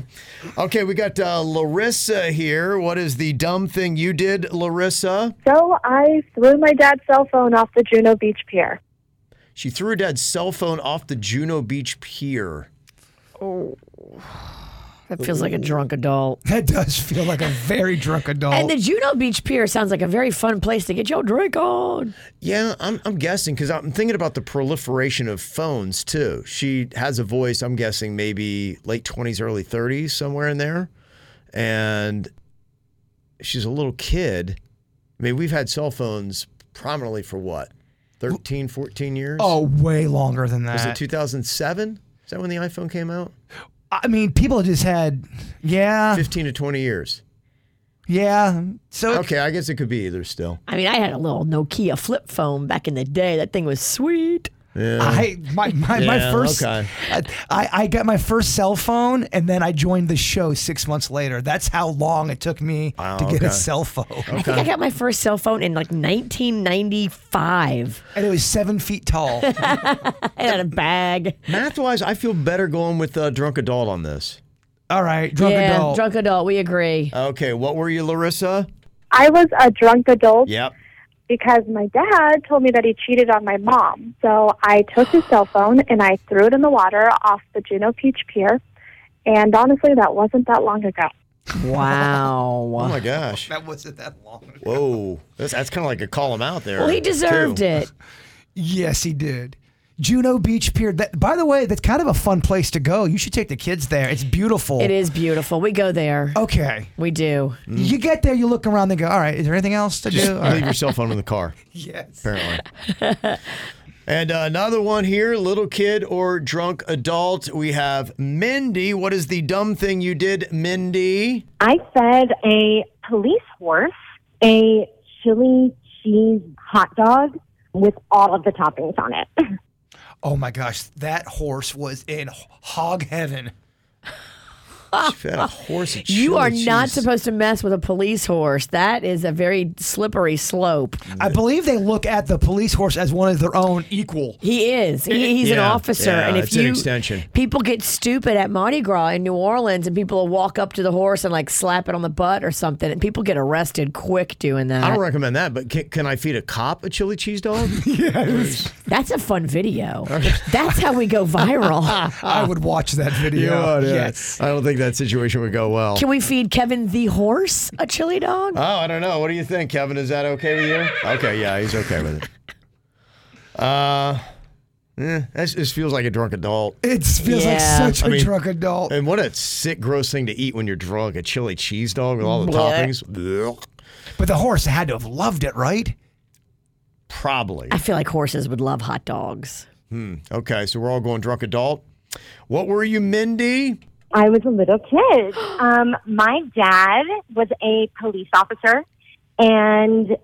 Speaker 4: Okay, we got uh, Larissa here. What is the dumb thing you did, Larissa?
Speaker 21: So I threw my dad's cell phone off the Juno Beach Pier.
Speaker 4: She threw her dad's cell phone off the Juno Beach Pier.
Speaker 1: Oh, that feels like a drunk adult.
Speaker 5: That does feel like a very drunk adult.
Speaker 1: And the Juno Beach Pier sounds like a very fun place to get your drink on.
Speaker 4: Yeah, I'm, I'm guessing because I'm thinking about the proliferation of phones too. She has a voice, I'm guessing maybe late 20s, early 30s, somewhere in there. And she's a little kid. I mean, we've had cell phones prominently for what, 13, 14 years?
Speaker 5: Oh, way longer than that.
Speaker 4: Was it 2007? Is that when the iPhone came out?
Speaker 5: I mean, people just had, yeah.
Speaker 4: 15 to 20 years.
Speaker 5: Yeah. So
Speaker 4: okay, I guess it could be either still.
Speaker 1: I mean, I had a little Nokia flip phone back in the day. That thing was sweet.
Speaker 4: Yeah.
Speaker 5: I my my, my
Speaker 4: Yeah,
Speaker 5: first
Speaker 4: okay.
Speaker 5: I, I I got my first cell phone and then I joined the show six months later. That's how long it took me to get a
Speaker 4: okay.
Speaker 5: cell phone.
Speaker 1: I think I got my first cell phone in like 1995.
Speaker 5: And it was seven feet tall.
Speaker 1: it had a bag.
Speaker 4: Math wise, I feel better going with uh, drunk adult on this.
Speaker 5: All right,
Speaker 1: yeah, drunk adult. We agree.
Speaker 4: Okay, what were you, Larissa?
Speaker 21: I was a drunk adult
Speaker 4: Yep.
Speaker 21: because my dad told me that he cheated on my mom. So I took his cell phone and I threw it in the water off the Juno Beach Pier. And honestly, that wasn't that long ago.
Speaker 1: Wow.
Speaker 4: oh my gosh.
Speaker 5: That wasn't that long.
Speaker 4: Whoa. That's, that's kind of like a call him out there. too.
Speaker 5: Yes, he did. Juno Beach Pier. That, by the way, that's kind of a fun place to go. You should take the kids there. It's beautiful.
Speaker 1: It is beautiful. We go there.
Speaker 5: Okay. Mm.
Speaker 1: We do.
Speaker 5: You get there, you look around, and go, all right, is there anything else to
Speaker 4: Just
Speaker 5: do? All
Speaker 4: leave
Speaker 5: right.
Speaker 4: your cell phone in the car.
Speaker 5: Yes.
Speaker 4: Apparently. and uh, another one here little kid or drunk adult. We have Mindy. What is the dumb thing you did, Mindy?
Speaker 22: I fed a police horse a chili cheese hot dog with all of the toppings on it.
Speaker 5: Oh my gosh, that horse was in h- hog heaven.
Speaker 4: fed a horse. a
Speaker 1: You are
Speaker 4: chili
Speaker 1: not
Speaker 4: cheese.
Speaker 1: supposed to mess with a police horse. That is a very slippery slope.
Speaker 5: I believe they look at the police horse as one of their own equal.
Speaker 1: He is. He, he's an
Speaker 5: Yeah,
Speaker 1: officer,
Speaker 5: yeah,
Speaker 4: Uh,
Speaker 1: and if
Speaker 5: it's
Speaker 1: you
Speaker 5: an extension.
Speaker 1: people get stupid at Mardi Gras in New Orleans, and people will walk up to the horse and like slap it on the butt or something, and people get arrested quick doing that.
Speaker 5: Uh,
Speaker 4: I don't recommend that, but can, can I feed a cop a chili cheese dog?
Speaker 1: That's a fun video. That's how we go viral.
Speaker 5: I would watch that video.
Speaker 4: Yes. I don't think that situation would go well.
Speaker 1: Can we feed Kevin the horse a chili dog?
Speaker 4: Oh, I don't know. What do you think, Kevin? Is that okay with you? Okay, yeah, he's okay with it. Uh, eh, that's- this feels like a drunk adult.
Speaker 5: It feels like Yeah. such a drunk adult.
Speaker 4: And what a sick, gross thing to eat when you're drunk a chili cheese dog with all the
Speaker 5: Blech.
Speaker 4: toppings. Blech.
Speaker 5: But the horse had to have loved it, right?
Speaker 4: Probably.
Speaker 1: I feel like horses would love hot dogs.
Speaker 4: Hmm. Okay, so we're all going drunk adult. What were you, Mindy?
Speaker 22: I was a little kid. Um, my dad was a police officer, and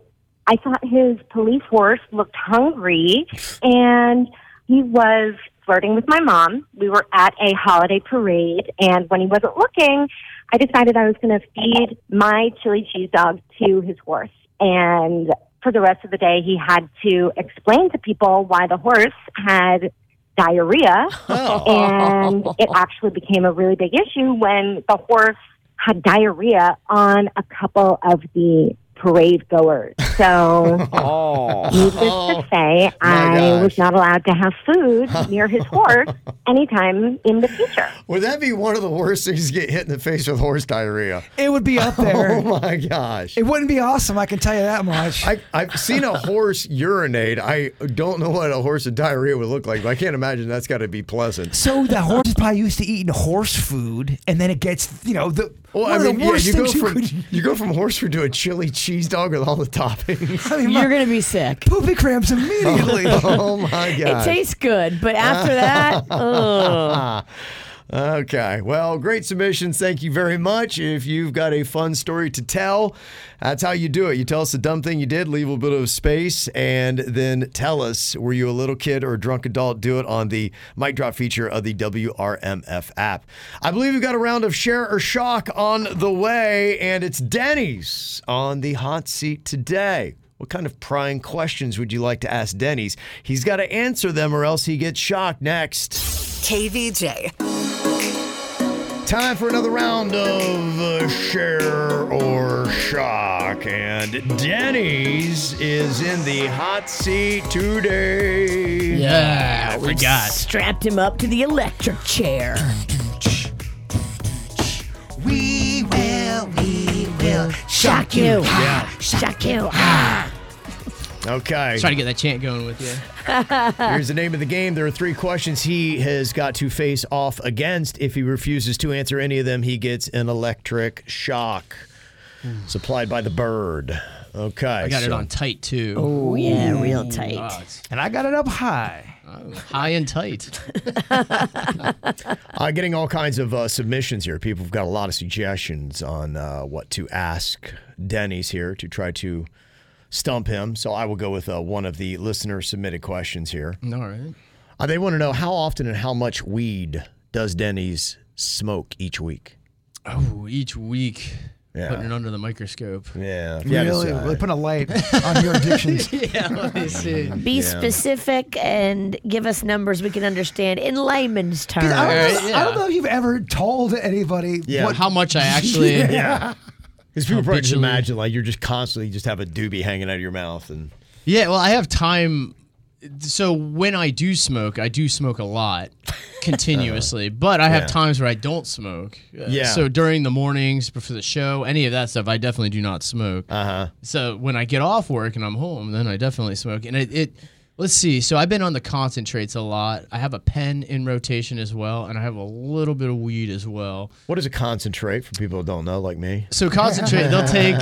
Speaker 22: I thought his police horse looked hungry, and he was flirting with my mom. We were at a holiday parade, and when he wasn't looking, I decided I was going to feed my chili cheese dog to his horse. And for the rest of the day, he had to explain to people why the horse had diarrhea. And it actually became a really big issue when the horse had diarrhea on a couple of the parade goers. So, needless to say, I was not allowed to have food near his horse anytime in the future.
Speaker 4: Would that be one of the worst things to get hit in the face with horse diarrhea?
Speaker 5: It would be up there.
Speaker 4: Oh my gosh.
Speaker 5: It wouldn't be awesome, I can tell you that much.
Speaker 4: I, I've seen a horse urinate. I don't know what a horse with diarrhea would look like, but I can't imagine that's got to be pleasant.
Speaker 5: so the horse is probably used to eating horse food, and then it gets, you know, the one
Speaker 4: I
Speaker 5: of
Speaker 4: mean,
Speaker 5: the
Speaker 4: yeah,
Speaker 5: worst
Speaker 4: you go
Speaker 5: things you
Speaker 4: from
Speaker 5: could
Speaker 4: you go from horse food to a chili cheese dog with all the toppings.
Speaker 1: You're gonna be sick.
Speaker 5: Poopy cramps immediately.
Speaker 4: oh my
Speaker 1: It
Speaker 4: God.
Speaker 1: tastes good, but after that, ugh.
Speaker 4: okay. Well, great submissions. Thank you very much. If you've got a fun story to tell, that's how you do it. You tell us the dumb thing you did, leave a bit of space, and then tell us were you a little kid or a drunk adult? Do it on the mic drop feature of the WRMF app. I believe we've got a round of share or shock on the way, and it's Denny's on the hot seat today. What kind of prying questions would you like to ask Denny's? He's got to answer them or else he gets shocked next.
Speaker 9: KVJ.
Speaker 4: Time for another round of uh, Share or Shock. And Denny's is in the hot seat today.
Speaker 1: We've Strapped him up to the electric chair.
Speaker 3: We will, we will
Speaker 1: Shock you.
Speaker 3: Ha,
Speaker 1: Shock you.
Speaker 3: ha.
Speaker 4: Okay.
Speaker 16: Try to get that chant going with you.
Speaker 4: Here's the name of the game. There are three questions he has got to face off against. If he refuses to answer any of them, he gets an electric shock supplied by the bird. Okay.
Speaker 16: I got it on tight too.
Speaker 4: Oh, yeah, real
Speaker 16: Ooh,
Speaker 4: tight.
Speaker 16: wow, it's
Speaker 5: And I got it up high.
Speaker 16: high and tight.
Speaker 4: uh, getting all kinds of uh, submissions here. People have got a lot of suggestions on uh, what to ask Denny's here to try to stump him. So I will go with uh, one of the listener submitted questions here.
Speaker 16: All right.
Speaker 4: Uh, they want to know how often and how much weed does Denny's smoke each week?
Speaker 16: Oh, each week.
Speaker 4: Yeah.
Speaker 16: Putting it under the microscope.
Speaker 4: Yeah.
Speaker 5: Really, really putting a light on your addictions.
Speaker 16: yeah, let me see.
Speaker 1: Be specific and give us numbers we can understand in layman's terms.
Speaker 5: I don't, know, I don't know if you've ever told anybody
Speaker 4: Yeah.
Speaker 5: what-
Speaker 4: How
Speaker 16: much I
Speaker 4: actually-
Speaker 5: Yeah.
Speaker 4: Yeah. Because people probably just
Speaker 16: Habitually.
Speaker 4: imagine like you're just constantly just have a doobie hanging out of your mouth and
Speaker 16: Yeah, well, I have time. So when I do smoke, I do smoke a lot continuously, but I have
Speaker 4: yeah.
Speaker 16: times where I don't smoke. Uh,
Speaker 4: Yeah.
Speaker 16: So during the mornings, before the show, any of that stuff, I definitely do not smoke. Uh
Speaker 4: Uh-huh.
Speaker 16: huh. So when I get off work and I'm home, then I definitely smoke. And it, it, let's see. So I've been on the concentrates a lot. I have a pen in rotation as well, and I have a little bit of weed as well.
Speaker 4: what is a concentrate for people who don't know like me?
Speaker 16: So concentrate, they'll take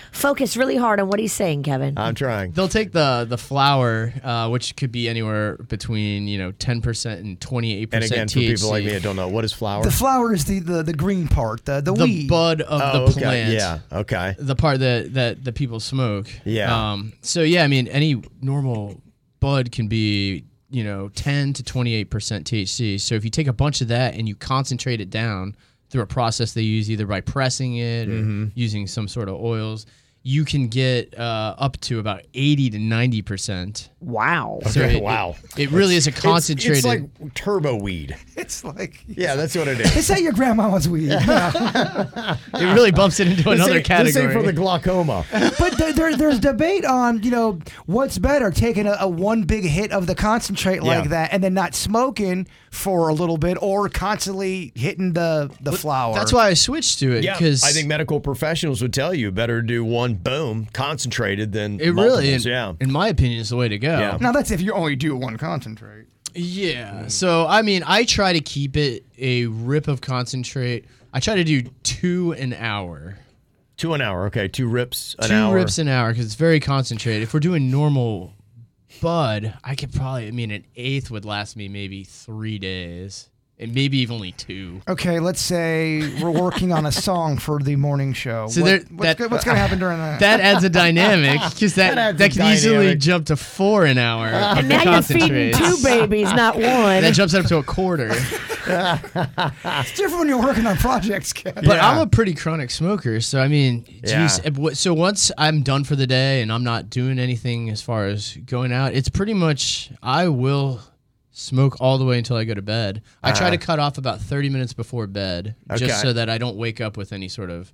Speaker 1: Focus really hard on what he's saying, Kevin.
Speaker 4: I'm trying.
Speaker 16: They'll take the the flour, uh, which could be anywhere between you know ten percent and twenty eight
Speaker 4: And
Speaker 16: percent.
Speaker 4: again, for people like me that don't know, what is flour?
Speaker 5: The flower is the, the, the green part, the, the,
Speaker 16: the
Speaker 5: weed.
Speaker 16: bud of
Speaker 4: Oh,
Speaker 16: the
Speaker 4: okay.
Speaker 16: plant.
Speaker 4: Yeah. Okay.
Speaker 16: The part that that the people smoke.
Speaker 4: Yeah.
Speaker 16: Um. So yeah, I mean, any normal bud can be you know, 10 to 28% THC. So if you take a bunch of that and you concentrate it down through a process they use either by pressing it or
Speaker 4: Mhm.
Speaker 16: using some sort of oils, you can get uh, up to about 80 to 90%.
Speaker 1: Wow.
Speaker 4: Okay, wow.
Speaker 16: It, really is a
Speaker 4: It's- it's-
Speaker 16: concentrated.
Speaker 4: It's, like turbo weed.
Speaker 5: It's like
Speaker 4: Yeah, that's what it is.
Speaker 5: It's not your grandma's weed. you know?
Speaker 16: it really bumps it into
Speaker 4: This
Speaker 16: another
Speaker 4: ain't- this ain't
Speaker 16: category.
Speaker 4: for the glaucoma.
Speaker 5: but there, there, there's debate on you know what's better, taking a, a one big hit of the concentrate
Speaker 16: Yeah.
Speaker 5: like that, and then not smoking for a little bit, or constantly hitting the the flower.
Speaker 16: That's why I switched to it
Speaker 4: Yeah,
Speaker 16: because
Speaker 4: I think medical professionals would tell you better do one boom concentrated than
Speaker 16: it really, in,
Speaker 4: multiples, yeah.
Speaker 16: in my opinion, is the way to go.
Speaker 4: Yeah.
Speaker 5: Now that's if you only do one concentrate.
Speaker 16: Yeah. So I mean, I try to keep it a rip of concentrate. I try to do two an hour.
Speaker 4: Two an hour, okay. Two rips an
Speaker 16: two
Speaker 4: hour.
Speaker 16: rips an hour because it's very concentrated. If we're doing normal bud, I could probably. I mean, an eighth would last me maybe three days, and maybe even only two.
Speaker 5: Okay, let's say we're working on a song for the morning show.
Speaker 16: So
Speaker 5: Oh, What-
Speaker 16: there,
Speaker 5: what's, go- what's going to happen during that?
Speaker 16: That adds a dynamic because that
Speaker 5: That
Speaker 16: that,
Speaker 5: adds a
Speaker 16: can easily
Speaker 5: dynamic.
Speaker 16: jump to four an hour.
Speaker 5: And
Speaker 16: of
Speaker 5: now
Speaker 16: the
Speaker 5: you're feeding
Speaker 16: concentrates.
Speaker 5: two babies, not one.
Speaker 16: That jumps up to a quarter.
Speaker 5: it's different when you're working on projects, Kev.
Speaker 16: But I'm a pretty chronic smoker, so I mean, geez,
Speaker 4: Yeah.
Speaker 16: eh, what- so once I'm done for the day and I'm not doing anything as far as going out, it's pretty much I will smoke all the way until I go to bed. I try
Speaker 4: Uh-huh.
Speaker 16: to cut off about 30 minutes before bed,
Speaker 4: Okay.
Speaker 16: just so that I don't wake up with any sort of.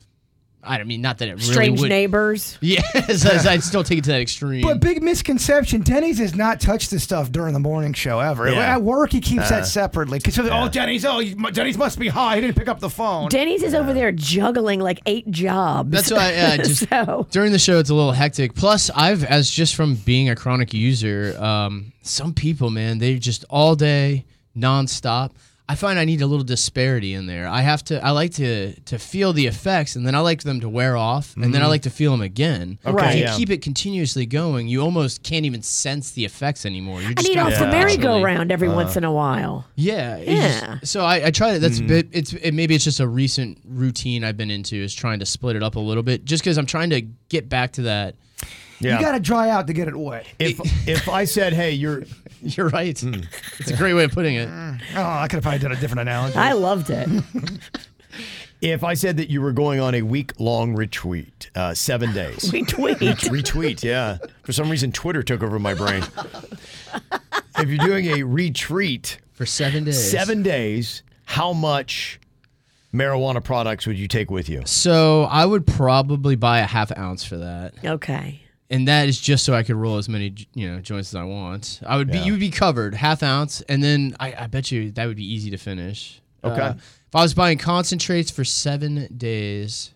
Speaker 16: I don't mean not that it really
Speaker 1: Strange
Speaker 16: would-
Speaker 1: neighbors.
Speaker 16: Yes, I- I'd still take it to that extreme.
Speaker 5: But big misconception: Denny's does not touch this stuff during the morning show ever.
Speaker 16: Yeah.
Speaker 5: At work, he keeps
Speaker 16: Uh,
Speaker 5: that separately. Because oh, Denny's, oh, you- Denny's must be high. He didn't pick up the phone.
Speaker 1: Denny's is over there juggling like eight jobs.
Speaker 16: That's why uh, just during the show it's a little hectic. Plus, I've as just from being a chronic user, um, some people, man, they just all day nonstop. I find I need a little disparity in there. I have to. I like to to feel the effects, and then I like them to wear off, and then I
Speaker 4: Mhm.
Speaker 16: like to feel them again.
Speaker 4: Okay,
Speaker 16: If you
Speaker 4: yeah.
Speaker 16: keep it continuously going, you almost can't even sense the effects anymore. You're
Speaker 1: I
Speaker 16: just
Speaker 1: need
Speaker 16: kinda
Speaker 1: off the
Speaker 16: naturally-
Speaker 1: merry-go-round every once in a while.
Speaker 16: Uh-huh. yeah. it's just-
Speaker 1: Yeah.
Speaker 16: so I, I try to. That's a bit. It's it, maybe it's just a recent routine I've been into is trying to split it up a little bit, just because I'm trying to get back to that.
Speaker 5: You got to dry out to get it wet.
Speaker 4: If if I said, hey, you're Hmm.
Speaker 16: you're right. It's a great way of putting it.
Speaker 5: Oh, I could have probably done a different analogy.
Speaker 1: I loved it.
Speaker 4: If I said that you were going on a week long retreat, uh, seven days.
Speaker 1: Retweet.
Speaker 4: retweet, yeah. For some reason, Twitter took over my brain. if you're doing a retreat
Speaker 16: for seven days,
Speaker 4: seven days, how much marijuana products would you take with you?
Speaker 16: So I would probably buy a half ounce for that.
Speaker 1: Okay.
Speaker 16: And that is just so I could roll as many j- you know joints as I want. I would be you would be covered half ounce, and then I, I bet you that would be easy to finish.
Speaker 4: Okay.
Speaker 16: Uh, if I was buying concentrates for seven days,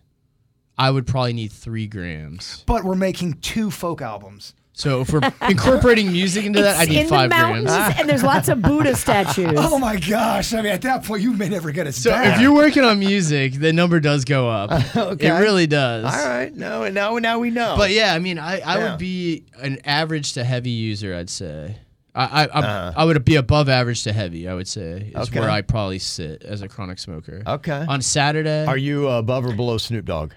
Speaker 16: I would probably need three grams.
Speaker 5: But we're making two folk albums.
Speaker 16: So if we're incorporating music into that, I
Speaker 5: It's
Speaker 16: need
Speaker 5: in the
Speaker 16: five
Speaker 5: mountains,
Speaker 16: grams.
Speaker 5: and there's lots of Buddha
Speaker 1: statues.
Speaker 5: Oh my gosh! I mean, at that point, you may never get it
Speaker 16: So
Speaker 5: back.
Speaker 16: if you're working on music, the number does go up.
Speaker 4: Okay.
Speaker 16: It really does.
Speaker 4: All right. No, and now, now we know.
Speaker 16: But yeah, I mean, I, I
Speaker 4: Oh. Yeah.
Speaker 16: would be an average to heavy user, I'd say. I I, I, I would be above average to heavy, I would say, is
Speaker 4: Uh-huh. Okay.
Speaker 16: where I probably sit as a chronic smoker.
Speaker 4: Okay.
Speaker 16: On Saturday,
Speaker 4: Are you above or below Snoop Dogg?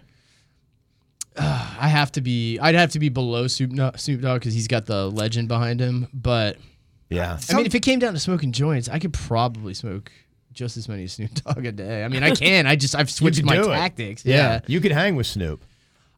Speaker 16: I have to be. I'd have to be below Snoop, No- Snoop Dogg because he's got the legend behind him. But
Speaker 4: Yeah.
Speaker 16: I mean, if it came down to smoking joints, I could probably smoke just as many as Snoop Dogg a day. I mean, I can. I just I've
Speaker 4: You
Speaker 16: switched
Speaker 4: could
Speaker 16: my
Speaker 4: do it.
Speaker 16: tactics. yeah.
Speaker 4: You could hang with Snoop.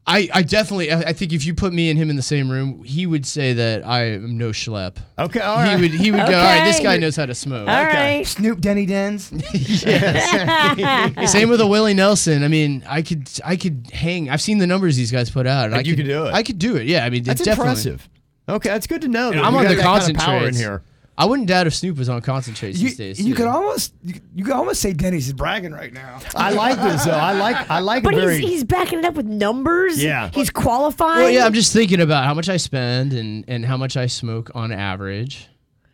Speaker 16: I, I definitely I I think if you put me and him in the same room, he would say that I am no schlep.
Speaker 4: Okay, all
Speaker 16: He
Speaker 4: right.
Speaker 16: would he would go, all right, this
Speaker 5: Okay.
Speaker 16: guy knows how to smoke.
Speaker 5: Snoop Denny Dens.
Speaker 16: Yes. same with a Willie Nelson. I mean, I could I could hang. I've seen the numbers these guys put out. and I
Speaker 4: you could do it.
Speaker 16: I could do it. Yeah, I mean,
Speaker 4: That's
Speaker 16: it definitely.
Speaker 4: impressive. Okay, that's good to know.
Speaker 16: And
Speaker 4: that
Speaker 16: I'm
Speaker 4: you
Speaker 16: on
Speaker 4: got
Speaker 16: the
Speaker 4: that kind of
Speaker 16: concentrates.
Speaker 4: power in here.
Speaker 16: I wouldn't doubt if Snoop was on concentrates
Speaker 5: You,
Speaker 16: these days.
Speaker 5: you
Speaker 16: too.
Speaker 5: could almost you, you could almost say Denny's is bragging right now.
Speaker 4: I like this though. I like I like
Speaker 1: But
Speaker 4: it very
Speaker 1: he's, he's backing it up with numbers.
Speaker 16: Yeah.
Speaker 1: He's qualified.
Speaker 16: Well, yeah, I'm just thinking about how much I spend and and how much I smoke on average,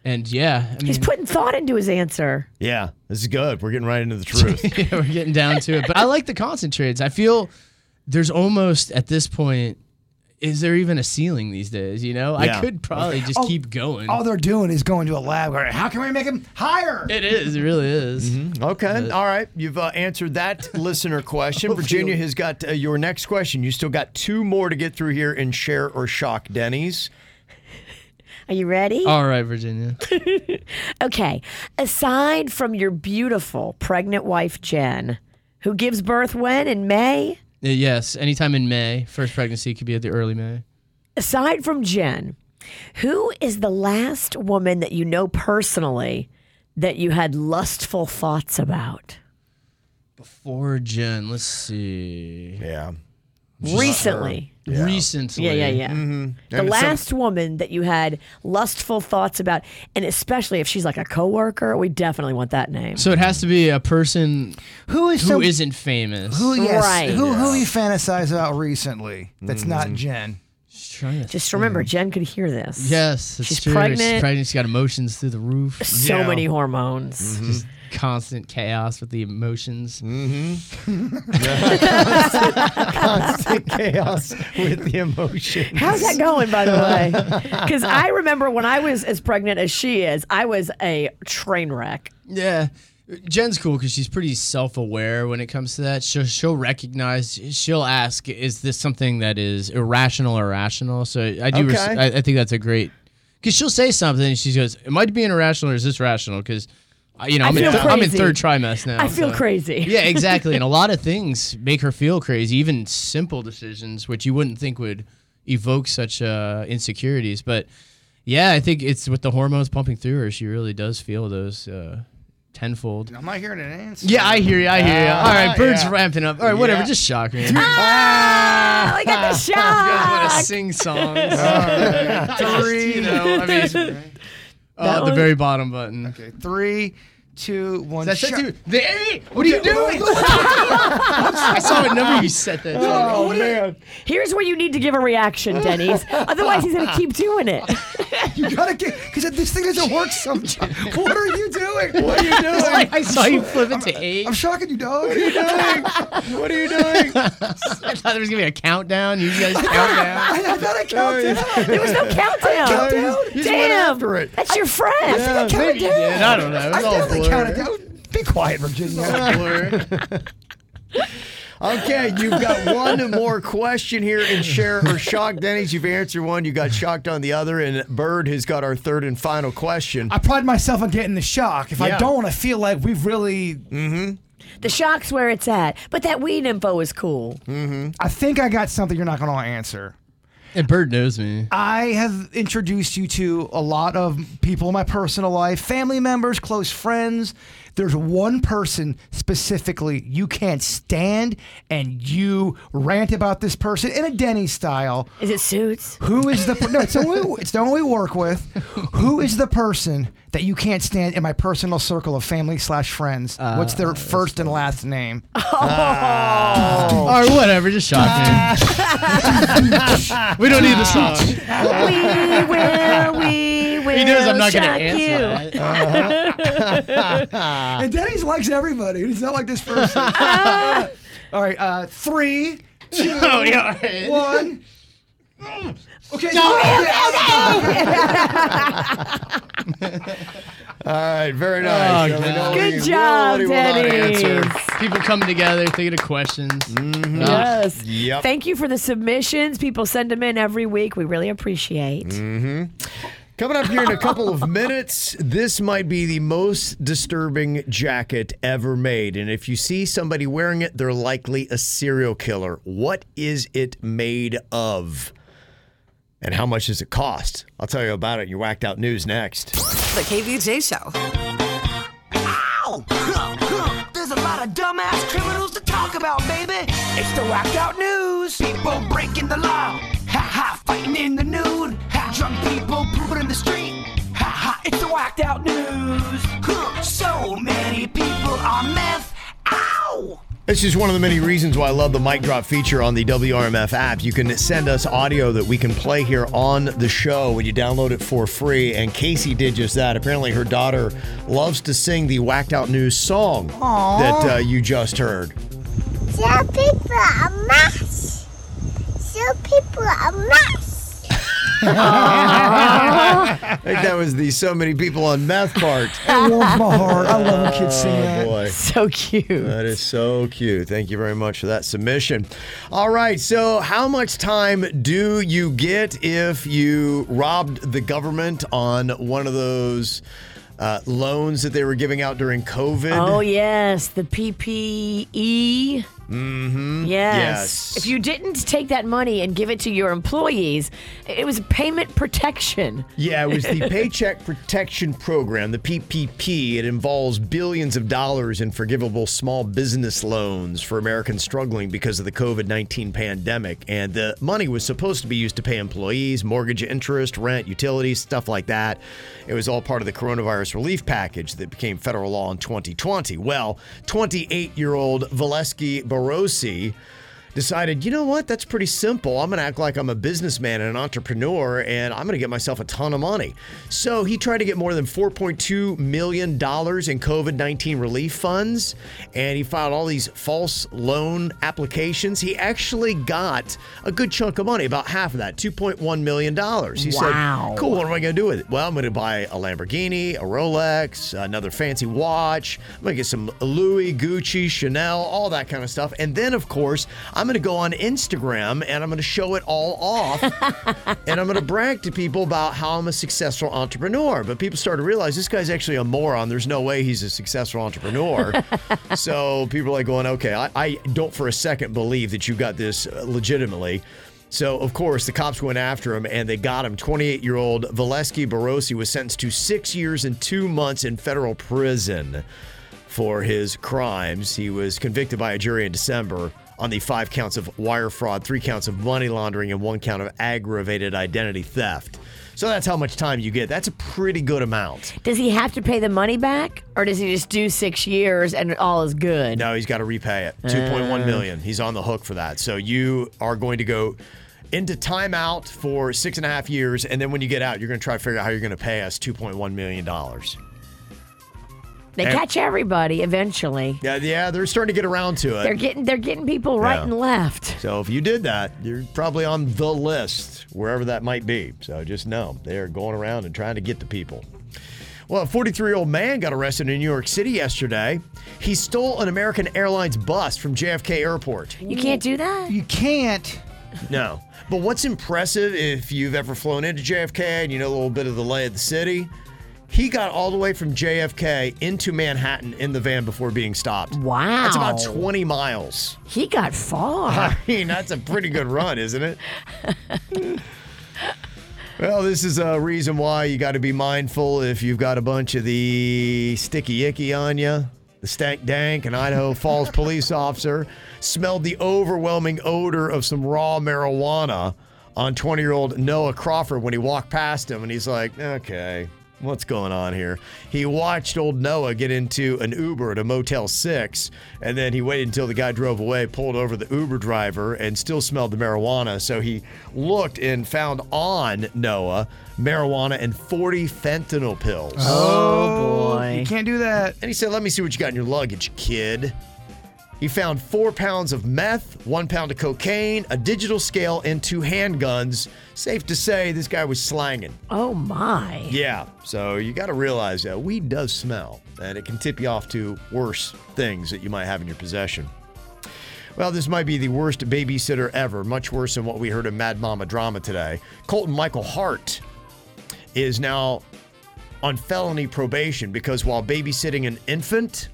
Speaker 16: and yeah, I mean,
Speaker 1: He's putting thought into his answer.
Speaker 4: Yeah, this is good. We're getting right into the truth.
Speaker 16: yeah, we're getting down to it. But I like the concentrates. I feel there's almost at this point, is there even a ceiling these days? You know, I
Speaker 5: Yeah.
Speaker 16: could probably just
Speaker 5: Oh,
Speaker 16: keep going.
Speaker 5: All they're doing is going to a lab. All right, How can we make him higher?
Speaker 16: It is. It really is.
Speaker 4: Mm-hmm. Okay. All right. You've uh, answered that listener question. Virginia has got uh, your next question. You still got two more to get through here in share or shock Denny's.
Speaker 1: Are you ready?
Speaker 16: All right, Virginia.
Speaker 1: okay. Aside from your beautiful pregnant wife, Jen, who gives birth when? In May?
Speaker 16: Uh, Yes, anytime in May. First pregnancy could be at the early May.
Speaker 1: Aside from Jen, who is the last woman that you know personally that you had lustful thoughts about?
Speaker 16: Before Jen, let's see. Yeah.
Speaker 1: Recently.
Speaker 16: Recently.
Speaker 1: Yeah, yeah, yeah.
Speaker 16: Mm-hmm.
Speaker 4: Mm-hmm.
Speaker 1: The
Speaker 16: And some-
Speaker 1: last woman that you had lustful thoughts about, and especially if she's like a coworker, we definitely want that name.
Speaker 16: So it has to be a person
Speaker 1: Who is
Speaker 16: who
Speaker 1: some-
Speaker 16: isn't famous.
Speaker 1: Who- yes, Right.
Speaker 15: Who who you fantasize about recently? That's not
Speaker 16: Mm.
Speaker 15: Jen.
Speaker 1: Just remember, Jen could hear this.
Speaker 16: Yes, it's
Speaker 1: she's
Speaker 16: true. She's
Speaker 1: pregnant.
Speaker 16: pregnant. She's got emotions through the roof.
Speaker 1: So Yeah. many hormones.
Speaker 4: Mm-hmm.
Speaker 16: Mhm. Just constant chaos with the emotions.
Speaker 1: Mm-hmm.
Speaker 4: Constant chaos with the emotions.
Speaker 1: How's that going, by the way? Because I remember when I was as pregnant as she is, I was a train wreck.
Speaker 16: Yeah. Jen's cool because she's pretty self-aware when it comes to that. She'll, she'll recognize. She'll ask, "Is this something that is irrational or rational?" So I do. res-
Speaker 4: Okay.
Speaker 16: I, I think that's a great because she'll say something. and She goes, "Am I being irrational or is this rational?" Because you know,
Speaker 1: I
Speaker 16: I'm in,
Speaker 1: feel
Speaker 16: th- I'm in
Speaker 1: crazy.
Speaker 16: third trimester now.
Speaker 1: I feel
Speaker 16: so-
Speaker 1: crazy.
Speaker 16: yeah, exactly. And a lot of things make her feel crazy, even simple decisions, which you wouldn't think would evoke such uh, insecurities. But yeah, I think it's with the hormones pumping through her, she really does feel those uh, tenfold.
Speaker 15: I'm not hearing an answer.
Speaker 16: Yeah, I hear you. I hear you.
Speaker 15: Ah,
Speaker 16: All right, Bird's
Speaker 15: yeah.
Speaker 16: ramping up. All right, whatever.
Speaker 15: Yeah.
Speaker 16: Just shock me.
Speaker 1: Ah, I got the shock.
Speaker 16: You guys want to sing songs? All right. Three, you know, I mean, uh, the very bottom button. Okay.
Speaker 15: Three, two, one.
Speaker 16: Is that set
Speaker 15: shut-
Speaker 16: to- Hey, what are you doing? I saw what number you set that. to.
Speaker 1: man. Here's where you need to give a reaction, Denny's. Otherwise, he's going to keep doing it.
Speaker 15: You gotta get because this thing doesn't work sometimes. What are you doing?
Speaker 16: What are you doing? I saw you flip it to eight.
Speaker 15: I'm shocking you, dog. What are you doing? What are you doing?
Speaker 16: I thought there was gonna be a countdown. You guys count down. Oh,
Speaker 15: I, I thought I counted.
Speaker 1: There was no countdown.
Speaker 15: You just went after
Speaker 1: Damn.
Speaker 15: it.
Speaker 1: That's your friend.
Speaker 15: I think I counted
Speaker 16: maybe you
Speaker 15: down.
Speaker 16: did. I don't know. It was
Speaker 15: I
Speaker 16: all
Speaker 15: definitely counted
Speaker 16: blurred.
Speaker 15: down. Be quiet, Virginia.
Speaker 4: Okay, you've got one more question here in share or shock. Denny's, you've answered one. You got shocked on the other, and Bird has got our third and final question.
Speaker 5: I pride myself on getting the shock. If
Speaker 4: Yeah.
Speaker 5: I don't, I feel like we've really.
Speaker 1: The shock's where it's at. But that weed info is cool.
Speaker 5: Mm-hmm. I think I got something you're not going to answer.
Speaker 16: And Bird knows me.
Speaker 5: I have introduced you to a lot of people in my personal life, family members, close friends. There's one person specifically you can't stand, and you rant about this person in a Denny style.
Speaker 1: Is it suits?
Speaker 5: Who is the per- no? It's the one we, it's the one we work with. Who is the person that you can't stand in my personal circle of family slash friends? What's their first and last name?
Speaker 1: Oh.
Speaker 5: uh,
Speaker 16: Or whatever, just
Speaker 15: Uh,
Speaker 16: shock me. we don't need the song.
Speaker 1: we will, we will.
Speaker 16: He knows I'm not gonna
Speaker 1: shock
Speaker 16: answer
Speaker 1: you.
Speaker 16: that.
Speaker 5: and Denny's likes everybody. He's not like this person. all right, uh, three, two, one.
Speaker 16: Oh, yeah, all right.
Speaker 5: Okay.
Speaker 3: No, no,
Speaker 4: All right, very nice.
Speaker 16: Oh,
Speaker 4: So we know
Speaker 16: God.
Speaker 4: what he will and he will not answer.
Speaker 16: People coming together, thinking of questions. Mm-hmm.
Speaker 1: Yes.
Speaker 4: Yep.
Speaker 1: Thank you for the submissions. People send them in every week. We really appreciate.
Speaker 4: hmm Coming up here in a couple of minutes, this might be the most disturbing jacket ever made. And if you see somebody wearing it, they're likely a serial killer. What is it made of? And how much does it cost? I'll tell you about it in your whacked out news next.
Speaker 9: The KVJ Show.
Speaker 3: Ow! Huh, huh. There's a lot of dumbass criminals to talk about, baby. It's the whacked out news. People breaking the law. Ha ha, fighting in the nude. Ha, drunk people pooping in the street. Ha ha, it's the whacked out news. Huh, So many people are meth. Ow!
Speaker 4: This is one of the many reasons why I love the mic drop feature on the WRMF app. You can send us audio that we can play here on the show when you download it for free. And Casey did just that. Apparently, her daughter loves to sing the whacked out news song
Speaker 3: Aw.
Speaker 4: that uh, you just heard.
Speaker 3: Some people are mess. Some people are mess.
Speaker 4: think that was the so many people on meth part.
Speaker 5: I love my heart. I love when kids sing
Speaker 4: Oh
Speaker 5: that.
Speaker 4: boy.
Speaker 1: So cute.
Speaker 4: That is so cute. Thank you very much for that submission. All right. So, how much time do you get if you robbed the government on one of those uh, loans that they were giving out during COVID?
Speaker 1: Oh yes, the PPE.
Speaker 4: Mm-hmm.
Speaker 1: Yes. If you didn't take that money and give it to your employees, it was payment protection.
Speaker 4: Yeah, it was the Paycheck Protection Program, the PPP. It involves billions of dollars in forgivable small business loans for Americans struggling because of the COVID 19 pandemic. And the money was supposed to be used to pay employees, mortgage interest, rent, utilities, stuff like that. It was all part of the coronavirus relief package that became federal law in 2020. Well, 28 year old Valesky Barossi decided, you know what, that's pretty simple. I'm going to act like I'm a businessman and an entrepreneur, and I'm going to get myself a ton of money. So he tried to get more than $4.2 million in COVID 19 relief funds, and he filed all these false loan applications. He actually got a good chunk of money, about half of that, $2.1 million. He
Speaker 1: Wow.
Speaker 4: said, cool, what am I going to do with it? Well, I'm going to buy a Lamborghini, a Rolex, another fancy watch. I'm going to get some Louis, Gucci, Chanel, all that kind of stuff. And then, of course, I'm going to go on Instagram and I'm going to show it all off. and I'm going to brag to people about how I'm a successful entrepreneur. But people started to realize this guy's actually a moron. There's no way he's a successful entrepreneur. so people are going, okay, I, I don't for a second believe that you got this uh, legitimately. So, of course, the cops went after him and they got him. 28 year old Valesky Barossi was sentenced to six years and two months in federal prison for his crimes. He was convicted by a jury in December on the five counts of wire fraud, three counts of money laundering, and one count of aggravated identity theft. So that's how much time you get. That's a pretty good amount.
Speaker 1: Does he have to pay the money back, or does he just do six years and all is good?
Speaker 4: No, he's got to repay it. 2.1
Speaker 1: Uh.
Speaker 4: million. He's on the hook for that. So you are going to go into timeout for six and a half years, and then when you get out, you're going to try to figure out how you're going to pay us 2.1 million dollars.
Speaker 1: They
Speaker 4: And-
Speaker 1: catch everybody eventually.
Speaker 4: Yeah, yeah, they're starting to get around to it.
Speaker 1: They're getting they're getting people right
Speaker 4: Yeah.
Speaker 1: and left.
Speaker 4: So if you did that, you're probably on the list, wherever that might be. So just know they're going around and trying to get the people. Well, a 43 year old man got arrested in New York City yesterday. He stole an American Airlines bus from JFK Airport.
Speaker 1: You can't do that.
Speaker 5: You can't.
Speaker 4: No. But what's impressive, if you've ever flown into JFK and you know a little bit of the lay of the city, he got all the way from JFK into Manhattan in the van before being stopped.
Speaker 1: Wow.
Speaker 4: That's about 20 miles.
Speaker 1: He got far.
Speaker 4: I mean, that's a pretty good run, isn't it? Well, this is a reason why you got to be mindful if you've got a bunch of the sticky icky on you. The stank dank, an Idaho Falls police officer, smelled the overwhelming odor of some raw marijuana on 20 year old Noah Crawford when he walked past him. And he's like, okay, what's going on here? He watched old Noah get into an Uber at a Motel 6, and then he waited until the guy drove away, pulled over the Uber driver, and still smelled the marijuana. So he looked and found on Noah marijuana and 40 fentanyl pills.
Speaker 5: Oh, boy. you can't do that.
Speaker 4: And he said, Let me see what you got in your luggage, kid. He found four pounds of meth, one pound of cocaine, a digital scale, and two handguns. Safe to say, this guy was slanging.
Speaker 1: Oh my.
Speaker 4: Yeah. So you got to realize that weed does smell, and it can tip you off to worse things that you might have in your possession. Well, this might be the worst babysitter ever, much worse than what we heard in Mad Mama Drama today. Colton Michael Hart is now on felony probation because while babysitting an infant,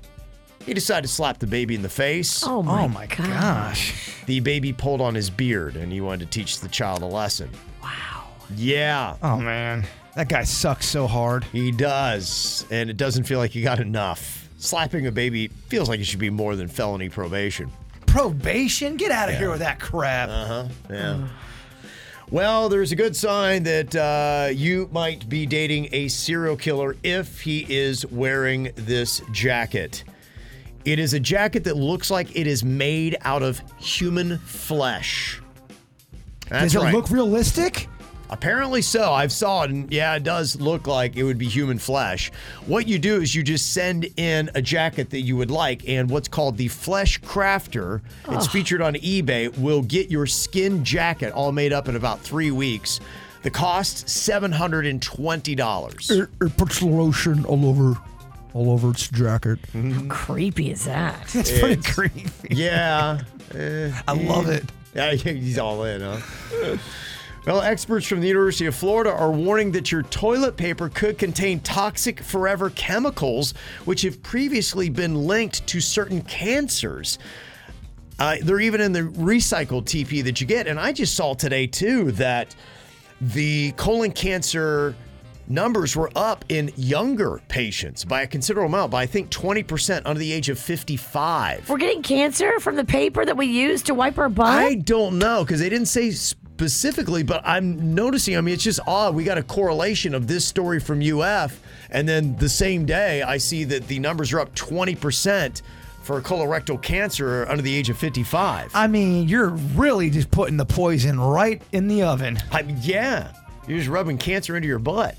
Speaker 4: he decided to slap the baby in the face.
Speaker 1: Oh my Oh my gosh. gosh.
Speaker 4: The baby pulled on his beard and he wanted to teach the child a lesson. Wow. Yeah.
Speaker 5: Oh, man. That guy sucks so hard.
Speaker 4: He does, and it doesn't feel like he got enough. Slapping a baby feels like it should be more than felony probation.
Speaker 5: Probation? Get out of
Speaker 4: Yeah.
Speaker 5: here with that crap. Uh
Speaker 16: Uh-huh.
Speaker 4: huh. Yeah. Well, there's a good sign that uh, you might be dating a serial killer if he is wearing this jacket. It is a jacket that looks like it is made out of human flesh. That's
Speaker 5: Does it
Speaker 4: right.
Speaker 5: look realistic?
Speaker 4: Apparently so. I've saw it, and yeah, it does look like it would be human flesh. What you do is you just send in a jacket that you would like, and what's called the Flesh Crafter, it's
Speaker 7: Ugh.
Speaker 4: featured on eBay, will get your skin jacket all made up in about three weeks. The cost seven hundred and twenty dollars.
Speaker 7: It, it puts lotion all over, all over its jacket.
Speaker 16: Mm-hmm.
Speaker 7: How
Speaker 1: creepy is that?
Speaker 7: It's pretty creepy.
Speaker 4: Yeah, Uh,
Speaker 7: I love it.
Speaker 4: Yeah, he's all in, huh? well, experts from the University of Florida are warning that your toilet paper could contain toxic forever chemicals, which have previously been linked to certain cancers. Uh, they're even in the recycled TP that you get. And I just saw today, too, that the colon cancer numbers were up in younger patients by a considerable amount, by I think 20% under the age of 55.
Speaker 1: We're getting cancer from the paper that we use to wipe our butt.
Speaker 4: I don't know because they didn't say specifically, but I'm noticing. I mean, it's just odd. We got a correlation of this story from UF, and then the same day, I see that the numbers are up 20% for colorectal cancer under the age of 55.
Speaker 5: I mean, you're really just putting the poison right in the oven.
Speaker 4: I mean, yeah, you're just rubbing cancer into your butt.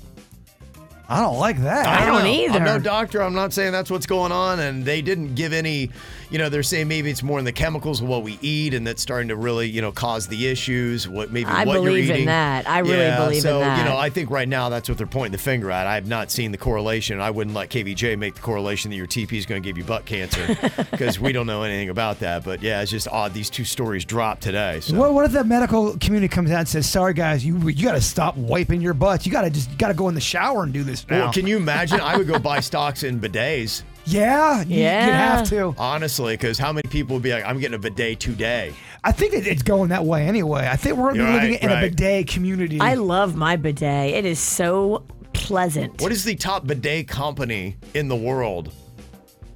Speaker 5: I don't like that.
Speaker 4: know. I'm no doctor. I'm not saying that's what's going on. And they didn't give any, you know, they're saying maybe it's more in the chemicals of what we eat and that's starting to really, you know, cause the issues. What maybe
Speaker 1: I
Speaker 4: what you're
Speaker 1: believe in
Speaker 4: eating.
Speaker 1: that. I really
Speaker 4: yeah,
Speaker 1: believe in
Speaker 4: so,
Speaker 1: that.
Speaker 4: you know, I think right now that's what they're pointing the finger at. I have not seen the correlation. I wouldn't let KVJ make the correlation that your TP is going to give you butt cancer because we don't know anything about that. But yeah, it's just odd. These two stories dropped today. So.
Speaker 5: What, what if the medical community comes out and says, "Sorry guys, you you got to stop wiping your butts. You got to just got to go in the shower and do this now."
Speaker 4: Well, can you imagine? I would go buy stocks in bidets.
Speaker 5: Yeah, you- You'd have to.
Speaker 4: Honestly, because how many people would be like, I'm getting a bidet today?
Speaker 5: I think it, it's going that way anyway. I think we're
Speaker 4: You're
Speaker 5: living
Speaker 4: right,
Speaker 5: in
Speaker 4: right.
Speaker 5: a bidet community.
Speaker 1: I love my bidet. It is so pleasant.
Speaker 4: What is the top bidet company in the world?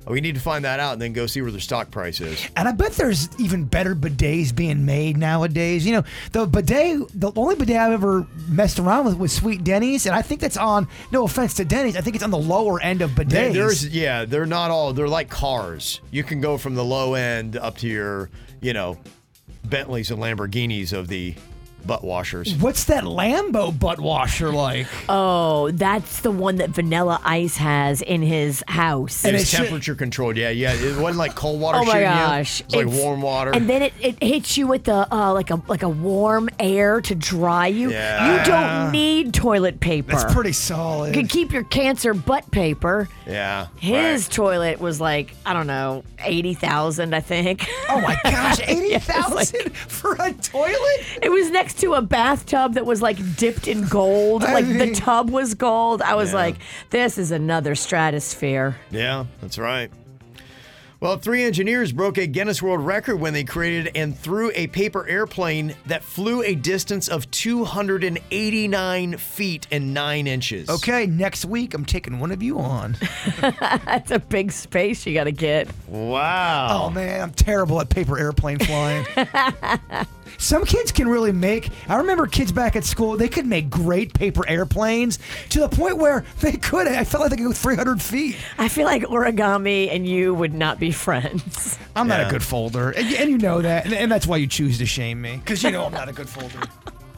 Speaker 4: Oh, We need to find that out and then go see where their stock price is.
Speaker 5: And I bet there's even better bidets being made nowadays. You know, the bidet, the only bidet I've ever messed around with was Sweet Denny's, and I think that's on. No offense to Denny's, I think it's on the lower end of bidets.
Speaker 4: They- there's yeah, they're not all they're like cars. You can go from the low end up to your, you know, Bentleys and Lamborghinis of the butt washers.
Speaker 5: What's that Lambo butt washer like?
Speaker 1: Oh, that's the one that Vanilla Ice has in his house.
Speaker 4: And it's temperature controlled. Yeah, yeah. It wasn't like cold water.
Speaker 1: Oh my
Speaker 4: shooting you.
Speaker 1: gosh!
Speaker 4: It's like
Speaker 1: It's-
Speaker 4: warm water.
Speaker 1: and then it, it hits you with the uh, like a like a warm air to dry you. You
Speaker 4: Yeah.
Speaker 1: don't need toilet paper.
Speaker 5: That's pretty
Speaker 1: You
Speaker 5: solid.
Speaker 1: can keep your cancer butt paper.
Speaker 4: yeah.
Speaker 1: His toilet was like I don't know eighty thousand, I think.
Speaker 5: Oh my gosh, eighty thousand for a toilet?
Speaker 1: It was next to a bathtub that was like dipped in gold.
Speaker 4: I
Speaker 1: like
Speaker 4: mean-
Speaker 1: the tub was gold. I was
Speaker 4: Yeah.
Speaker 1: like, this is another stratosphere.
Speaker 4: Yeah, that's right. Well, three engineers broke a Guinness World Record when they created and threw a paper airplane that flew a distance of 289 feet and 9 inches.
Speaker 5: Okay, next week I'm taking one of you on.
Speaker 1: That's a big space you got to get.
Speaker 4: Wow.
Speaker 5: Oh man, I'm terrible at paper airplane flying. Some kids can really make. I remember kids back at school; they could make great paper airplanes to the point where they could. I felt like they could go 300 feet.
Speaker 1: I feel like origami and you would not be friends.
Speaker 5: I'm not a good folder, and, and you know that, and, and that's why you choose to shame me because you know I'm not a good folder.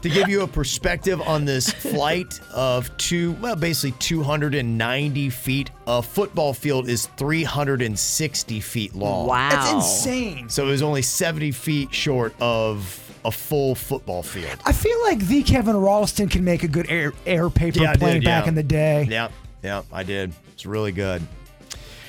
Speaker 4: To give you a perspective on this flight of two, well, basically 290 feet, a football field is 360 feet long.
Speaker 1: Wow.
Speaker 5: That's insane.
Speaker 4: So it was only 70 feet short of a full football field.
Speaker 5: I feel like the Kevin Ralston can make a good air air paper
Speaker 4: Yeah, I
Speaker 5: plane
Speaker 4: did,
Speaker 5: back
Speaker 4: yeah.
Speaker 5: in the day.
Speaker 4: Yeah, yeah, I did. It's really good.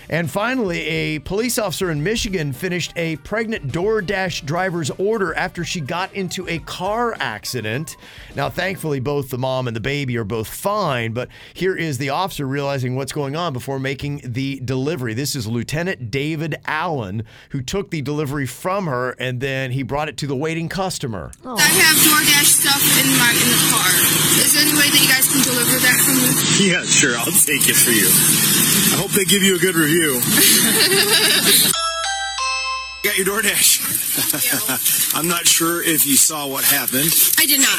Speaker 4: And finally, a police officer in Michigan finished a pregnant DoorDash driver's order after she got into a car accident. Now, thankfully, both the mom and the baby are both fine, but here is the officer realizing what's going on before making the delivery. This is Lieutenant David Allen, who took the delivery from her and then he brought it to the waiting customer.
Speaker 23: I have DoorDash stuff in my in the car. Is there any way that you guys can deliver that for me?
Speaker 24: Yeah, sure. I'll take it for you. I hope they give you a good review. Got your DoorDash. I'm not sure if you saw what happened,
Speaker 23: I did not.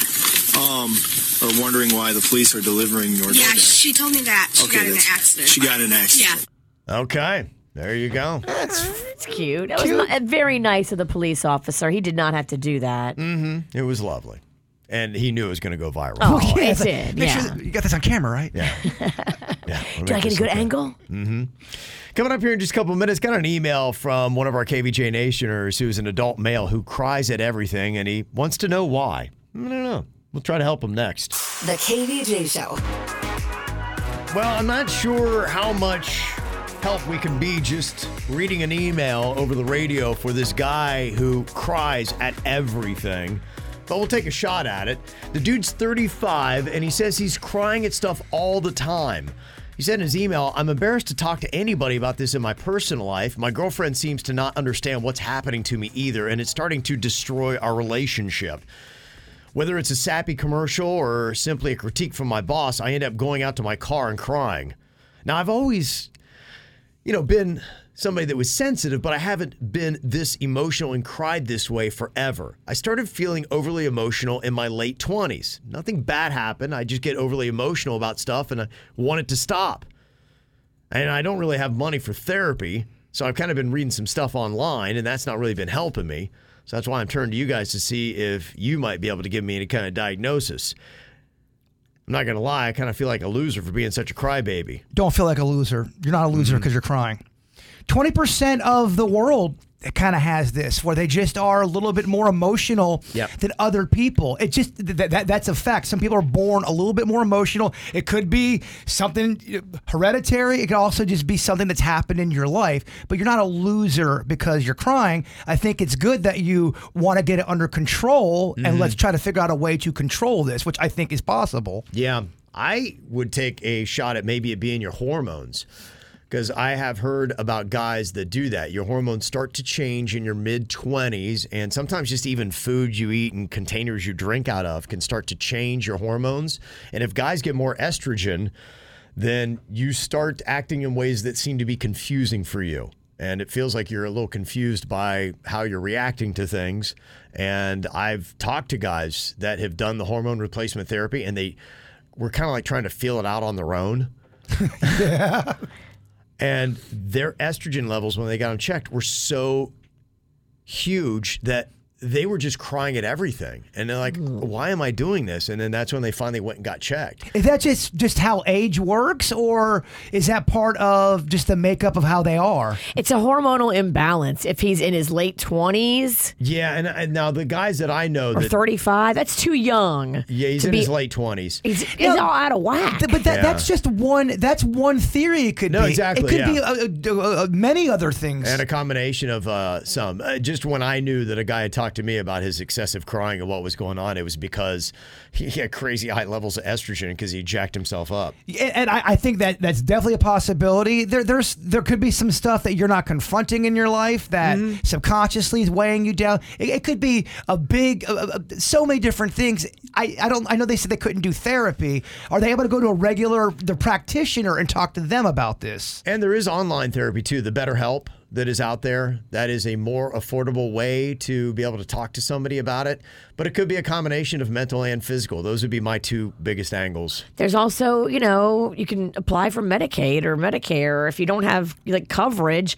Speaker 24: um, or wondering why the police are delivering your
Speaker 23: Yeah,
Speaker 24: DoorDash.
Speaker 23: she told me that she
Speaker 24: Okay,
Speaker 23: got in an
Speaker 24: that's-
Speaker 23: accident.
Speaker 24: She got in an accident.
Speaker 23: Yeah.
Speaker 4: Okay, there you go.
Speaker 23: Oh,
Speaker 1: It's cute. That was ni- very nice of the police officer. He did not have to do that.
Speaker 4: Mm-hmm. It was lovely. And he knew it was going to go viral.
Speaker 1: Oh,
Speaker 5: yeah,
Speaker 1: it
Speaker 5: it's like,
Speaker 1: did.
Speaker 5: make
Speaker 1: Yeah.
Speaker 5: sure that- you got this on camera, right?
Speaker 4: Yeah. yeah.
Speaker 1: Did I get a good angle?
Speaker 4: Mm-hmm. Coming up here in just a couple of minutes, got an email from one of our KVJ Nationers who's an adult male who cries at everything and he wants to know why. I don't know. We'll try to help him next.
Speaker 9: The KVJ Show.
Speaker 4: Well, I'm not sure how much help we can be just reading an email over the radio for this guy who cries at everything. But we'll take a shot at it. The dude's 35 and he says he's crying at stuff all the time. He said in his email, I'm embarrassed to talk to anybody about this in my personal life. My girlfriend seems to not understand what's happening to me either, and it's starting to destroy our relationship. Whether it's a sappy commercial or simply a critique from my boss, I end up going out to my car and crying. Now, I've always, you know, been somebody that was sensitive, but I haven't been this emotional and cried this way forever. I started feeling overly emotional in my late 20s. Nothing bad happened. I just get overly emotional about stuff and I want it to stop. And I don't really have money for therapy, so I've kind of been reading some stuff online, and that's not really been helping me. So that's why I'm turning to you guys to see if you might be able to give me any kind of diagnosis. I'm not going to lie, I kind of feel like a loser for being such a crybaby.
Speaker 5: Don't feel like a loser. You're not a
Speaker 4: Mm-hmm.
Speaker 5: loser because you're crying. 20% of the world kind of has this where they just are a little bit more emotional
Speaker 4: Yep.
Speaker 5: than other people. It just that, that that's a fact. Some people are born a little bit more emotional. It could be something uh, hereditary. It could also just be something that's happened in your life, but you're not a loser because you're crying. I think it's good that you want to get it under control
Speaker 4: Mhm.
Speaker 5: and let's try to figure out a way to control this, which I think is possible.
Speaker 4: Yeah, I would take a shot at maybe it being your hormones because I have heard about guys that do that. Your hormones start to change in your mid 20s, and sometimes just even food you eat and containers you drink out of can start to change your hormones. And if guys get more estrogen, then you start acting in ways that seem to be confusing for you. And it feels like you're a little confused by how you're reacting to things. And I've talked to guys that have done the hormone replacement therapy and they were kind of like trying to feel it out on their own. And their estrogen levels, when they got them checked, were so huge that they were just crying at everything. And they're like, why am I doing this? And then that's when they finally went and got checked.
Speaker 5: Is that just just how age works, or is that part of just the makeup of how they are?
Speaker 1: It's a hormonal imbalance. If he's in his late 20s
Speaker 4: Yeah, and, and now the guys that I know
Speaker 1: or
Speaker 4: that
Speaker 1: 35, that's too young.
Speaker 4: yeah, he's
Speaker 1: to
Speaker 4: in
Speaker 1: be-
Speaker 4: his late twenties.
Speaker 1: He's, he's all out of whack.
Speaker 5: Th- but that,
Speaker 4: Yeah.
Speaker 5: that's just one. That's one theory. It could
Speaker 4: No,
Speaker 5: be.
Speaker 4: exactly,
Speaker 5: It could
Speaker 4: yeah.
Speaker 5: be uh, uh, uh, many other things.
Speaker 4: And a combination of uh, some. Uh, just when I knew that a guy had talked to me about his excessive crying and what was going on, it was because he had crazy high levels of estrogen because he jacked himself up.
Speaker 5: And- and I, I think that that's definitely a possibility. There, there's there could be some stuff that you're not confronting in your life that
Speaker 4: Mm-hmm.
Speaker 5: subconsciously is weighing you down. It, it could be a big, uh, uh, uh, so many different things. I, I don't. I know they said they couldn't do therapy. Are they able to go to a regular the practitioner and talk to them about this?
Speaker 4: And there is online therapy too, the BetterHelp that is out there. That is a more affordable way to be able to talk to somebody about it. But it could be a combination of mental and physical. Those would be my two biggest angles.
Speaker 1: There's also, you know, you can apply for Medicaid or Medicare. If you don't have like coverage,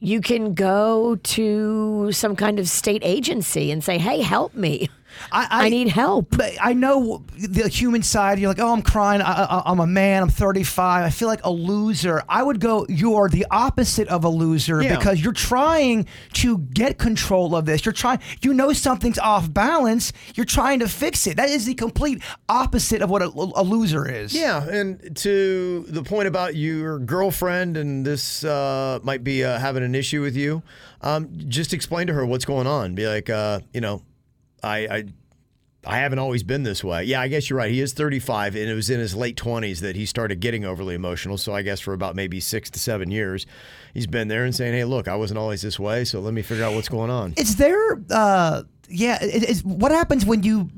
Speaker 1: you can go to some kind of state agency and say, "Hey, help me. I, need help."
Speaker 5: But I know the human side. You're like, oh, I'm crying. I, I, I'm a man. I'm 35. I feel like a loser. I would go. You are the opposite of a loser
Speaker 4: Yeah.
Speaker 5: because you're trying to get control of this. You're trying. You know something's off balance. You're trying to fix it. That is the complete opposite of what a, a loser is.
Speaker 4: Yeah, and to the point about your girlfriend and this uh, might be uh, having an issue with you, um, just explain to her what's going on. Be like, uh, you know, I, I, I haven't always been this way. Yeah, I guess you're right. He is 35, and it was in his late 20s that he started getting overly emotional. So I guess for about maybe six to seven years, he's been there and saying, "Hey, look, I wasn't always this way. So let me figure out what's going on."
Speaker 5: Is there? Uh, yeah. It, it's, what happens when you?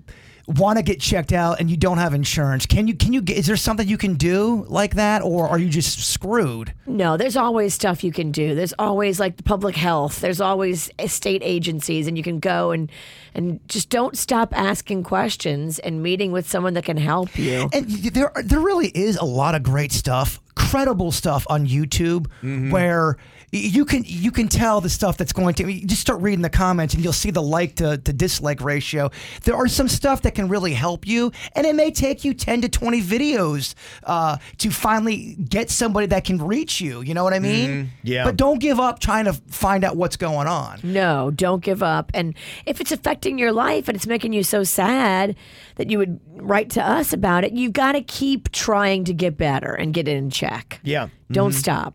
Speaker 5: Want to get checked out and you don't have insurance? Can you? Can you? get Is there something you can do like that, or are you just screwed?
Speaker 1: No, there's always stuff you can do. There's always like the public health. There's always eh, state agencies, and you can go and and just don't stop asking questions and meeting with someone that can help you.
Speaker 5: And y- there, there really is a lot of great stuff. incredible stuff on YouTube
Speaker 4: Mm-hmm.
Speaker 5: where y- you can you can tell the stuff that's going to. you just start reading the comments and you'll see the like to, to dislike ratio. There are some stuff that can really help you, and it may take you ten to twenty videos uh, to finally get somebody that can reach you. You know what I mean?
Speaker 4: Mhm. Yeah.
Speaker 5: But don't give up trying to find out what's going on.
Speaker 1: No, don't give up. And if it's affecting your life and it's making you so sad that you would write to us about it, you've got to keep trying to get better and get it in check.
Speaker 4: Yeah. Mm-hmm.
Speaker 1: Don't
Speaker 5: Mhm.
Speaker 1: stop.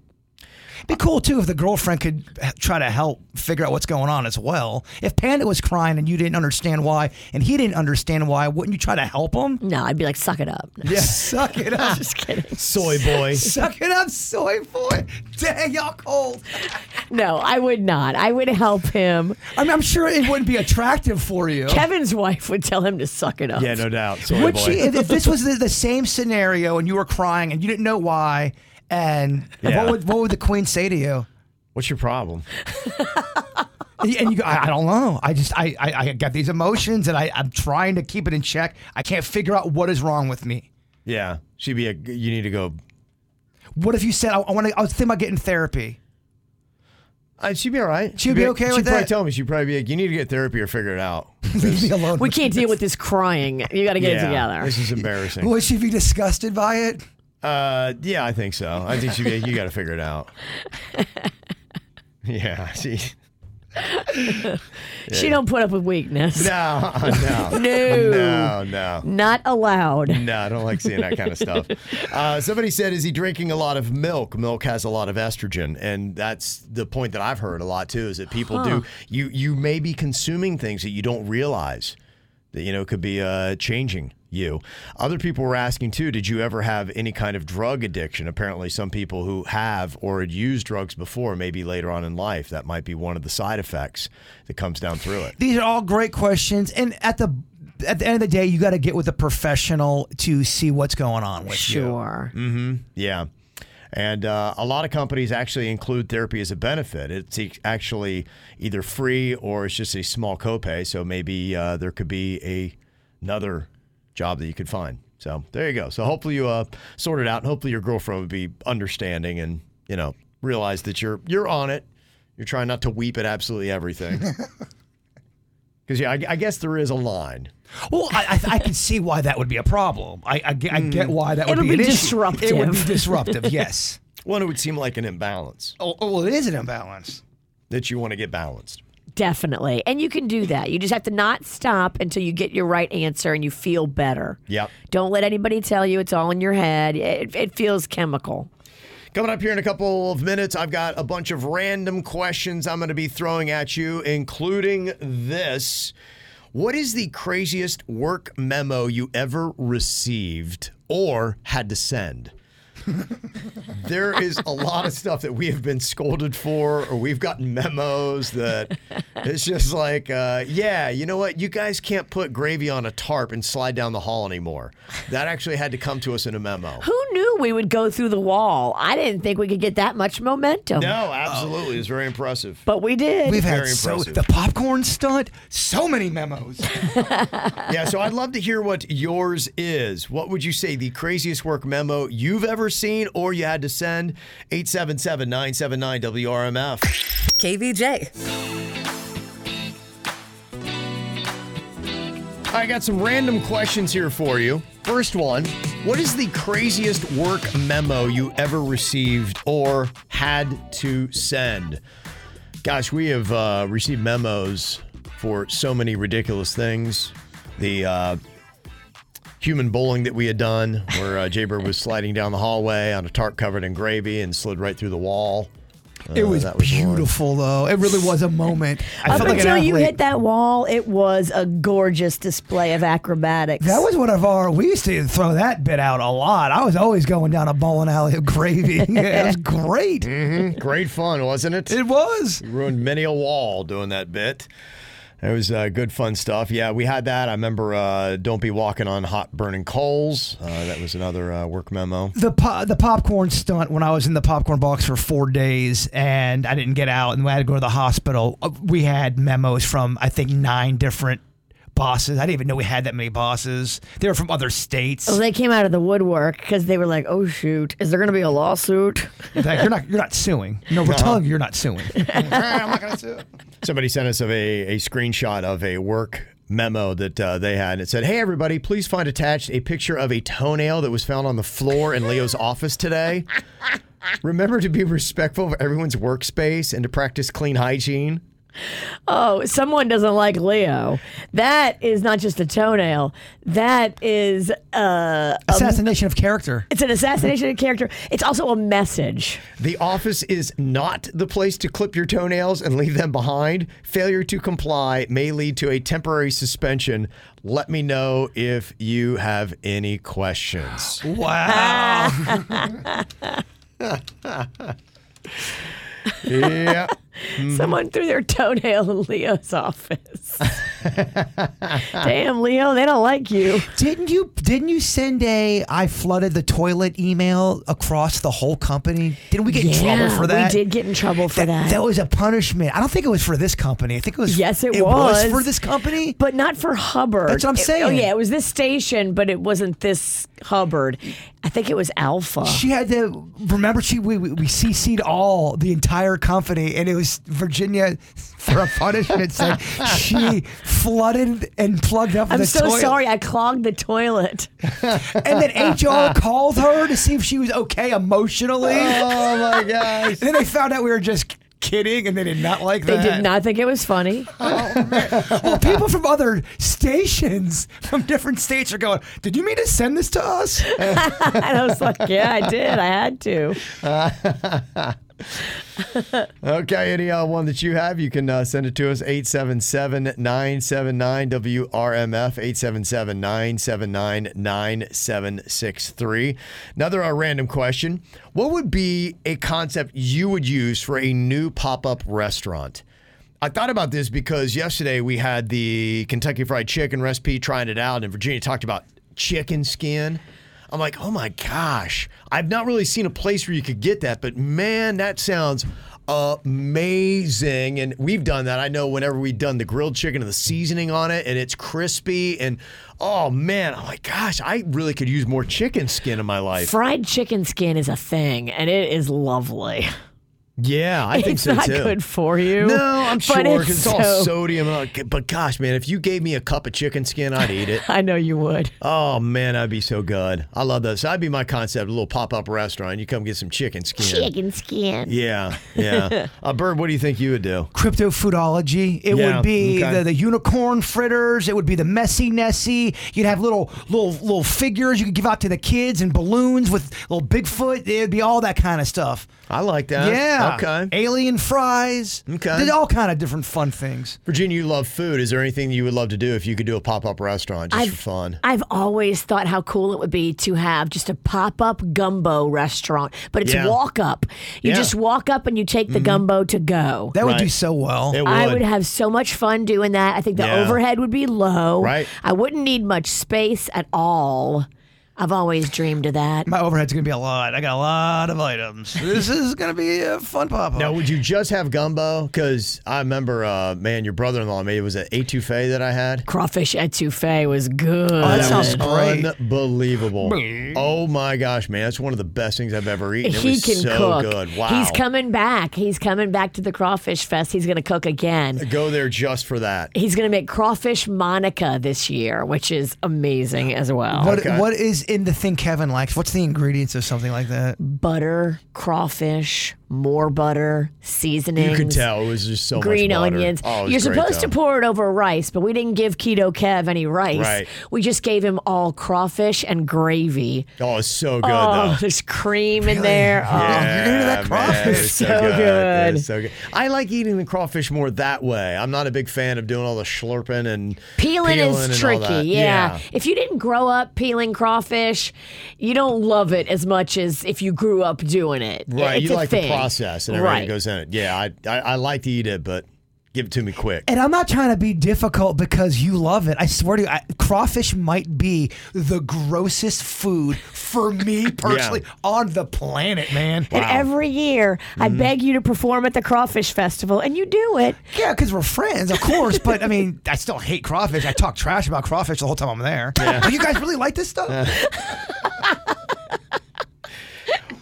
Speaker 5: Be cool too if the girlfriend could h- try to help figure out what's going on as well. If Panda was crying and you didn't understand why, and he didn't understand why, wouldn't you try to help him?
Speaker 1: No, I'd be like, suck it up.
Speaker 5: Yeah, suck it up. Just
Speaker 1: kidding.
Speaker 4: Soy boy.
Speaker 5: suck it up, soy boy. Dang, y'all cold.
Speaker 1: No, I would not. I would help him.
Speaker 5: I mean, I'm sure it wouldn't be attractive for you.
Speaker 1: Kevin's wife would tell him to suck it up.
Speaker 4: Yeah, no doubt. Soy
Speaker 5: Would
Speaker 4: boy.
Speaker 5: she? If, if this was the, the same scenario and you were crying and you didn't know why, and
Speaker 4: Yeah.
Speaker 5: what would what would the queen say to you?
Speaker 4: What's your problem?
Speaker 5: and you go, I, I don't know. I just, I, I, I got these emotions and I, I'm trying to keep it in check. I can't figure out what is wrong with me.
Speaker 4: Yeah, she'd be a. You need to go.
Speaker 5: What if you said, I, I want to, I was thinking about getting therapy.
Speaker 4: Uh, she'd be all right.
Speaker 5: She'd be okay
Speaker 4: she'd
Speaker 5: with
Speaker 4: probably
Speaker 5: that?
Speaker 4: Tell me, she'd probably be like, "You need to get therapy or figure it out."
Speaker 1: We can't deal with this crying. You got to get
Speaker 4: Yeah,
Speaker 1: it together.
Speaker 4: This is embarrassing.
Speaker 5: Would she be disgusted by it?
Speaker 4: Uh, yeah, I think so. I think she'd be like, "You got to figure it out." yeah, she.
Speaker 1: She don't put up with weakness.
Speaker 4: No, uh, no,
Speaker 1: no.
Speaker 4: no, no.
Speaker 1: Not allowed.
Speaker 4: No, I don't like seeing that kind of stuff. Uh, somebody said, "Is he drinking a lot of milk? Milk has a lot of estrogen, and that's the point that I've heard a lot too. Is that people
Speaker 15: Huh.
Speaker 4: do you you may be consuming things that you don't realize that you know could be uh, changing you. Other people were asking too, did you ever have any kind of drug addiction? Apparently, some people who have or had used drugs before, maybe later on in life, that might be one of the side effects that comes down through it.
Speaker 5: These are all great questions. And at the, at the end of the day, you got to get with a professional to see what's going on with you.
Speaker 1: Sure.
Speaker 4: hmm Yeah. And uh, a lot of companies actually include therapy as a benefit. It's e- actually either free or it's just a small copay. So maybe uh, there could be a, another job that you could find. So there you go. So hopefully you uh, sort it out. And hopefully your girlfriend would be understanding and you know realize that you're you're on it. You're trying not to weep at absolutely everything. Because yeah, I, I guess there is a line.
Speaker 5: Well, I, I, I can see why that would be a problem. I, I, get- I
Speaker 4: Mm.
Speaker 5: get why that would
Speaker 4: It'll
Speaker 5: be, an
Speaker 4: be
Speaker 5: issue. It would be
Speaker 4: disruptive.
Speaker 5: disruptive, yes.
Speaker 4: Well, and it would seem like an imbalance.
Speaker 5: Oh, oh, well, it is an imbalance.
Speaker 4: That you want to get balanced.
Speaker 1: Definitely. And you can do that. You just have to not stop until you get your right answer and you feel better.
Speaker 4: Yep.
Speaker 1: Don't let anybody tell you it's all in your head. It, it feels chemical.
Speaker 4: Coming up here in a couple of minutes, I've got a bunch of random questions I'm going to be throwing at you, including this. What is the craziest work memo you ever received or had to send? there is a lot of stuff that we have been scolded for, or we've gotten memos that it's just like, uh, yeah, you know what? You guys can't put gravy on a tarp and slide down the hall anymore. That actually had to come to us in a memo.
Speaker 1: Who knew we would go through the wall? I didn't think we could get that much momentum.
Speaker 4: No, absolutely. It's very impressive.
Speaker 1: But we did.
Speaker 5: We've had
Speaker 4: Very
Speaker 5: so
Speaker 4: impressive.
Speaker 5: the popcorn stunt, so many memos.
Speaker 4: yeah, so I'd love to hear what yours is. What would you say the craziest work memo you've ever seen or you had to send? 877 979 WRMF. KVJ. I got some random questions here for you. First one What is the craziest work memo you ever received or had to send? Gosh, we have uh, received memos for so many ridiculous things. The uh, human bowling that we had done, where uh, Jaybird was sliding down the hallway on a tarp covered in gravy and slid right through the wall.
Speaker 5: it
Speaker 4: Uh,
Speaker 5: was,
Speaker 4: that one.
Speaker 5: beautiful, though. It really was a moment. I
Speaker 1: Up
Speaker 5: felt like an
Speaker 1: until you
Speaker 5: athlete.
Speaker 1: hit that wall, it was a gorgeous display of acrobatics.
Speaker 5: That was one of our. We used to throw that bit out a lot. I was always going down a bowling alley of gravy. Yeah, it was great.
Speaker 4: Mhm. Great fun, wasn't it? It
Speaker 5: was.
Speaker 4: ruined many a wall doing that bit. It was uh, good, fun stuff. Yeah, we had that. I remember uh, Don't Be Walking on Hot Burning Coals. Uh, that was another uh, work memo.
Speaker 5: the po- the popcorn stunt when I was in the popcorn box for four days and I didn't get out and I had to go to the hospital. uh, We had memos from I think nine different bosses. I didn't even know we had that many bosses. They were from other states.
Speaker 1: Well, Oh, they came out of the woodwork because they were like, "Oh shoot, is there going to be a lawsuit?"
Speaker 5: In fact, you're not you're not suing. No, we're
Speaker 4: Uh-huh.
Speaker 5: telling you you're not suing.
Speaker 4: Somebody sent us of a, a screenshot of a work memo that uh, they had. It said, "Hey everybody, please find attached a picture of a toenail that was found on the floor in Leo's office today. Remember to be respectful of everyone's workspace and to practice clean hygiene."
Speaker 1: Oh, someone doesn't like Leo. That is not just a toenail. That is uh, a-
Speaker 5: Assassination of character.
Speaker 1: It's an assassination of character. It's also a message.
Speaker 4: The office is not the place to clip your toenails and leave them behind. Failure to comply may lead to a temporary suspension. Let me know if you have any questions.
Speaker 5: Wow.
Speaker 4: yeah.
Speaker 1: Someone threw their toenail in Leo's office. Damn, Leo, they don't like you.
Speaker 5: Didn't you didn't you send a I flooded the toilet email across the whole company? Didn't we get in
Speaker 1: Yeah,
Speaker 5: trouble for that?
Speaker 1: We did get in trouble for that.
Speaker 5: That was a punishment. I don't think it was for this company. I think it was
Speaker 1: yes, it,
Speaker 5: was. for this company,
Speaker 1: but not for Hubbard.
Speaker 5: That's what I'm
Speaker 1: It-
Speaker 5: saying.
Speaker 1: oh yeah, it was this station, but it wasn't this Hubbard. I think it was Alpha.
Speaker 5: She had to remember she we, we we CC'd all the entire company and it was Virginia for a punishment said she flooded and plugged up
Speaker 1: I'm
Speaker 5: the
Speaker 1: so
Speaker 5: toilet.
Speaker 1: sorry. I clogged the toilet.
Speaker 5: And then HR called her to see if she was okay emotionally.
Speaker 1: Oh,
Speaker 4: my gosh. And
Speaker 5: then they found out we were just kidding and they did not like
Speaker 1: They
Speaker 5: that.
Speaker 1: did not think it was funny.
Speaker 5: well, people from other stations, from different states, are going, Did you mean to send this to us?
Speaker 1: and I was like, yeah, I did. I had to.
Speaker 4: okay, any uh, one that you have, you can uh, send it to us 877 979 WRMF, 877 979 9763. Another uh, random question What would be a concept you would use for a new pop up restaurant? I thought about this because yesterday we had the Kentucky Fried Chicken recipe, trying it out, and Virginia talked about chicken skin. I'm like, oh my gosh, I've not really seen a place where you could get that, but man, that sounds amazing. And we've done that. I know whenever we've done the grilled chicken and the seasoning on it, and it's crispy, and oh man, I'm like, gosh, I really could use more chicken skin in my life.
Speaker 1: Fried chicken skin is a thing, and it is lovely.
Speaker 4: Yeah, I think
Speaker 1: it's
Speaker 4: so
Speaker 1: not
Speaker 4: too.
Speaker 1: good for you.
Speaker 4: No, I'm
Speaker 1: but
Speaker 4: sure 'cause
Speaker 1: it's
Speaker 4: it's all
Speaker 1: so-
Speaker 4: sodium. and all- But gosh, man, if you gave me a cup of chicken skin, I'd eat it.
Speaker 1: I know you would.
Speaker 4: Oh man, that'd be so good. I love this. That'd be my concept. A little pop up restaurant. You come get some chicken skin.
Speaker 1: Chicken skin.
Speaker 4: Yeah, yeah. uh, Bird, what do you think you would do?
Speaker 5: Cryptofoodology. It
Speaker 4: Yeah,
Speaker 5: would be
Speaker 4: okay.
Speaker 5: the, the unicorn fritters. It would be the messy Nessie. You'd have little little little figures you could give out to the kids and balloons with little Bigfoot. It'd be all that kind of stuff.
Speaker 4: I like that.
Speaker 5: Yeah.
Speaker 4: Okay.
Speaker 5: Alien fries.
Speaker 4: Okay.
Speaker 5: There's all kind of different fun things.
Speaker 4: Virginia, you love food. Is there anything you would love to do if you could do a pop up restaurant just for fun?
Speaker 1: I've always thought how cool it would be to have just a pop up gumbo restaurant, but it's
Speaker 5: Yeah.
Speaker 1: walk up. You
Speaker 5: Yeah.
Speaker 1: just walk up and you take the gumbo to go.
Speaker 5: That would do so well.
Speaker 1: I would have so much fun doing that. I think the
Speaker 5: Yeah.
Speaker 1: overhead would be low.
Speaker 5: Right.
Speaker 1: I wouldn't need much space at all. I've always dreamed of that.
Speaker 5: My overhead's gonna be a lot. I got a lot of items. This is gonna be a fun pop up.
Speaker 4: Now, would you just have gumbo? Because I remember, uh, man, your brother in law made it was an etouffee that I had.
Speaker 1: Crawfish etouffee was good.
Speaker 5: Oh,
Speaker 4: was Unbelievable. Oh my gosh, man. That's one of the best things I've ever eaten. It
Speaker 1: He
Speaker 4: was
Speaker 1: can
Speaker 4: so
Speaker 1: cook.
Speaker 4: good. Wow.
Speaker 1: He's coming back. He's coming back to the Crawfish Fest. He's going to cook again.
Speaker 4: Go there just for that.
Speaker 1: He's going to make crawfish Monica this year, which is amazing as well.
Speaker 5: What What is in the thing Kevin likes? What's the ingredients of something like that?
Speaker 1: butter, crawfish, more butter, seasonings.
Speaker 4: You could tell it was just so much
Speaker 1: green
Speaker 4: butter.
Speaker 1: onions.
Speaker 4: Oh, it was
Speaker 1: You're
Speaker 4: great,
Speaker 1: supposed
Speaker 4: though.
Speaker 1: to pour it over rice, but we didn't give Keto Kev any rice.
Speaker 4: Right.
Speaker 1: We just gave him all crawfish and gravy.
Speaker 4: Oh, it's so good
Speaker 1: oh,
Speaker 4: though.
Speaker 1: there's cream in there. Oh,
Speaker 4: Yeah, man, it's
Speaker 1: so good.
Speaker 4: It's so good. I like eating the crawfish more that way. I'm not a big fan of doing all the slurping and
Speaker 1: Peeling,
Speaker 4: and all
Speaker 1: is tricky,
Speaker 4: that.
Speaker 1: yeah. If you didn't grow up peeling crawfish, you don't love it as much as if you grew up doing it.
Speaker 4: Right,
Speaker 1: It's
Speaker 4: you
Speaker 1: a
Speaker 4: like
Speaker 1: thing.
Speaker 4: the process and everything
Speaker 1: Right.
Speaker 4: that goes in it. Yeah, I, I I like to eat it, but Give it to me quick.
Speaker 5: And I'm not trying to be difficult because you love it. I swear to you, I, crawfish might be the grossest food for me personally on the planet, man.
Speaker 1: And every year, I
Speaker 4: Mm-hmm.
Speaker 5: Mhm.
Speaker 1: beg you to perform at the Crawfish Festival, and you do it.
Speaker 5: Yeah, because we're friends, of course. but I mean, I still hate crawfish. I talk trash about crawfish the whole time I'm there.
Speaker 4: Yeah.
Speaker 5: Oh, you guys really like this stuff?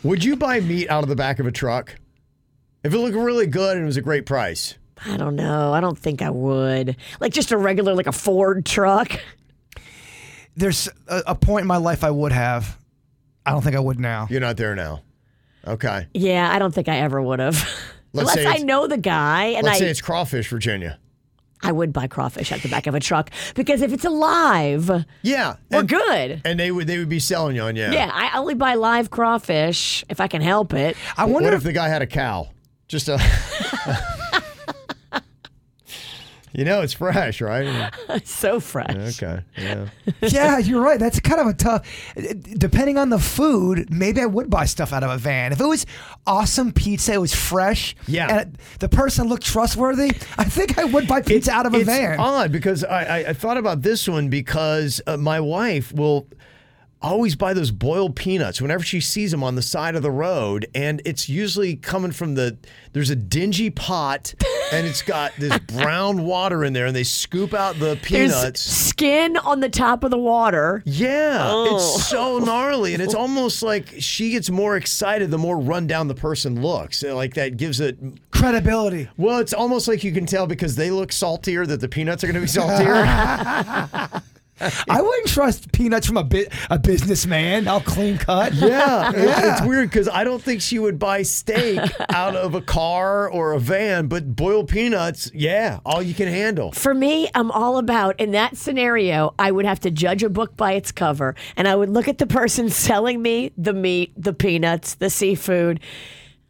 Speaker 4: Would you buy meat out of the back of a truck? If it looked really good and it was a great price.
Speaker 1: I don't know. I don't think I would. Like just a regular, like a Ford truck.
Speaker 5: There's a, a point in my life I would have. I don't think I would now.
Speaker 4: You're not there now. Okay.
Speaker 1: Yeah, I don't think I ever would have.
Speaker 4: Let's
Speaker 1: Unless
Speaker 4: say
Speaker 1: I
Speaker 4: it's-
Speaker 1: know the guy and
Speaker 4: Let's
Speaker 1: I
Speaker 4: say it's crawfish, Virginia.
Speaker 1: I would buy crawfish at the back of a truck because if it's alive,
Speaker 4: yeah,
Speaker 1: we're good.
Speaker 4: And they would they would be selling you on yeah.
Speaker 1: Yeah. I only buy live crawfish if I can help it.
Speaker 5: I
Speaker 4: wonder if the guy had a cow. Just a. you know it's fresh, right?
Speaker 1: so fresh.
Speaker 4: Okay. Yeah.
Speaker 5: yeah, you're right. That's kind of a tough. Depending on the food, maybe I would buy stuff out of a van. If it was awesome pizza, it was fresh. Yeah, and the person looked trustworthy. I think I would buy pizza out of a
Speaker 4: it's
Speaker 5: van.
Speaker 4: odd because I, I, I thought about this one because uh, my wife will always buy those boiled peanuts whenever she sees them on the side of the road and it's usually coming from the there's a dingy pot and it's got this brown water in there and they scoop out the
Speaker 1: There's
Speaker 4: peanuts
Speaker 1: skin on the top of the water.
Speaker 4: Yeah,
Speaker 1: Oh.
Speaker 4: it's so gnarly, and it's almost like she gets more excited the more run down the person looks. Uh, Like that gives it
Speaker 5: credibility.
Speaker 4: Well, it's almost like you can tell because they look saltier that the peanuts are going to be saltier.
Speaker 5: I wouldn't trust peanuts from a bit a businessman. I'll clean cut.
Speaker 4: yeah, it- it's weird because I don't think she would buy steak out of a car or a van, but boiled peanuts, yeah, all you can handle.
Speaker 1: For me, I'm all about in that scenario, I would have to judge a book by its cover and I would look at the person selling me the meat, the peanuts, the seafood.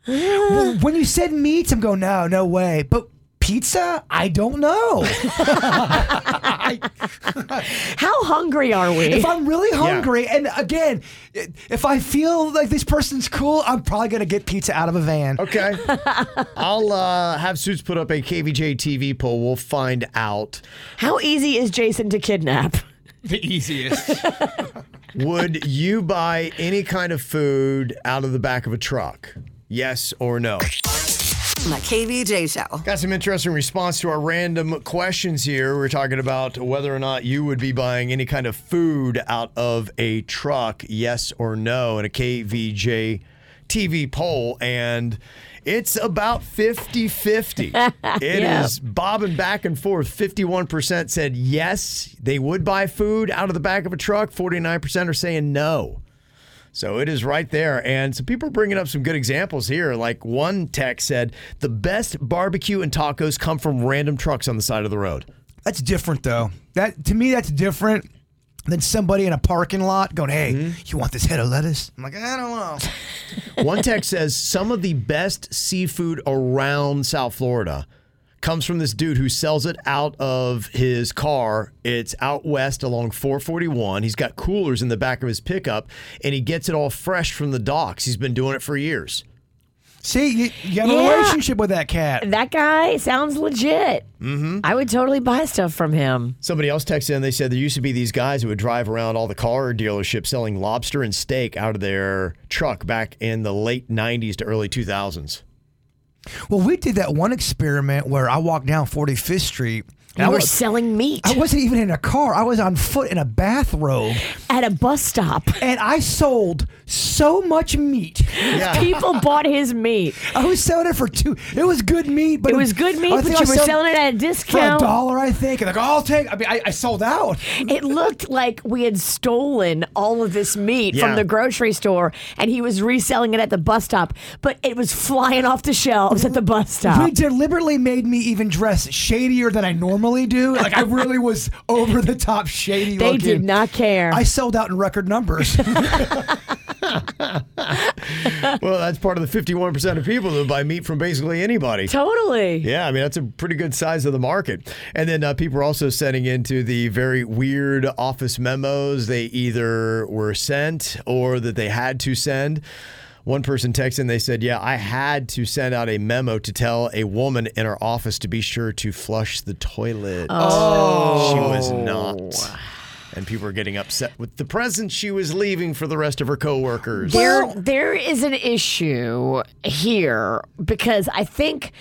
Speaker 5: Well, when you said meats, I'm going no, no way. But pizza, I don't know.
Speaker 1: How hungry are we?
Speaker 5: If I'm really
Speaker 1: Yeah.
Speaker 5: hungry, and again, i- if I feel like this person's cool, I'm probably gonna get pizza out of a van.
Speaker 4: Okay. I'll uh, have Suits put up a KVJ TV poll. We'll find out.
Speaker 1: How easy is Jason to kidnap?
Speaker 5: The easiest.
Speaker 4: Would you buy any kind of food out of the back of a truck? Yes or no?
Speaker 9: My KVJ show.
Speaker 4: Got some interesting response to our random questions here. We're talking about whether or not you would be buying any kind of food out of a truck, yes or no, in a KVJ TV poll. And it's about 50 50. It is
Speaker 15: Yeah.
Speaker 4: bobbing back and forth. 51% said yes, they would buy food out of the back of a truck, 49% are saying no. So it is right there. And some people are bringing up some good examples here. Like one tech said, the best barbecue and tacos come from random trucks on the side of the road.
Speaker 5: That's different though. That to me, that's different than somebody in a parking lot going, "Hey, you want this head of lettuce?" I'm like, I don't know.
Speaker 4: One tech says, some of the best seafood around South Florida comes from this dude who sells it out of his car. It's out west along 441. He's got coolers in the back of his pickup and he gets it all fresh from the docks. He's been doing it for years.
Speaker 5: See, you, you have a
Speaker 1: Yeah.
Speaker 5: relationship with that cat.
Speaker 1: That guy sounds legit.
Speaker 4: Mm-hmm.
Speaker 1: I would totally buy stuff from him.
Speaker 4: Somebody else texted in. They said there used to be these guys who would drive around all the car dealerships selling lobster and steak out of their truck back in the late 90s to early 2000s.
Speaker 5: Well, we did that one experiment where I walked down 45th Street.
Speaker 1: You were selling meat.
Speaker 5: I wasn't even in a car. I was on foot in a bathrobe
Speaker 1: at a bus stop,
Speaker 5: and I sold so much meat.
Speaker 1: People bought his meat.
Speaker 5: I was selling it for two. It was good meat, but
Speaker 1: It was good meat,
Speaker 5: I
Speaker 1: but
Speaker 5: think
Speaker 1: you
Speaker 5: I
Speaker 1: were
Speaker 5: sold-
Speaker 1: selling it at a discount.
Speaker 5: for a dollar, I think. And like, I'll take. I mean, I, I sold out.
Speaker 1: It looked like we had stolen all of this meat
Speaker 5: Yeah.
Speaker 1: from the grocery store and he was reselling it at the bus stop, but it was flying off the shelves at the bus stop.
Speaker 5: We deliberately made me even dress shadier than I normally do. Like I really was over the top shady.
Speaker 1: They
Speaker 5: looking.
Speaker 1: did not care.
Speaker 5: I sold out in record numbers.
Speaker 4: well, that's part of the 51% of people that buy meat from basically anybody.
Speaker 1: Totally.
Speaker 4: Yeah, I mean, that's a pretty good size of the market. And then uh, people are also sending into the very weird office memos they either were sent or that they had to send. One person texted and they said, Yeah, I had to send out a memo to tell a woman in our office to be sure to flush the toilet.
Speaker 3: Oh.
Speaker 4: She was not. And people were getting upset with the present she was leaving for the rest of her coworkers.
Speaker 1: There, there is an issue here because I think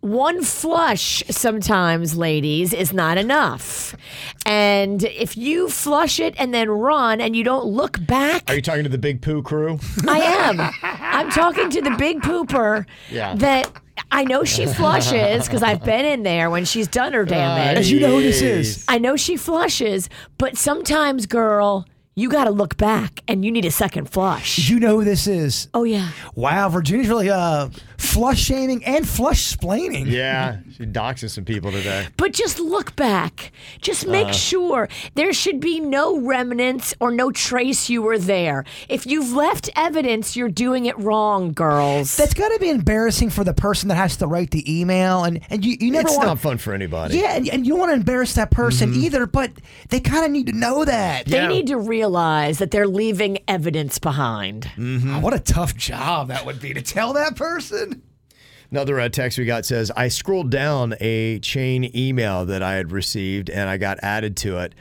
Speaker 1: one flush sometimes, ladies, is not enough. And if you flush it and then run and you don't look back,
Speaker 4: Are you talking to the big poo crew?
Speaker 1: I am. I'm talking to the big pooper
Speaker 4: Yeah.
Speaker 1: that I know she flushes because I've been in there when she's done her damage.
Speaker 5: As you know who this is.
Speaker 1: I know she flushes, but sometimes, girl, you got to look back and you need a second flush.
Speaker 5: You know who this is.
Speaker 1: Oh yeah.
Speaker 5: Wow, Virginia's really uh, flush shaming and flush splaining.
Speaker 4: Yeah, she doxing some people today.
Speaker 1: But just look back. Just make
Speaker 4: Uh.
Speaker 1: sure there should be no remnants or no trace you were there. If you've left evidence, you're doing it wrong, girls.
Speaker 5: That's got to be embarrassing for the person that has to write the email, and and you, you never
Speaker 4: it's
Speaker 5: want
Speaker 4: not fun for anybody.
Speaker 5: Yeah, and, and you don't want to embarrass that person
Speaker 4: Mhm.
Speaker 5: either, but they kind of need to know that.
Speaker 1: They need to realize that they're leaving evidence behind.
Speaker 5: Oh, what a tough job that would be to tell that person.
Speaker 4: Another uh, text we got says, I scrolled down a chain email that I had received and I got added to it.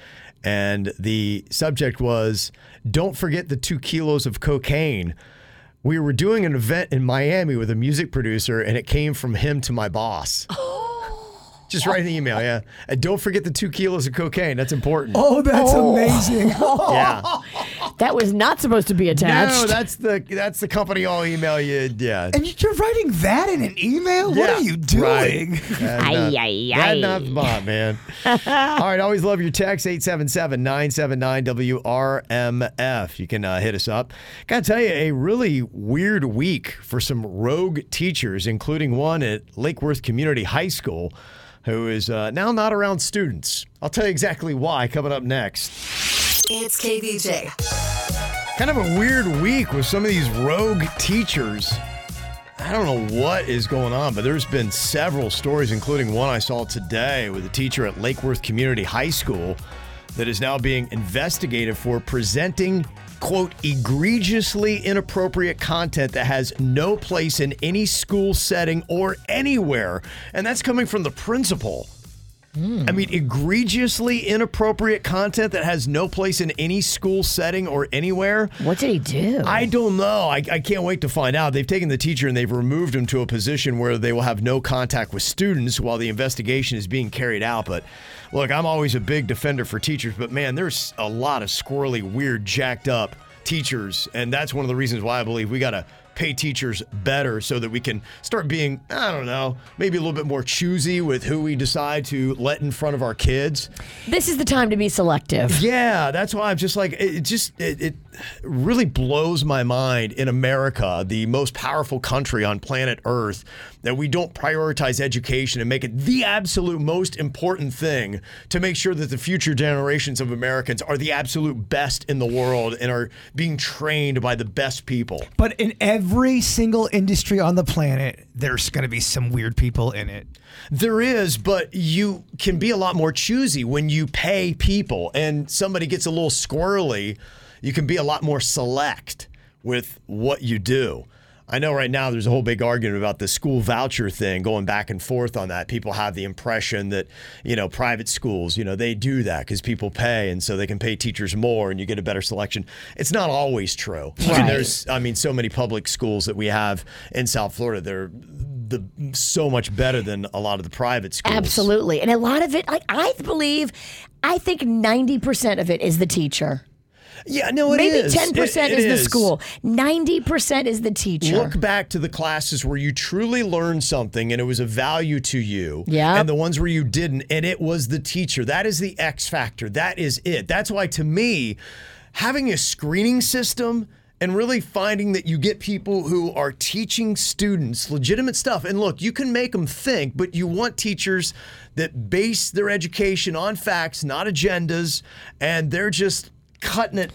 Speaker 4: And the subject was, Don't forget the two kilos of cocaine. We were doing an event in Miami with a music producer and it came from him to my boss. Just write an email, yeah. And don't forget the two kilos of cocaine. That's important.
Speaker 1: Oh.
Speaker 4: yeah.
Speaker 1: That was not supposed to be attached.
Speaker 4: No, that's the that's the company I'll email you. Yeah.
Speaker 5: And you're writing that in an email? What
Speaker 4: Yeah,
Speaker 5: are you
Speaker 4: right.
Speaker 5: doing?
Speaker 4: Bad enough. Bad enough, Mom, man. All right, always love your text, 877-979-WRMF. You can uh, hit us up. Gotta tell you, a really weird week for some rogue teachers, including one at Lake Worth Community High School, who is uh, now not around students. I'll tell you exactly why coming up next.
Speaker 9: It's KBJ.
Speaker 4: Kind of a weird week with some of these rogue teachers. I don't know what is going on, but there's been several stories, including one I saw today with a teacher at Lake Worth Community High School that is now being investigated for presenting, quote, egregiously inappropriate content that has no place in any school setting or anywhere. And that's coming from the principal. I mean,
Speaker 1: Hmm.
Speaker 4: egregiously inappropriate content that has no place in any school setting or anywhere.
Speaker 1: What did he do?
Speaker 4: I don't know. I, I can't wait to find out. They've taken the teacher and they've removed him to a position where they will have no contact with students while the investigation is being carried out. But look, I'm always a big defender for teachers, but man, there's a lot of squirrely, weird, jacked up teachers. And that's one of the reasons why I believe we got to pay teachers better so that we can start being, I don't know, maybe a little bit more choosy with who we decide to let in front of our kids.
Speaker 1: This is the time to be selective.
Speaker 4: Yeah, that's why I'm just like it, it just it, it really blows my mind in America, the most powerful country on planet Earth, that we don't prioritize education and make it the absolute most important thing to make sure that the future generations of Americans are the absolute best in the world and are being trained by the best people.
Speaker 5: But in every single industry on the planet, there's going to be some weird people in it.
Speaker 4: There is, but you can be a lot more choosy when you pay people and somebody gets a little squirrely. You can be a lot more select with what you do. I know right now there's a whole big argument about the school voucher thing going back and forth on that. People have the impression that, you know, private schools, you know, they do that because people pay and so they can pay teachers more and you get a better selection. It's not always true. I mean,
Speaker 6: Right.
Speaker 4: there's, I mean, so many public schools that we have in South Florida, they're the, so much better than a lot of the private schools.
Speaker 1: Absolutely. And a lot of it, like, I believe, I think 90% of it is the teacher.
Speaker 4: Yeah, no, it
Speaker 1: Maybe
Speaker 4: is.
Speaker 1: 10% is
Speaker 4: It- it
Speaker 1: the
Speaker 4: is.
Speaker 1: school. 90% is the teacher.
Speaker 4: Look back to the classes where you truly learned something and it was a value to you.
Speaker 1: Yeah.
Speaker 4: And the ones where you didn't, and it was the teacher. That is the X factor. That is it. That's why, to me, having a screening system and really finding that you get people who are teaching students legitimate stuff. And look, you can make them think, but you want teachers that base their education on facts, not agendas, and they're just cutting it.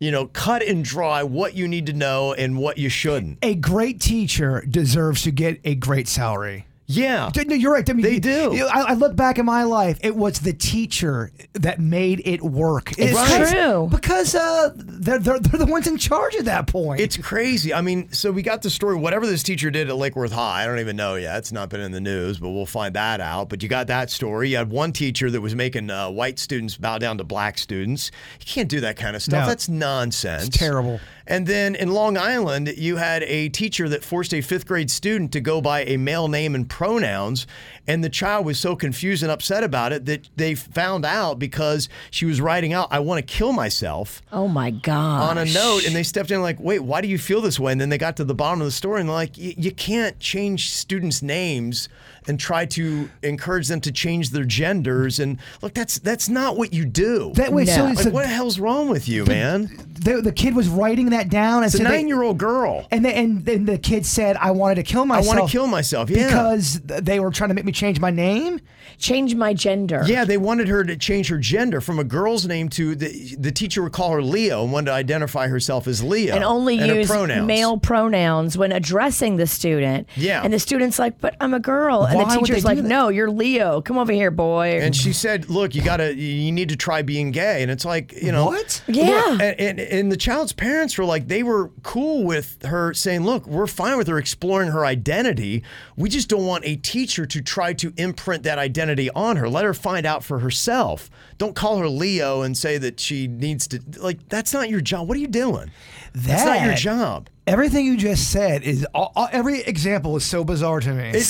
Speaker 4: You know, cut and dry what you need to know and what you shouldn't.
Speaker 5: A great teacher deserves to get a great salary.
Speaker 4: Yeah.
Speaker 5: No, you're right. I mean,
Speaker 4: They
Speaker 5: you-
Speaker 4: do.
Speaker 5: you- I, I look back at my life. It was the teacher that made it work.
Speaker 4: It's
Speaker 5: because-
Speaker 4: true.
Speaker 5: Because uh, they're, they're, they're the ones in charge at that point.
Speaker 4: It's crazy. I mean, so we got the story, whatever this teacher did at Lake Worth High, I don't even know yet. It's not been in the news, but we'll find that out. But you got that story. You had one teacher that was making uh, white students bow down to black students. You can't do that kind of stuff.
Speaker 5: No.
Speaker 4: That's nonsense.
Speaker 5: It's terrible.
Speaker 4: And then in Long Island, you had a teacher that forced a fifth grade student to go by a male name and pronouns. And the child was so confused and upset about it that they found out because she was writing out, I want to kill myself
Speaker 1: Oh my god.
Speaker 4: on a note and they stepped in like wait why do you feel this way and then they got to the bottom of the story and they're like "Y- you can't change students names and try to encourage them to change their genders and look that's that's not what you do
Speaker 5: That- wait, so-
Speaker 4: Like,
Speaker 5: so-
Speaker 4: what the hell's wrong with you man
Speaker 5: the, the kid was writing that down.
Speaker 4: It's a
Speaker 5: and so they-
Speaker 4: nine-year-old girl.
Speaker 5: And then and, then the kid said, "I wanted to kill
Speaker 4: I wanna
Speaker 5: myself.
Speaker 4: kill myself, yeah.
Speaker 5: because th- they were trying to make me change my name,
Speaker 1: change my gender.
Speaker 4: yeah they wanted her to change her gender from a girl's name to the, the teacher would call her leo and wanted to identify herself as leo
Speaker 1: and only
Speaker 4: her
Speaker 1: use
Speaker 4: pronouns.
Speaker 1: male pronouns when addressing the student.
Speaker 4: Yeah.
Speaker 1: And the student's like, but I'm a girl. And
Speaker 4: Why
Speaker 1: the
Speaker 4: would
Speaker 1: teacher's
Speaker 4: they do
Speaker 1: like, no, you're Leo. Come over here, boy.
Speaker 4: And she said, "Look, you gotta, you need to try being gay." And it's like, you know,
Speaker 5: What?
Speaker 4: look,
Speaker 1: Yeah.
Speaker 4: and, and and the child's parents were like, they were cool with her saying, "Look, we're fine with her exploring her identity. We just don't want a teacher to try to imprint that identity on her. Let her find out for herself. Don't call her Leo and say that she needs to. Like, that's not your job. What are you doing? that's not your
Speaker 5: That-
Speaker 4: job."
Speaker 5: Everything you just said is all, all- every example is so bizarre to me.
Speaker 4: It-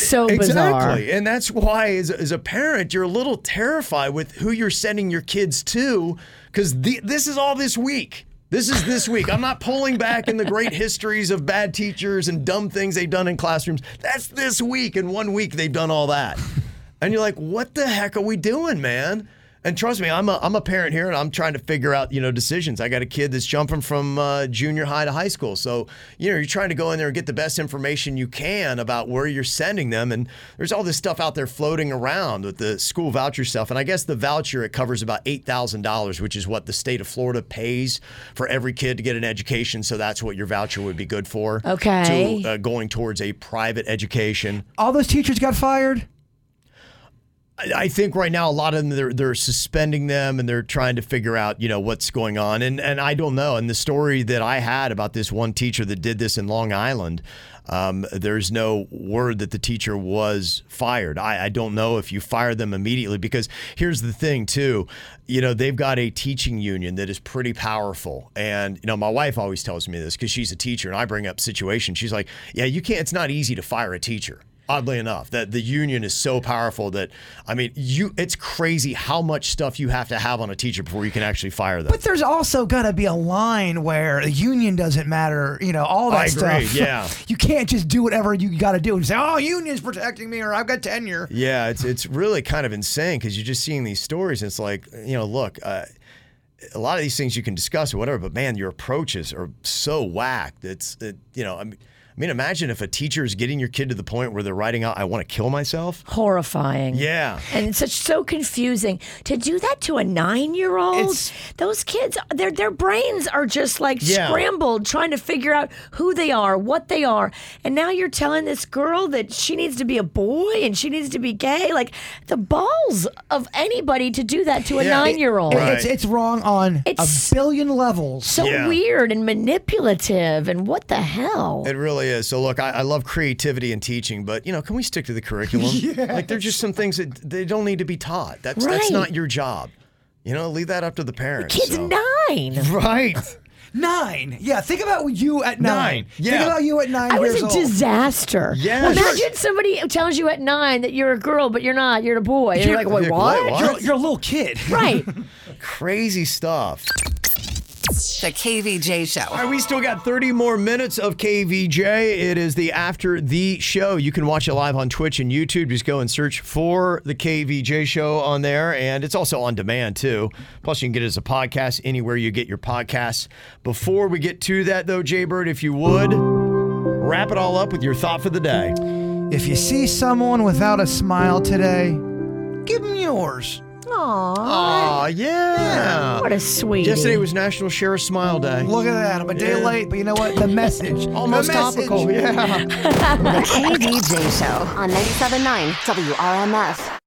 Speaker 4: Exactly. And that's why, as, as a parent, you're a little terrified with who you're sending your kids to because this is all this week. This is this week. I'm not pulling back in the great histories of bad teachers and dumb things they've done in classrooms. That's this week. In one week, they've done all that. And you're like, what the heck are we doing, man? And trust me, I'm a, I'm a parent here, and I'm trying to figure out you know decisions. I got a kid that's jumping from uh, junior high to high school, so you know you're trying to go in there and get the best information you can about where you're sending them. And there's all this stuff out there floating around with the school voucher stuff. And I guess the voucher it covers about eight thousand dollars, which is what the state of Florida pays for every kid to get an education. So that's what your voucher would be good for.
Speaker 1: Okay.
Speaker 4: to, uh, going towards a private education.
Speaker 5: all those teachers got fired.
Speaker 4: I- I think right now a lot of them they're, they're suspending them and they're trying to figure out you know what's going on and and I don't know and the story that I had about this one teacher that did this in Long Island um, there's no word that the teacher was fired I, I don't know if you fire them immediately because here's the thing too you know they've got a teaching union that is pretty powerful and you know my wife always tells me this because she's a teacher and I bring up situations she's like yeah you can't it's not easy to fire a teacher oddly enough that the union is so powerful that i mean you it's crazy how much stuff you have to have on a teacher before you can actually fire them
Speaker 5: But there's also got to be a line where the union doesn't matter. You know all that
Speaker 4: I agree,
Speaker 5: stuff.
Speaker 4: yeah.
Speaker 5: you can't just do whatever you got to do and say, "Oh, union's protecting me," or "I've got tenure."
Speaker 4: yeah it's it's really kind of insane because you're just seeing these stories and it's like you know look uh, a lot of these things you can discuss or whatever but man your approaches are so whack that's it, you know i mean I mean, imagine if a teacher is getting your kid to the point where they're writing out, I want to kill myself.
Speaker 1: Horrifying.
Speaker 4: Yeah.
Speaker 1: And it's such so confusing to do that to a nine-year-old. Those kids, their their brains are just like
Speaker 4: Yeah.
Speaker 1: scrambled, trying to figure out who they are, what they are. And now you're telling this girl that she needs to be a boy and she needs to be gay. Like the balls of anybody to do that to a nine-year-old.
Speaker 5: It- It's it's wrong on a billion levels.
Speaker 1: so weird and manipulative and what the hell?
Speaker 4: It really is. So look, I, I love creativity and teaching, but you know, can we stick to the curriculum? Like there's just some things that they don't need to be taught. That's that's
Speaker 5: Right.
Speaker 4: not your job. You know, leave that up to the parents.
Speaker 5: kid's
Speaker 4: so.
Speaker 1: nine.
Speaker 4: Right.
Speaker 5: Nine. Yeah. Think about you at nine.
Speaker 4: Nine. Yeah.
Speaker 5: Think about you at nine
Speaker 1: I was
Speaker 5: years
Speaker 1: a
Speaker 5: old.
Speaker 1: disaster.
Speaker 5: Yeah,
Speaker 1: Well,
Speaker 5: sure.
Speaker 1: imagine somebody tells you at nine that you're a girl, but you're not. You're a boy. And you're, like, wait, what?
Speaker 5: You're, you're a little kid.
Speaker 1: Right.
Speaker 4: Crazy stuff.
Speaker 9: The KVJ Show.
Speaker 4: All right, we still got 30 more minutes of KVJ. It is the after the show. You can watch it live on Twitch and YouTube. Just go and search for the KVJ show on there. And it's also on demand, too. Plus, you can get it as a podcast anywhere you get your podcasts. Before we get to that, though, Jaybird, if you would, wrap it all up with your thought for the day.
Speaker 5: If you see someone without a smile today, give them yours.
Speaker 4: Aw, yeah.
Speaker 1: What a sweetie.
Speaker 4: Yesterday was National Share a Smile Day.
Speaker 5: Look at that. I'm a day
Speaker 4: Yeah.
Speaker 5: late, but you know what? The message.
Speaker 4: Almost
Speaker 5: the message.
Speaker 4: topical, yeah.
Speaker 22: The KVJ Show on 97.9 WRMF.